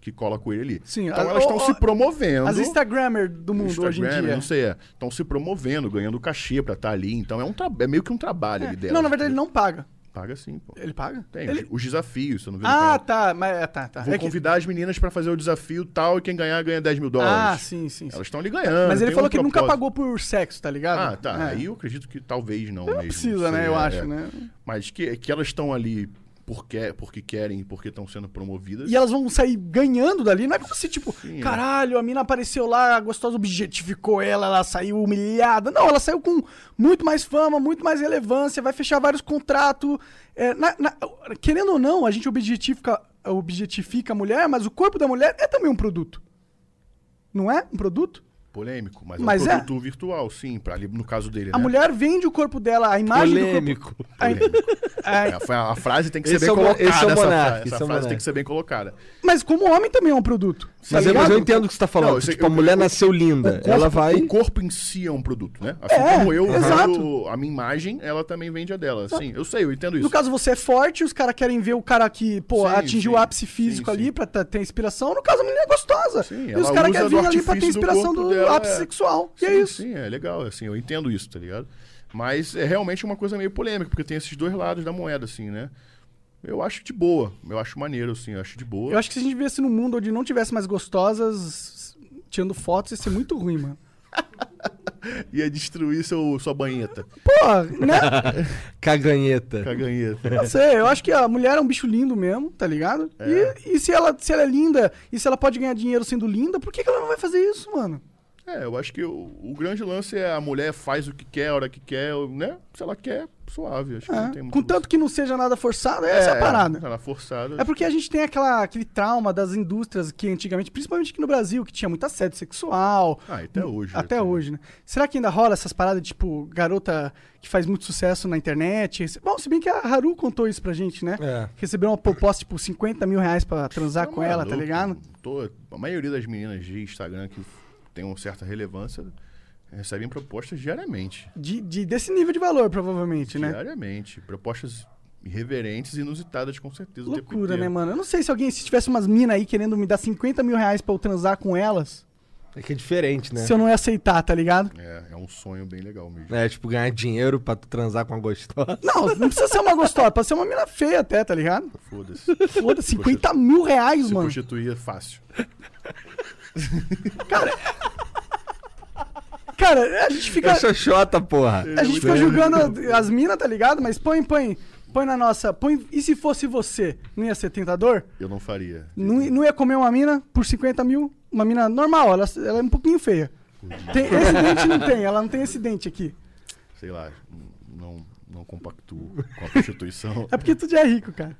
Speaker 3: que cola com ele ali.
Speaker 1: Sim,
Speaker 3: então
Speaker 1: a-
Speaker 3: elas estão
Speaker 1: o-
Speaker 3: se
Speaker 1: o-
Speaker 3: promovendo.
Speaker 1: As Instagrammer do mundo hoje em
Speaker 3: Instagram, né?
Speaker 1: dia.
Speaker 3: não sei, estão se promovendo, ganhando cachê pra estar ali. Então é, um tra- é meio que um trabalho ali
Speaker 1: É.
Speaker 3: dela.
Speaker 1: Não, na verdade ele não paga.
Speaker 3: Paga sim, pô.
Speaker 1: Ele paga?
Speaker 3: né? Tem
Speaker 1: Ele-
Speaker 3: os, os desafios, você não viu no
Speaker 1: Ah,
Speaker 3: canal?
Speaker 1: tá, mas é, tá, tá.
Speaker 3: Vou
Speaker 1: É que-
Speaker 3: convidar as meninas pra fazer o desafio tal e quem ganhar ganha 10 mil
Speaker 1: Ah,
Speaker 3: dólares.
Speaker 1: sim, sim. sim.
Speaker 3: Elas estão ali ganhando.
Speaker 1: Mas ele
Speaker 3: É tem
Speaker 1: falou
Speaker 3: um
Speaker 1: que nunca
Speaker 3: propósito.
Speaker 1: pagou por sexo, tá ligado?
Speaker 3: Ah, tá.
Speaker 1: É.
Speaker 3: Aí eu acredito que talvez não,
Speaker 1: Não
Speaker 3: mesmo.
Speaker 1: precisa, né?
Speaker 3: sei,
Speaker 1: Eu
Speaker 3: é,
Speaker 1: acho,
Speaker 3: é.
Speaker 1: né?
Speaker 3: Mas que, que elas estão ali porque, porque querem, porque estão sendo promovidas.
Speaker 1: E elas vão sair ganhando dali. Não é como se, tipo,
Speaker 3: Sim, é.
Speaker 1: caralho, a mina apareceu lá, a gostosa objetificou ela, ela saiu humilhada. Não, ela saiu com muito mais fama, muito mais relevância, vai fechar vários contratos. É, na- na- querendo ou não, a gente objetifica, objetifica a mulher, mas o corpo da mulher é também um produto. Não é um produto?
Speaker 3: Polêmico, mas,
Speaker 1: Mas
Speaker 3: é um
Speaker 1: é.
Speaker 3: produto virtual, sim, pra, ali, no caso dele,
Speaker 1: A
Speaker 3: né?
Speaker 1: mulher vende o corpo dela, a imagem
Speaker 2: Polêmico.
Speaker 1: do corpo. A, a,
Speaker 3: É, foi- a frase tem que ser
Speaker 2: Esse
Speaker 3: bem
Speaker 2: é o mo-
Speaker 3: colocada.
Speaker 2: esse é o
Speaker 3: essa fra-
Speaker 2: monarca,
Speaker 3: essa
Speaker 2: esse é o
Speaker 3: frase
Speaker 2: monarca.
Speaker 3: tem que ser bem colocada.
Speaker 1: mas como homem também é um produto. tá
Speaker 2: Mas, eu- mas
Speaker 1: ligado?
Speaker 2: eu entendo o que você tá falando.
Speaker 3: Não, isso-
Speaker 2: tipo, a
Speaker 3: eu-
Speaker 2: mulher
Speaker 3: eu-
Speaker 2: nasceu linda.
Speaker 3: O corpo-
Speaker 2: ela vai.
Speaker 3: O corpo em si é um produto, né? Assim
Speaker 1: É,
Speaker 3: como eu
Speaker 1: exato.
Speaker 3: vendo a minha imagem, ela também vende a dela. Sim, eu sei, eu entendo isso.
Speaker 1: No caso, você é forte, os caras querem ver o cara que, pô,
Speaker 3: Sim,
Speaker 1: atingiu o
Speaker 3: sim.
Speaker 1: ápice físico
Speaker 3: Sim,
Speaker 1: ali
Speaker 3: sim.
Speaker 1: pra ta- ter inspiração. No caso, a menina é gostosa.
Speaker 3: Sim,
Speaker 1: e
Speaker 3: ela
Speaker 1: os caras
Speaker 3: usa
Speaker 1: querem
Speaker 3: do
Speaker 1: vir ali pra ter
Speaker 3: artifício do
Speaker 1: inspiração do,
Speaker 3: corpo dela,
Speaker 1: ápice
Speaker 3: é.
Speaker 1: sexual. E
Speaker 3: sim,
Speaker 1: é isso.
Speaker 3: Sim, é legal, assim, eu entendo isso, tá ligado? Mas é realmente uma coisa meio polêmica, porque tem esses dois lados da moeda, assim, né? Eu acho de boa, eu acho maneiro, assim, eu acho de boa.
Speaker 1: Eu acho que se a gente vivesse num mundo onde não tivesse mais gostosas tirando fotos, ia ser muito ruim, mano.
Speaker 3: Ia é destruir seu, sua banheta,
Speaker 1: Pô, né?
Speaker 2: Caganheta.
Speaker 3: caganheta.
Speaker 1: Não sei, eu acho que a mulher é um bicho lindo mesmo, tá ligado? E, e se, ela, se ela é linda, e se ela pode ganhar dinheiro sendo linda, por que, que ela não vai fazer isso, mano?
Speaker 3: é, eu acho que o, o grande lance é a mulher faz o que quer, a hora que quer, né? Se ela quer, suave. Acho que não
Speaker 1: É,
Speaker 3: tem muito
Speaker 1: Com tanto que não seja nada forçado, essa é a parada.
Speaker 3: Ela forçada.
Speaker 1: É porque a gente tem aquela, aquele trauma das indústrias que antigamente, principalmente aqui no Brasil, que tinha muito assédio sexual.
Speaker 3: Ah, até hoje.
Speaker 1: Até
Speaker 3: né?
Speaker 1: hoje, né? Será que ainda rola essas paradas, tipo, garota que faz muito sucesso na internet? Bom, se bem que a Haru contou isso pra gente, né?
Speaker 2: É.
Speaker 1: Recebeu uma proposta, tipo, 50 mil reais pra transar
Speaker 3: Tá
Speaker 1: com ela, tá
Speaker 3: maluco?
Speaker 1: ligado?
Speaker 3: Tô- a maioria das meninas de Instagram que tem uma certa relevância recebem propostas diariamente.
Speaker 1: De, de- desse nível de valor, provavelmente, né?
Speaker 3: Diariamente. Propostas irreverentes e inusitadas, com certeza. o tempo
Speaker 1: Loucura, né,
Speaker 3: inteiro.
Speaker 1: mano? Eu não sei se alguém, se tivesse umas minas aí querendo me dar 50 mil reais pra eu transar com elas,
Speaker 2: É que é diferente, né?
Speaker 1: se eu não ia aceitar, tá ligado?
Speaker 3: É, é um sonho bem legal mesmo.
Speaker 2: É, tipo, ganhar dinheiro pra tu transar com a gostosa.
Speaker 1: Não, não precisa ser uma gostosa, pode ser uma mina feia até, tá ligado?
Speaker 3: Foda-se.
Speaker 1: Foda, 50 mil reais,
Speaker 3: Se
Speaker 1: mano.
Speaker 3: prostituir é fácil.
Speaker 1: Cara, a gente
Speaker 2: É
Speaker 1: fica,
Speaker 2: xoxota, porra.
Speaker 1: a gente
Speaker 3: é
Speaker 1: fica julgando a- as minas, tá ligado? Mas põe, põe, põe na nossa. Põe, e se fosse você? Não ia ser tentador?
Speaker 3: Eu não faria.
Speaker 1: Não, i- não ia comer uma mina por 50 mil? Uma mina normal, ela, ela é um pouquinho feia. Tem- esse dente não tem, ela não tem esse dente aqui.
Speaker 3: Sei lá, não, não compactuo com a prostituição.
Speaker 1: É porque tu já é rico, cara.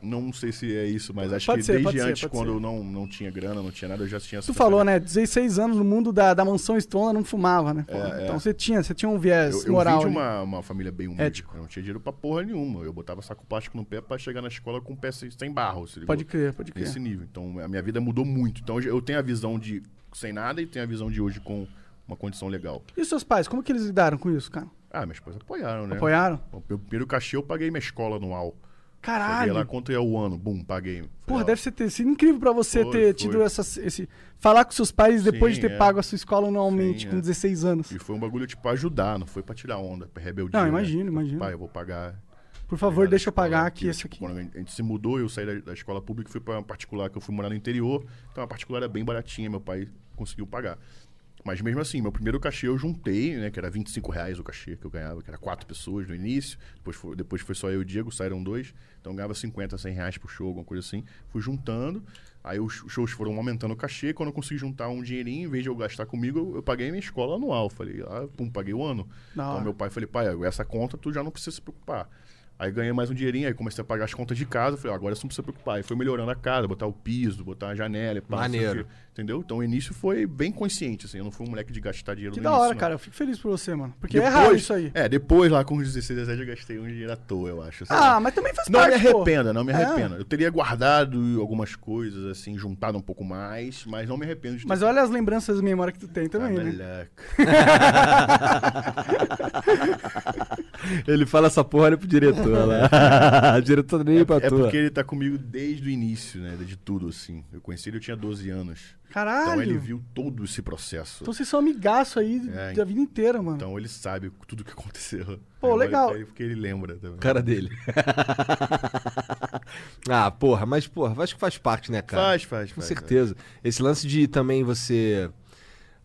Speaker 3: Não sei se é isso, mas acho
Speaker 1: Pode
Speaker 3: que
Speaker 1: ser, pode
Speaker 3: desde
Speaker 1: ser,
Speaker 3: antes,
Speaker 1: pode
Speaker 3: quando
Speaker 1: ser.
Speaker 3: eu não, não tinha grana, não tinha nada, eu já tinha
Speaker 1: Tu falou, né? 16 anos no mundo da, da mansão Stronda não fumava, né?
Speaker 3: É,
Speaker 1: então
Speaker 3: é.
Speaker 1: você tinha, você tinha um viés
Speaker 3: Eu, eu
Speaker 1: moral.
Speaker 3: vim de
Speaker 1: ali.
Speaker 3: uma, uma família bem humilde.
Speaker 1: Ético.
Speaker 3: Eu não tinha dinheiro pra porra nenhuma. Eu botava saco plástico no pé pra chegar na escola com o pé sem sem barro. Se ligou?
Speaker 1: Pode crer, pode crer.
Speaker 3: Nesse nível. Então a minha vida mudou muito. Então eu tenho a visão de sem nada e tenho a visão de hoje com uma condição legal.
Speaker 1: E os seus pais, como que eles lidaram com isso, cara?
Speaker 3: Ah, meus pais apoiaram, né?
Speaker 1: Apoiaram?
Speaker 3: O meu primeiro cachê eu paguei minha escola anual. Cheguei lá,
Speaker 1: Caralho.
Speaker 3: quanto é o ano? Bum, paguei. Falei,
Speaker 1: Ah, Porra,
Speaker 3: ó,
Speaker 1: deve ser ter sido incrível pra você
Speaker 3: Foi,
Speaker 1: ter
Speaker 3: foi.
Speaker 1: tido essas- esse. Falar com seus pais depois
Speaker 3: Sim,
Speaker 1: de ter
Speaker 3: é.
Speaker 1: pago a sua escola anualmente
Speaker 3: Sim,
Speaker 1: com
Speaker 3: é.
Speaker 1: 16 anos.
Speaker 3: E foi um bagulho, tipo, pra ajudar, não foi pra tirar onda, pra rebeldia.
Speaker 1: Não,
Speaker 3: né?
Speaker 1: imagino,
Speaker 3: Tipo,
Speaker 1: imagino.
Speaker 3: Pai, eu vou pagar.
Speaker 1: Por favor,
Speaker 3: ligado?
Speaker 1: deixa eu
Speaker 3: Escola
Speaker 1: pagar aqui esse
Speaker 3: tipo,
Speaker 1: aqui.
Speaker 3: Quando a gente- a gente se mudou, eu saí da, da escola pública e fui pra uma particular, que eu fui morar no interior. Então, a particular era bem baratinha, meu pai conseguiu pagar. Mas mesmo assim, meu primeiro cachê eu juntei, né? Que era 25 reais o cachê que eu ganhava, que era quatro pessoas no início. Depois foi, depois foi só eu e o Diego, saíram dois. Então eu ganhava 50, 100 reais por show, alguma coisa assim. Fui juntando. Aí os os shows foram aumentando o cachê. Quando eu consegui juntar um dinheirinho, em vez de eu gastar comigo, eu, eu paguei minha escola anual. Falei, ah, pum, paguei o ano.
Speaker 1: Da hora.
Speaker 3: Então meu pai falei, pai, essa conta tu já não precisa se preocupar. Aí ganhei mais um dinheirinho, aí comecei a pagar as contas de casa. Falei, ah, agora você não precisa se preocupar. Aí foi melhorando a casa, botar o piso, botar a janela, pá, não sei o
Speaker 2: Maneiro.
Speaker 3: quê. Entendeu? Então o início foi bem consciente, assim. Eu não fui um moleque de gastar dinheiro
Speaker 1: Que
Speaker 3: no
Speaker 1: da
Speaker 3: início,
Speaker 1: hora,
Speaker 3: não.
Speaker 1: cara. Eu fico feliz por você, mano. Porque
Speaker 3: né? Depois,
Speaker 1: é raro isso aí.
Speaker 3: É, depois lá com os 16, 17 eu gastei um dinheiro à toa, eu acho. sei lá.
Speaker 1: Ah, mas também faz
Speaker 3: não me
Speaker 1: parte, pô.
Speaker 3: arrependa, não me
Speaker 1: É.
Speaker 3: arrependa. Eu teria guardado algumas coisas, assim, juntado um pouco mais, mas não me arrependo de então ter é,
Speaker 1: Mas olha as lembranças de memória que tu tem também, né?
Speaker 3: Caraca.
Speaker 2: Ele fala essa porra, olha pro diretor lá. diretor nem pra
Speaker 3: É
Speaker 2: tua.
Speaker 3: porque ele tá comigo desde o início, né? De tudo, assim. Eu conheci ele, eu tinha 12 anos.
Speaker 1: Caralho.
Speaker 3: Então ele
Speaker 1: Então,
Speaker 3: viu todo esse processo.
Speaker 1: vocês são amigaço aí
Speaker 3: É,
Speaker 1: da vida inteira, mano.
Speaker 3: Então ele sabe tudo que aconteceu.
Speaker 1: Pô,
Speaker 3: Eu olho
Speaker 1: legal.
Speaker 3: pra ele Porque ele lembra também.
Speaker 2: Cara dele. ah, porra, mas porra, acho que faz parte, né, cara?
Speaker 3: Faz, faz, faz.
Speaker 2: Com
Speaker 3: faz.
Speaker 2: certeza. Esse lance de também você.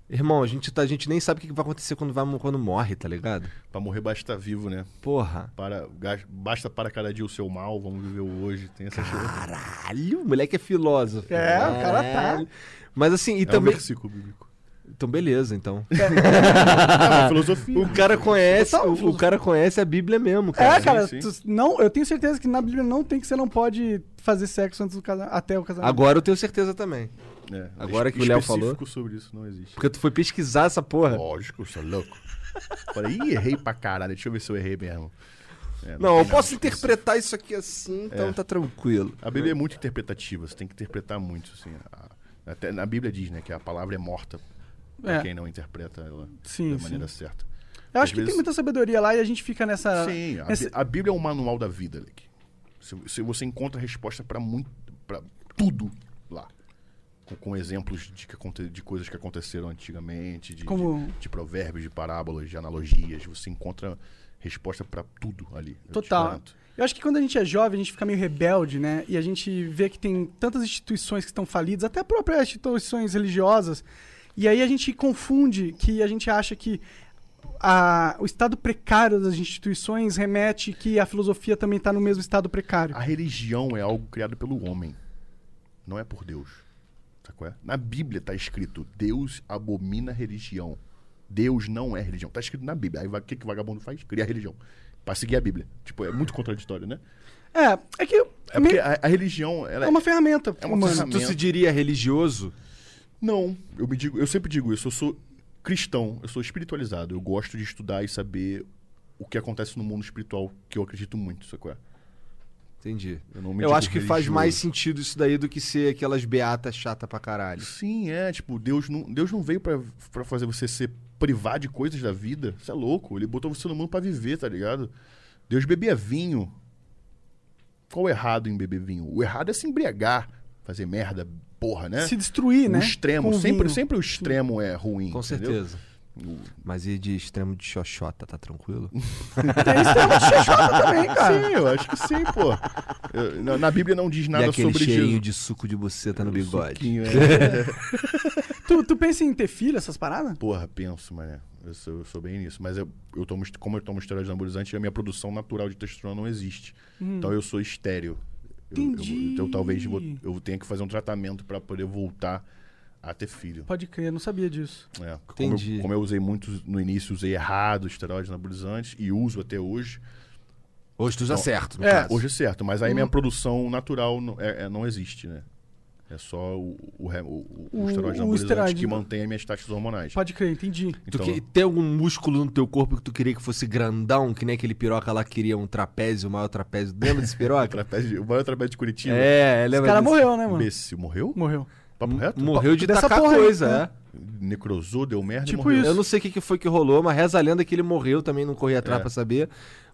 Speaker 2: Irmão, a gente, tá, a gente nem sabe o que que vai acontecer quando, vai, quando morre, tá ligado?
Speaker 3: Pra morrer basta estar vivo, né?
Speaker 2: Porra.
Speaker 3: Para, gas- basta para cada dia o seu mal, vamos viver o hoje. Tem essa chegada.
Speaker 2: Caralho, o moleque é
Speaker 3: então,
Speaker 2: filósofo. né?
Speaker 1: É, o cara tá.
Speaker 2: Mas assim, e
Speaker 3: É um
Speaker 2: também.
Speaker 3: versículo bíblico.
Speaker 2: Então, beleza, então.
Speaker 3: É uma filosofia.
Speaker 2: O cara conhece,
Speaker 1: Total,
Speaker 2: o, o cara conhece a Bíblia mesmo,
Speaker 1: É,
Speaker 2: cara.
Speaker 1: cara,
Speaker 3: sim.
Speaker 1: tu- não, eu tenho certeza que na Bíblia não tem que você não pode fazer sexo antes do casa, até o casamento.
Speaker 2: Agora eu tenho certeza também.
Speaker 3: É,
Speaker 2: Agora
Speaker 3: es-
Speaker 2: que o Léo
Speaker 3: específico
Speaker 2: falou.
Speaker 3: sobre isso não existe.
Speaker 2: Porque tu foi pesquisar essa porra.
Speaker 3: Lógico, sou louco. Falei, ih, errei pra caralho. Deixa eu ver se eu errei mesmo. É,
Speaker 2: Não,
Speaker 3: tem
Speaker 2: eu
Speaker 3: nada
Speaker 2: posso
Speaker 3: disso.
Speaker 2: interpretar isso aqui assim,
Speaker 3: É.
Speaker 2: então tá tranquilo.
Speaker 3: A Bíblia é muito interpretativa, você tem que interpretar muito, assim. A- até na Bíblia diz, né, que a palavra é morta pra
Speaker 1: É.
Speaker 3: quem não interpreta ela
Speaker 1: Sim,
Speaker 3: da
Speaker 1: sim.
Speaker 3: maneira certa.
Speaker 1: eu
Speaker 3: às
Speaker 1: acho que tem
Speaker 3: vezes-
Speaker 1: muita sabedoria lá e a gente fica nessa.
Speaker 3: Sim, a, Bí-
Speaker 1: nesse-
Speaker 3: a Bíblia é um manual da vida, Alec. Se, se você encontra resposta pra muito, para tudo lá, com, com exemplos de, que aconte- de coisas que aconteceram antigamente, de,
Speaker 1: Como-
Speaker 3: de, de provérbios, de parábolas, de analogias, você encontra resposta pra tudo ali. eu te
Speaker 1: Total.
Speaker 3: garanto.
Speaker 1: Eu acho que quando a gente é jovem, a gente fica meio rebelde, né? E a gente vê que tem tantas instituições que estão falidas, até próprias instituições religiosas. E aí a gente confunde que a gente acha que a- o estado precário das instituições remete que a filosofia também está no mesmo estado precário.
Speaker 3: A religião é algo criado pelo homem, não é por Deus. Sabe qual é? Na Bíblia está escrito: Deus abomina a religião. Deus não é religião. Está escrito na Bíblia. Aí va- o que, que o vagabundo faz? Cria religião. Para seguir a Bíblia. Tipo, é muito contraditório, né?
Speaker 1: É, é que
Speaker 3: É
Speaker 1: meio-
Speaker 3: porque a, a religião, ela
Speaker 1: é uma ferramenta
Speaker 3: é uma
Speaker 1: humana.
Speaker 3: ferramenta.
Speaker 2: Tu se diria religioso?
Speaker 3: Não, eu me digo, eu sempre digo isso, eu sou cristão, eu sou espiritualizado, eu gosto de estudar e saber o que acontece no mundo espiritual, que eu acredito muito, sabe qual é?
Speaker 2: Entendi.
Speaker 3: Eu não me
Speaker 2: Eu
Speaker 3: digo
Speaker 2: acho que faz
Speaker 3: Um religioso.
Speaker 2: mais sentido isso daí do que ser aquelas beatas chata pra caralho.
Speaker 3: Sim, é, tipo, Deus não, Deus não veio pra, pra fazer você se privar de coisas da vida. Você é louco. Ele botou você no mundo pra viver, tá ligado? Deus bebia vinho. Qual o errado em beber vinho? O errado é se embriagar, fazer merda, porra, né?
Speaker 1: Se destruir,
Speaker 3: o
Speaker 1: né?
Speaker 3: extremo,
Speaker 1: Com o
Speaker 3: sempre,
Speaker 1: vinho.
Speaker 3: sempre o extremo é ruim.
Speaker 2: Com
Speaker 3: entendeu?
Speaker 2: certeza.
Speaker 3: O-
Speaker 2: Mas e de extremo de xoxota, tá tranquilo?
Speaker 1: Tem É, extremo de xoxota também, cara.
Speaker 3: Sim, eu acho que sim, pô. Eu- na, na Bíblia não diz
Speaker 2: e
Speaker 3: nada
Speaker 2: aquele
Speaker 3: sobre
Speaker 2: cheirinho
Speaker 3: Jesus.
Speaker 2: de suco de buceta no bigode.
Speaker 3: Suquinho, é.
Speaker 1: Tu, tu pensa em ter filho, essas paradas?
Speaker 3: Porra, penso, mané. Eu sou, eu sou bem nisso. Mas eu, eu tomo, est- como eu tomo esteroide anabolizante, a minha produção natural de testosterona não existe. Então eu sou estéreo. Eu- eu-
Speaker 1: Hum. Entendi.
Speaker 3: Eu, eu talvez vou- eu tenha que fazer um tratamento pra poder voltar a ter filho.
Speaker 1: Pode crer, eu não sabia disso.
Speaker 3: É, como eu- Como
Speaker 2: Entendi.
Speaker 3: eu, usei muito no início, usei errado esteroide anabolizante e uso até hoje.
Speaker 2: Hoje tu já certo, no
Speaker 1: É,
Speaker 2: caso.
Speaker 3: Hoje é certo, mas aí minha produção natural não, é- é- não existe, né? É só o, o, re- o- o
Speaker 1: O-
Speaker 3: esteroide
Speaker 1: o
Speaker 3: anabolizante
Speaker 1: esteroide.
Speaker 3: que mantém as minhas taxas hormonais.
Speaker 1: Pode crer, entendi.
Speaker 2: Tu
Speaker 3: Então,
Speaker 2: que- tem algum músculo no teu corpo que tu queria que fosse grandão, que nem aquele piroca lá que queria um trapézio, o maior trapézio. Lembra desse piroca?
Speaker 3: trapézio de- o maior trapézio de Curitiba.
Speaker 2: é,
Speaker 1: Esse
Speaker 2: lembra
Speaker 1: cara
Speaker 2: desse-
Speaker 1: morreu, né, mano? Hum,
Speaker 3: Imbecil, morreu?
Speaker 1: Morreu.
Speaker 3: Papo reto?
Speaker 2: Morreu de
Speaker 1: Dessa
Speaker 2: tacar
Speaker 1: porra aí,
Speaker 2: coisa,
Speaker 1: né?
Speaker 2: é.
Speaker 3: necrosou, deu merda
Speaker 1: Tipo
Speaker 3: e morreu.
Speaker 1: isso.
Speaker 2: Eu não sei o que, que foi que rolou, mas reza a lenda que ele morreu também, não corri atrás
Speaker 3: É.
Speaker 2: pra saber.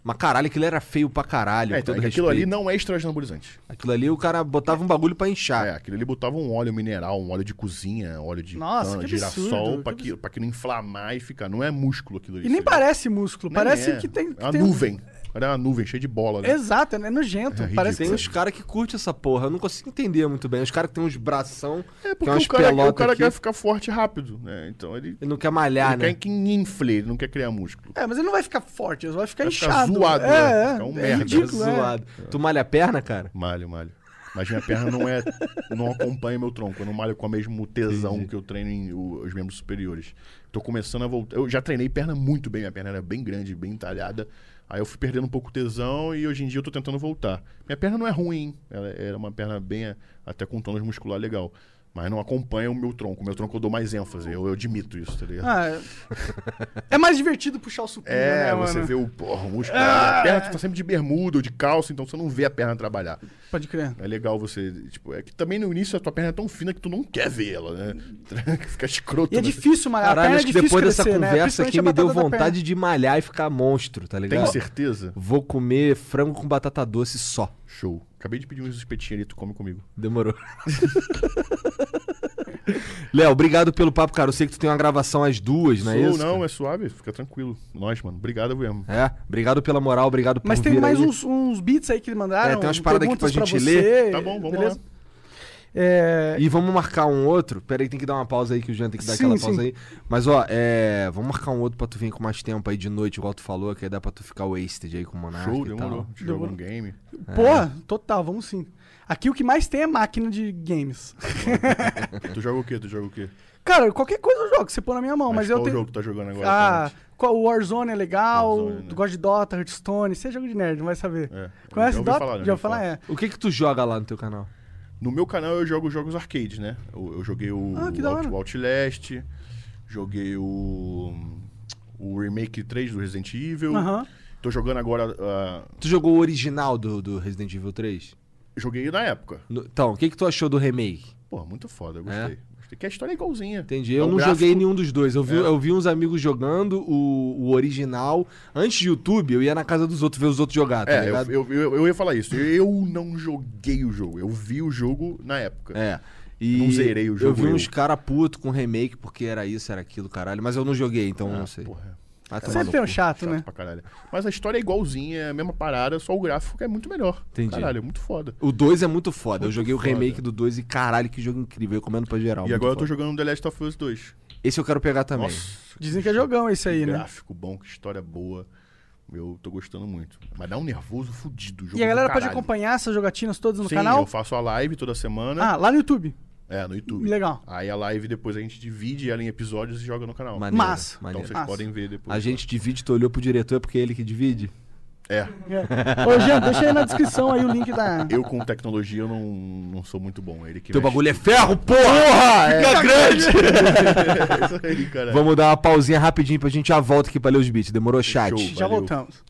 Speaker 2: Mas caralho, aquilo era feio pra caralho.
Speaker 3: É,
Speaker 2: com
Speaker 3: então,
Speaker 2: todo
Speaker 3: aquilo ali
Speaker 2: respeito.
Speaker 3: não é esteroide anabolizante.
Speaker 2: Aquilo ali o cara botava um bagulho pra
Speaker 1: Ah.
Speaker 2: inchar.
Speaker 3: É, aquilo ali botava um óleo mineral, um óleo de cozinha, óleo de
Speaker 1: Nossa, que
Speaker 3: girassol,
Speaker 1: absurdo,
Speaker 3: pra
Speaker 1: que
Speaker 3: que, pra que não inflamar e ficar. Não é músculo aquilo ali.
Speaker 1: E nem
Speaker 3: sabe?
Speaker 1: parece músculo,
Speaker 3: Nem
Speaker 1: parece
Speaker 3: é.
Speaker 1: que tem. Que
Speaker 3: É uma
Speaker 1: tem- um
Speaker 3: nuvem. Era uma nuvem cheia de bola, né?
Speaker 1: Exato, é nojento.
Speaker 3: É
Speaker 1: parece
Speaker 2: Tem
Speaker 3: ridículo.
Speaker 2: uns caras que curtem essa porra. Eu não consigo entender muito bem. Os caras que tem uns bração,
Speaker 3: É
Speaker 2: tem
Speaker 3: porque
Speaker 2: umas
Speaker 3: o cara, o
Speaker 2: pelotas
Speaker 3: cara
Speaker 2: aqui.
Speaker 3: quer ficar forte rápido, né? Então ele,
Speaker 2: Ele não quer malhar,
Speaker 1: Ah,
Speaker 3: ele
Speaker 2: né?
Speaker 3: quer que infle, ele não quer criar músculo.
Speaker 1: É, mas ele não vai ficar forte, ele vai ficar
Speaker 3: Vai ficar
Speaker 1: inchado.
Speaker 3: zoado, né?
Speaker 1: é, é,
Speaker 3: Ficar um
Speaker 1: é
Speaker 3: merda,
Speaker 1: ridículo, é.
Speaker 2: Zoado. Tu malha a perna, cara?
Speaker 3: Malho, malho. Mas minha perna não é. não acompanha meu tronco. Eu não malho com o mesmo tesão que eu treino em o- os membros superiores. Tô começando a voltar. Eu já treinei perna muito bem, minha perna era bem grande, bem talhada. Aí eu fui perdendo um pouco o tesão e hoje em dia eu tô tentando voltar. Minha perna não é ruim, ela era uma perna bem. até com um tônus muscular legal. Mas não acompanha o meu tronco. O meu tronco eu dou mais ênfase. Eu, eu admito isso, tá ligado?
Speaker 1: Ah, é. É mais divertido puxar o supino,
Speaker 3: É,
Speaker 1: né,
Speaker 3: você
Speaker 1: mano?
Speaker 3: vê o, porra, o músculo. A perna tu tá sempre de bermuda ou de calça, então você não vê a perna trabalhar.
Speaker 1: Pode crer.
Speaker 3: É legal você. Tipo, é que também no início a tua perna é tão fina que tu não quer ver ela, né? Fica escroto.
Speaker 1: E é
Speaker 3: né?
Speaker 1: difícil malhar. a
Speaker 2: Caralho,
Speaker 1: perna
Speaker 2: acho
Speaker 1: é
Speaker 2: que
Speaker 1: difícil
Speaker 2: depois dessa
Speaker 1: crescer, né?
Speaker 2: conversa aqui
Speaker 1: Principalmente a
Speaker 2: me deu
Speaker 1: batata da
Speaker 2: vontade de malhar e ficar monstro, tá
Speaker 3: Tem
Speaker 1: né?
Speaker 2: ligado?
Speaker 3: certeza?
Speaker 2: Vou comer frango com batata doce só.
Speaker 3: Show. Acabei de pedir uns espetinhos ali, tu come comigo.
Speaker 2: Demorou. Léo, obrigado pelo papo, cara. Eu sei que tu tem uma gravação às duas, não é
Speaker 3: Sou,
Speaker 2: isso?
Speaker 3: não,
Speaker 2: cara?
Speaker 3: é suave, fica tranquilo. Nós, mano. Obrigado mesmo.
Speaker 2: é. obrigado pela moral, obrigado por
Speaker 1: Mas tem
Speaker 2: vir
Speaker 1: mais um
Speaker 2: aí.
Speaker 1: uns, uns beats aí que mandaram.
Speaker 2: É, tem umas paradas aqui pra
Speaker 1: perguntas
Speaker 2: gente
Speaker 1: você,
Speaker 2: ler.
Speaker 3: Tá bom, vamos
Speaker 1: beleza?
Speaker 3: lá.
Speaker 1: É,
Speaker 2: E vamos marcar um outro. Peraí, tem que dar uma pausa aí, que o Jean tem que dar
Speaker 1: Sim,
Speaker 2: aquela
Speaker 1: sim.
Speaker 2: pausa aí. Mas, ó, é. Vamos marcar um outro pra tu vir com mais tempo aí de noite, igual tu falou, que aí dá pra tu ficar wasted aí com o Monark
Speaker 3: Show,
Speaker 2: e
Speaker 3: demorou.
Speaker 2: tal.
Speaker 1: tá.
Speaker 3: Te joga um game.
Speaker 1: Porra, total, vamos sim. Aqui o que mais tem é máquina de games.
Speaker 3: tu joga o quê? Tu joga o quê?
Speaker 1: Cara, qualquer coisa eu jogo, você pôr na minha mão, mas, eu
Speaker 3: qual
Speaker 1: tenho.
Speaker 3: jogo que tu tá jogando agora?
Speaker 1: Ah,
Speaker 3: atualmente?
Speaker 1: qual- o Warzone é legal,
Speaker 3: Warzone, né?
Speaker 1: tu gosta de Dota, Hearthstone, você é jogo de nerd, não vai saber.
Speaker 3: É,
Speaker 1: Conhece
Speaker 3: já ouvi
Speaker 1: Dota?
Speaker 3: falar, né?
Speaker 1: já
Speaker 3: Já
Speaker 1: ouvi falar,
Speaker 3: ouvi
Speaker 1: é.
Speaker 2: O que que tu joga lá no teu canal?
Speaker 3: No meu canal eu jogo jogos arcade, né? Eu, eu joguei o,
Speaker 1: Ah, que da
Speaker 3: Out-
Speaker 1: hora.
Speaker 3: o Outlast, joguei o. O Remake 3 do Resident Evil.
Speaker 1: é. Aham.
Speaker 3: Tô jogando agora. ah,
Speaker 2: Tu jogou o original do, do Resident Evil 3?
Speaker 3: joguei na época.
Speaker 2: No- então, o que que tu achou do remake?
Speaker 3: Pô, muito foda, eu gostei. Gostei. Que a história é igualzinha.
Speaker 2: Entendi.
Speaker 3: É
Speaker 2: Eu
Speaker 3: um
Speaker 2: não
Speaker 3: gráfico-
Speaker 2: joguei nenhum dos dois. Eu vi,
Speaker 3: É.
Speaker 2: eu vi uns amigos jogando o, o original. Antes de YouTube, eu ia na casa dos outros ver os outros jogar, tá
Speaker 3: É,
Speaker 2: ligado?
Speaker 3: eu, eu, eu, eu ia falar isso. Eu não joguei o jogo. Eu vi o jogo na época.
Speaker 2: É. E
Speaker 3: Não zerei o
Speaker 2: Eu
Speaker 3: jogo,
Speaker 2: vi uns
Speaker 3: eu.
Speaker 2: cara puto com remake, porque era isso, era aquilo, caralho. Mas eu não joguei, então eu não sei.
Speaker 3: Ah, Porra,
Speaker 2: Vai tomar no
Speaker 1: Sempre tem um
Speaker 2: cu.
Speaker 1: chato,
Speaker 3: chato
Speaker 1: né?
Speaker 3: pra caralho. Mas a história é igualzinha, é a mesma parada, só o gráfico que é muito melhor.
Speaker 2: Entendi.
Speaker 3: Caralho, é muito foda.
Speaker 2: O 2 é muito foda. eu
Speaker 3: Muito
Speaker 2: joguei o
Speaker 3: foda.
Speaker 2: remake do 2 e caralho, que jogo incrível. Eu recomendo pra geral.
Speaker 3: e
Speaker 2: muito
Speaker 3: agora eu
Speaker 2: foda.
Speaker 3: tô jogando The Last of Us 2.
Speaker 2: Esse eu quero pegar também.
Speaker 3: Nossa,
Speaker 1: Dizem que é jogão esse aí,
Speaker 3: que
Speaker 1: né?
Speaker 3: gráfico bom, que história boa. Eu tô gostando muito. Mas dá um nervoso fudido. Jogo
Speaker 1: E a galera
Speaker 3: do
Speaker 1: pode
Speaker 3: caralho.
Speaker 1: acompanhar essas jogatinas todas no
Speaker 3: Sim,
Speaker 1: canal?
Speaker 3: eu né? faço a live toda semana.
Speaker 1: Ah, lá no YouTube.
Speaker 3: É, no YouTube.
Speaker 1: Legal.
Speaker 3: Aí a live depois a gente divide ela em episódios e joga no canal.
Speaker 2: Maneiro,
Speaker 1: Massa.
Speaker 3: Então
Speaker 2: maneiro.
Speaker 3: vocês
Speaker 1: Massa.
Speaker 3: podem ver depois.
Speaker 2: A gente divide, tu olhou pro diretor, é porque é ele que divide?
Speaker 3: É,
Speaker 1: É. Ô, Jean, deixa aí na descrição aí o link da.
Speaker 3: eu com tecnologia eu não, não sou muito bom. Ele que
Speaker 2: Teu
Speaker 3: mexe.
Speaker 2: bagulho é ferro, porra! Fica grande!
Speaker 3: É isso aí, cara.
Speaker 2: Vamos dar uma pausinha rapidinho pra gente já volta aqui pra ler os beats. Demorou, chat?
Speaker 3: Show.
Speaker 1: Já
Speaker 3: valeu.
Speaker 1: voltamos.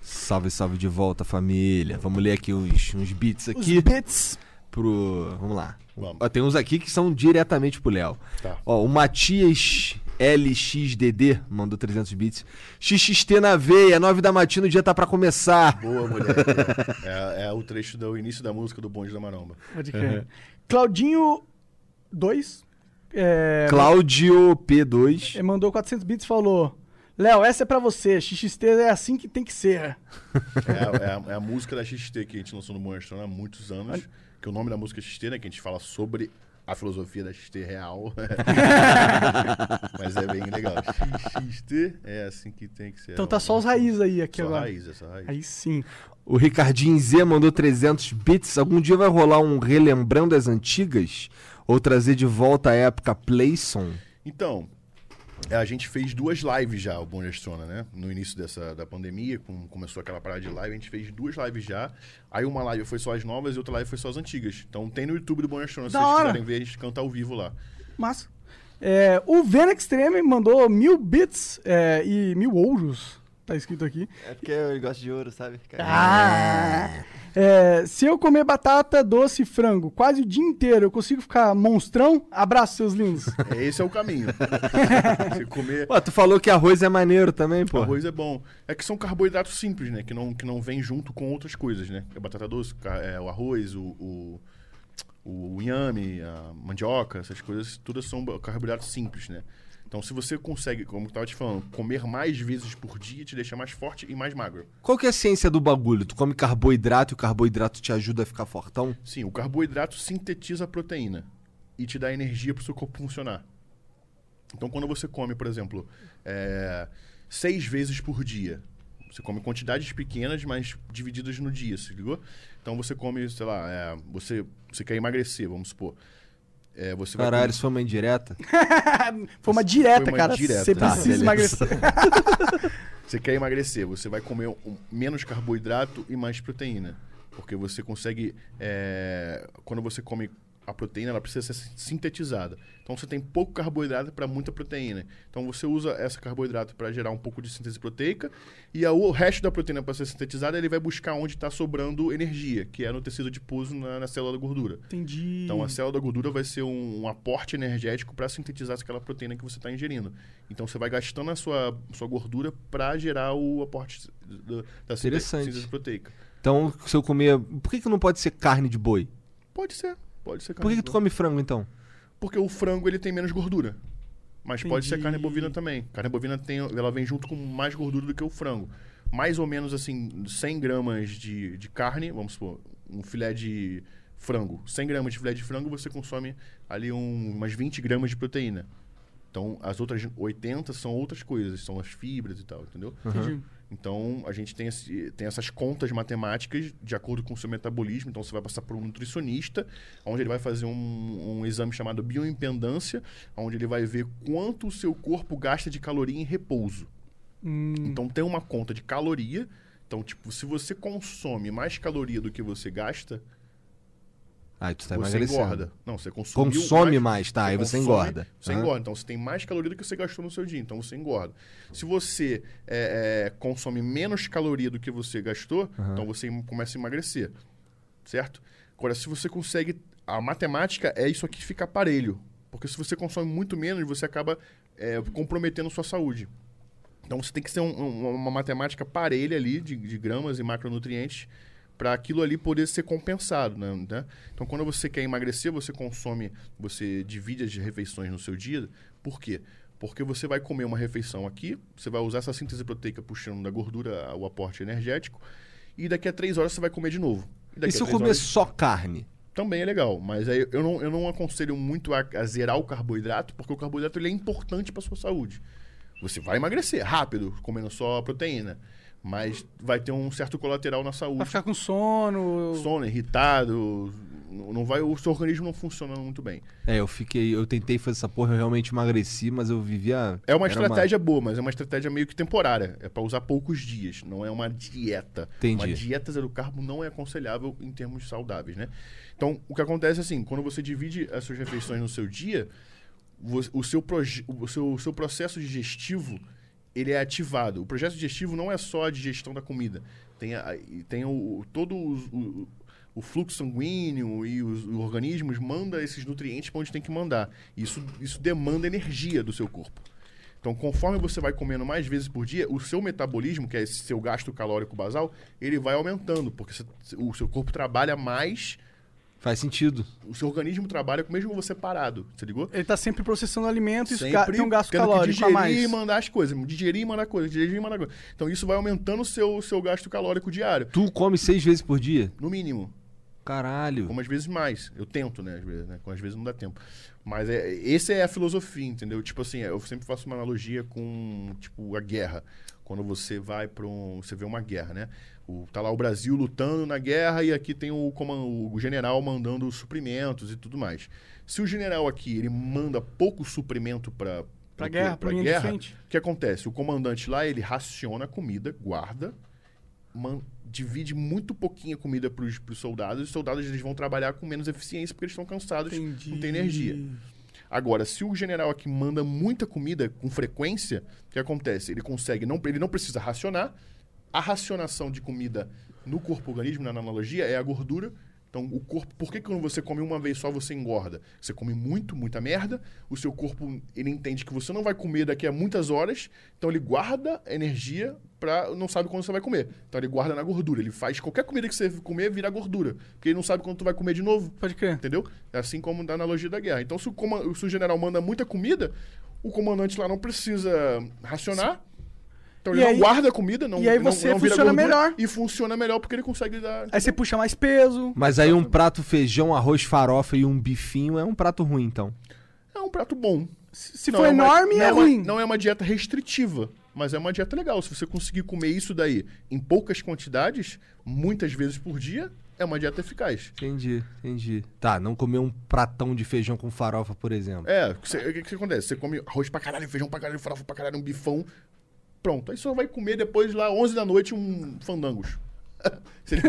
Speaker 2: Salve, salve de volta, família. Vamos ler aqui uns, uns
Speaker 1: Os
Speaker 2: beats aqui
Speaker 1: bits.
Speaker 2: pro. Vamos lá.
Speaker 3: Vamos.
Speaker 2: Ó, tem uns aqui que são diretamente pro Léo.
Speaker 3: Tá.
Speaker 2: Ó, o Matias LXDD mandou 300 bits. XXT na veia, 9 da matina, o dia tá pra começar.
Speaker 3: Boa, mulher. É, é o trecho do início da música do Bonde da Maromba.
Speaker 1: Pode crer. Claudinho 2. É,
Speaker 2: Cláudio P2.
Speaker 1: Ele mandou 400 bits e falou: Léo, essa é pra você. XXT é assim que tem que ser.
Speaker 3: É, é a- é a música da XT que a gente lançou no Monstrão há muitos anos. Que o nome da música é XT, né? Que a gente fala sobre a filosofia da XT real. Mas é bem legal. XT é assim que tem que ser.
Speaker 1: Então tá só os raízes aí aqui
Speaker 3: Só
Speaker 1: agora.
Speaker 3: raiz, é só raiz.
Speaker 1: Aí sim.
Speaker 2: O Ricardinho Z mandou 300 bits. Algum dia vai rolar um relembrando as antigas? Ou trazer de volta a época Playson?
Speaker 3: Então, é, a gente fez duas lives já, o Bom Gestrona, né? No início dessa, da pandemia, com- começou aquela parada de live, a gente fez duas lives já. Aí uma live foi só as novas e outra live foi só as antigas. Então tem no YouTube do Bom Gestrona, se
Speaker 1: Da
Speaker 3: vocês
Speaker 1: hora.
Speaker 3: quiserem ver, a gente canta ao vivo lá.
Speaker 1: Mas. é, o Venom Extreme mandou mil bits é, e mil ouros. tá escrito aqui.
Speaker 4: É porque eu gosto de ouro, sabe?
Speaker 1: Ah! É, se eu comer batata, doce e frango quase o dia inteiro, eu consigo ficar monstrão? Abraço, seus lindos.
Speaker 3: É, Esse é o caminho. Você comer
Speaker 2: Pô, tu falou que arroz é maneiro também, pô.
Speaker 3: arroz é bom. É que são carboidratos simples, né? Que não, que não vem junto com outras coisas, né? A batata doce, ca- é, o arroz, o, o, o inhame, a mandioca, essas coisas, todas são ba- carboidratos simples, né? Então, se você consegue, como eu tava te falando, comer mais vezes por dia, te deixa mais forte e mais magro.
Speaker 2: Qual que é a ciência do bagulho? Tu come carboidrato e o carboidrato te ajuda a ficar fortão?
Speaker 3: Sim, o carboidrato sintetiza a proteína e te dá energia para o seu corpo funcionar. Então, quando você come, por exemplo, é, seis vezes por dia, você come quantidades pequenas, mas divididas no dia, se ligou? Então, você come, sei lá, é, você, você quer emagrecer, vamos supor. É, você vai
Speaker 2: Caralho, isso foi uma indireta.
Speaker 1: Foi uma direta,
Speaker 3: Foi uma
Speaker 1: cara.
Speaker 3: direta.
Speaker 1: Você
Speaker 3: Tá,
Speaker 1: precisa
Speaker 2: beleza.
Speaker 1: emagrecer.
Speaker 3: Você quer emagrecer, você vai comer um- menos carboidrato e mais proteína. Porque você consegue. é, quando você come a proteína, ela precisa ser sintetizada. Então você tem pouco carboidrato para muita proteína. Então você usa essa carboidrato para gerar um pouco de síntese proteica. E a- o resto da proteína para ser sintetizada, ele vai buscar onde está sobrando energia, que é no tecido adiposo, na, na célula da gordura.
Speaker 1: Entendi.
Speaker 3: Então a célula da gordura vai ser um, um aporte energético para sintetizar aquela proteína que você está ingerindo. Então você vai gastando a sua, sua gordura para gerar o aporte do- da sinte-
Speaker 2: Interessante.
Speaker 3: síntese proteica.
Speaker 2: Então, se eu comer. Por que, que não pode ser carne de boi?
Speaker 3: Pode ser, pode ser
Speaker 2: Por que,
Speaker 3: carne.
Speaker 2: que tu
Speaker 3: bovina.
Speaker 2: come frango então?
Speaker 3: Porque o frango ele tem menos gordura. Mas pode ser
Speaker 1: Entendi.
Speaker 3: carne bovina também. Carne bovina tem, ela vem junto com mais gordura do que o frango. Mais ou menos assim, 100 gramas de, de carne, vamos supor, um filé de frango. 100 gramas de filé de frango, você consome ali um- umas 20 gramas de proteína. Então, as outras 80 são outras coisas, são as fibras e tal, entendeu?
Speaker 1: Entendi.
Speaker 3: Então, a gente tem, esse- tem essas contas matemáticas de acordo com o seu metabolismo. Então, você vai passar por um nutricionista, onde ele vai fazer um, um exame chamado bioimpedância, onde ele vai ver quanto o seu corpo gasta de caloria em repouso.
Speaker 1: Hum,
Speaker 3: Então, tem uma conta de caloria. Então, tipo, se você consome mais caloria do que você gasta,
Speaker 2: Ah, tu tá
Speaker 3: você
Speaker 2: emagrecendo.
Speaker 3: engorda. Não, você consumiu
Speaker 2: Consome mais, tá? Aí você
Speaker 3: consome,
Speaker 2: engorda.
Speaker 3: Você
Speaker 2: Aham.
Speaker 3: engorda. Então você tem mais caloria do que você gastou no seu dia, então você engorda. Se você é, é, consome menos caloria do que você gastou, então você em- começa a emagrecer. Certo? Agora, se você consegue. A matemática é isso aqui fica parelho. Porque se você consome muito menos, você acaba é, comprometendo sua saúde. Então você tem que ser um- um- uma matemática parelha ali de, de gramas e macronutrientes para aquilo ali poder ser compensado, né? né? Então quando você quer emagrecer, você consome, você divide as refeições no seu dia. Por quê? Porque você vai comer uma refeição aqui, você vai usar essa síntese proteica puxando da gordura o aporte energético e daqui a três horas você vai comer de novo. daqui
Speaker 2: E
Speaker 3: a
Speaker 2: se eu
Speaker 3: três
Speaker 2: comer
Speaker 3: horas-
Speaker 2: só carne?
Speaker 3: também é legal, mas aí eu não, eu não aconselho muito a, a zerar o carboidrato, porque o carboidrato ele é importante para sua saúde. Você vai emagrecer rápido comendo só proteína, mas vai ter um certo colateral na
Speaker 1: vai
Speaker 3: saúde.
Speaker 1: ficar com sono.
Speaker 3: Sono, irritado, n- não vai, o seu organismo não funcionando muito bem.
Speaker 2: É, eu fiquei. Eu tentei fazer essa porra, eu realmente emagreci, mas eu vivia.
Speaker 3: É uma
Speaker 2: era
Speaker 3: estratégia boa, mas é uma estratégia meio que temporária. É para usar poucos dias, não é uma dieta.
Speaker 2: Entendi.
Speaker 3: Uma dieta zero carbo não é aconselhável em termos saudáveis, né? Então, o que acontece é assim, quando você divide as suas refeições no seu dia, vo- o seu, proje- o seu, o seu processo digestivo ele é ativado. O processo digestivo não é só a digestão da comida. Tem, a- e tem o, todo os- o, o fluxo sanguíneo e os, os organismos manda esses nutrientes para onde tem que mandar. Isso, isso demanda energia do seu corpo. Então, conforme você vai comendo mais vezes por dia, o seu metabolismo, que é esse seu gasto calórico basal, ele vai aumentando, porque você- o seu corpo trabalha mais,
Speaker 2: Faz sentido.
Speaker 3: o seu organismo trabalha mesmo você parado, você ligou?
Speaker 1: Ele tá sempre processando alimento e isso
Speaker 3: Sempre
Speaker 1: ga- tem um gasto
Speaker 3: tendo que
Speaker 1: calórico a
Speaker 3: digerir
Speaker 1: mais.
Speaker 3: e mandar as coisas. Digerir e mandar coisa, digerir e mandar coisa. Então isso vai aumentando o seu, seu gasto calórico diário,
Speaker 2: Tu come seis vezes por dia?
Speaker 3: no mínimo.
Speaker 2: Caralho.
Speaker 3: Algumas vezes mais. Eu tento, né? Às vezes, né? Às vezes não dá tempo. Mas é, essa é a filosofia, entendeu? Tipo assim, eu sempre faço uma analogia com, tipo, a guerra. Quando você vai para um. Você vê uma guerra, né? O, tá lá o Brasil lutando na guerra e aqui tem o, coman- o general mandando os suprimentos e tudo mais. Se o general aqui ele manda pouco suprimento para
Speaker 1: Pra guerra, pra linha de frente.
Speaker 3: o que acontece? O comandante lá, ele raciona a comida, guarda, man- divide muito pouquinho a comida para os soldados, e os soldados eles vão trabalhar com menos eficiência porque eles estão cansados, não tem energia. Agora, se o general aqui manda muita comida com frequência, o que acontece? Ele consegue, não, ele não precisa racionar. A racionação de comida no corpo organismo, na analogia, é a gordura. Então, o corpo, por que que quando você come uma vez só você engorda? Você come muito, muita merda, o seu corpo, ele entende que você não vai comer daqui a muitas horas, então ele guarda a energia para não sabe quando você vai comer. Então ele guarda na gordura, ele faz qualquer comida que você comer virar gordura, porque ele não sabe quando tu vai comer de novo.
Speaker 1: Pode crer.
Speaker 3: Entendeu? Assim como na analogia da guerra. Então, se o, coma- se o general manda muita comida, o comandante lá não precisa racionar. Então ele
Speaker 1: E
Speaker 3: não
Speaker 1: aí-
Speaker 3: guarda a comida, não
Speaker 1: e aí
Speaker 3: não-
Speaker 1: você
Speaker 3: não vira
Speaker 1: funciona
Speaker 3: gordura,
Speaker 1: melhor.
Speaker 3: E funciona melhor porque ele consegue dar.
Speaker 1: Aí você puxa mais peso.
Speaker 2: Mas aí um prato feijão, arroz, farofa e um bifinho é um prato ruim, então.
Speaker 3: É um prato bom.
Speaker 1: Se se
Speaker 3: Não
Speaker 1: for
Speaker 3: uma-
Speaker 1: enorme,
Speaker 3: não
Speaker 1: é
Speaker 3: uma-
Speaker 1: ruim.
Speaker 3: Não é uma dieta restritiva, mas é uma dieta legal. Se você conseguir comer isso daí em poucas quantidades, muitas vezes por dia, é uma dieta eficaz.
Speaker 2: Entendi, entendi. Tá, não comer um pratão de feijão com farofa, por exemplo.
Speaker 3: É, o que você- o que, que acontece? Você come arroz pra caralho, feijão pra caralho, farofa pra caralho, um bifão. Pronto. Aí só vai comer depois lá 11 da noite um fandangos.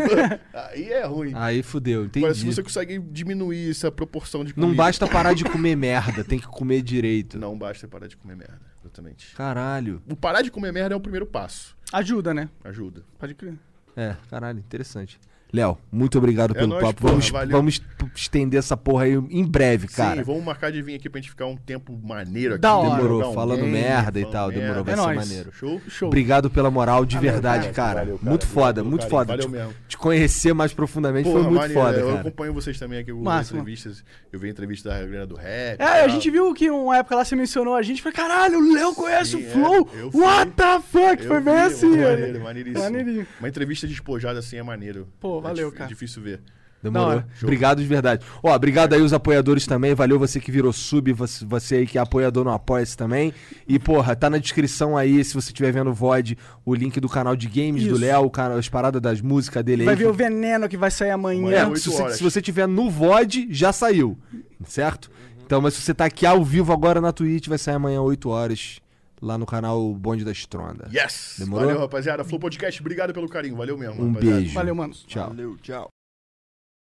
Speaker 3: Se ele- aí é ruim.
Speaker 2: Aí fudeu,
Speaker 3: Agora, se
Speaker 2: Ah, entendi.
Speaker 3: você consegue diminuir essa proporção de comida...
Speaker 2: Não basta parar de comer merda, tem que comer direito.
Speaker 3: Não basta parar de comer merda, exatamente.
Speaker 2: Caralho.
Speaker 3: O parar de comer merda é o primeiro passo.
Speaker 1: Ajuda, né?
Speaker 3: Ajuda.
Speaker 1: Pode crer.
Speaker 2: É, caralho, interessante. Léo, muito obrigado
Speaker 3: É
Speaker 2: pelo
Speaker 3: nóis,
Speaker 2: papo.
Speaker 3: porra,
Speaker 2: vamos,
Speaker 3: valeu.
Speaker 2: vamos p- estender essa porra aí em breve, cara.
Speaker 3: Sim, vamos marcar de vir aqui pra gente ficar um tempo maneiro aqui.
Speaker 1: Da hora.
Speaker 2: Demorou,
Speaker 3: jogar um
Speaker 2: falando
Speaker 3: game,
Speaker 2: merda e
Speaker 3: falando
Speaker 2: tal,
Speaker 3: merda.
Speaker 2: demorou, vai
Speaker 1: É
Speaker 2: ser
Speaker 1: nóis.
Speaker 2: maneiro.
Speaker 3: Show?
Speaker 1: Show.
Speaker 2: Obrigado pela moral, de verdade,
Speaker 3: cara.
Speaker 2: cara.
Speaker 3: Valeu, cara.
Speaker 2: Muito foda,
Speaker 3: Obrigado,
Speaker 2: muito
Speaker 3: cara.
Speaker 2: foda.
Speaker 3: Valeu
Speaker 2: Te-
Speaker 3: mesmo.
Speaker 2: Te conhecer mais profundamente
Speaker 3: Porra,
Speaker 2: foi muito
Speaker 3: maneiro,
Speaker 2: foda,
Speaker 3: Eu
Speaker 2: cara.
Speaker 3: acompanho vocês também aqui com
Speaker 1: Máximo.
Speaker 3: entrevistas. Eu vi entrevista da galera do rap. e
Speaker 1: É, a
Speaker 3: tal.
Speaker 1: gente viu que uma época lá você mencionou a gente, foi caralho, o Léo conhece
Speaker 3: Sim,
Speaker 1: o
Speaker 3: é,
Speaker 1: Flow.
Speaker 3: eu fui.
Speaker 1: What the fuck?
Speaker 3: Eu
Speaker 1: Foi
Speaker 3: vi,
Speaker 1: bem
Speaker 3: mano,
Speaker 1: assim,
Speaker 3: Maneiro,
Speaker 1: né?
Speaker 3: maneiríssimo.
Speaker 1: Maneirinho.
Speaker 3: Uma entrevista despojada assim é maneiro.
Speaker 1: Pô,
Speaker 3: É
Speaker 1: valeu,
Speaker 3: dif-
Speaker 1: cara.
Speaker 3: difícil ver.
Speaker 1: Da
Speaker 2: Demorou.
Speaker 1: hora.
Speaker 2: Obrigado de verdade. Ó, obrigado aí os apoiadores também. Valeu você que virou sub, você, você aí que é apoiador no Apoia-se também. E, porra, tá na descrição aí, se você estiver vendo o VOD, o link do canal de games do
Speaker 1: Isso.
Speaker 2: Léo, o canal- as paradas das músicas dele aí.
Speaker 1: Vai
Speaker 2: que-
Speaker 1: ver o veneno que vai sair amanhã.
Speaker 2: É,
Speaker 3: oito
Speaker 2: se, você,
Speaker 3: horas.
Speaker 2: se você tiver no VOD, já saiu, certo?
Speaker 1: Uhum.
Speaker 2: Então, mas se você tá aqui ao vivo agora na Twitch, vai sair amanhã 8 horas, lá no canal Bonde da Estronda.
Speaker 3: Yes!
Speaker 2: Demorou?
Speaker 3: Valeu, rapaziada. Flow Podcast, obrigado pelo carinho. Valeu mesmo,
Speaker 2: Um
Speaker 3: rapaziada.
Speaker 2: beijo.
Speaker 1: Valeu, mano.
Speaker 2: Tchau.
Speaker 4: Valeu, tchau.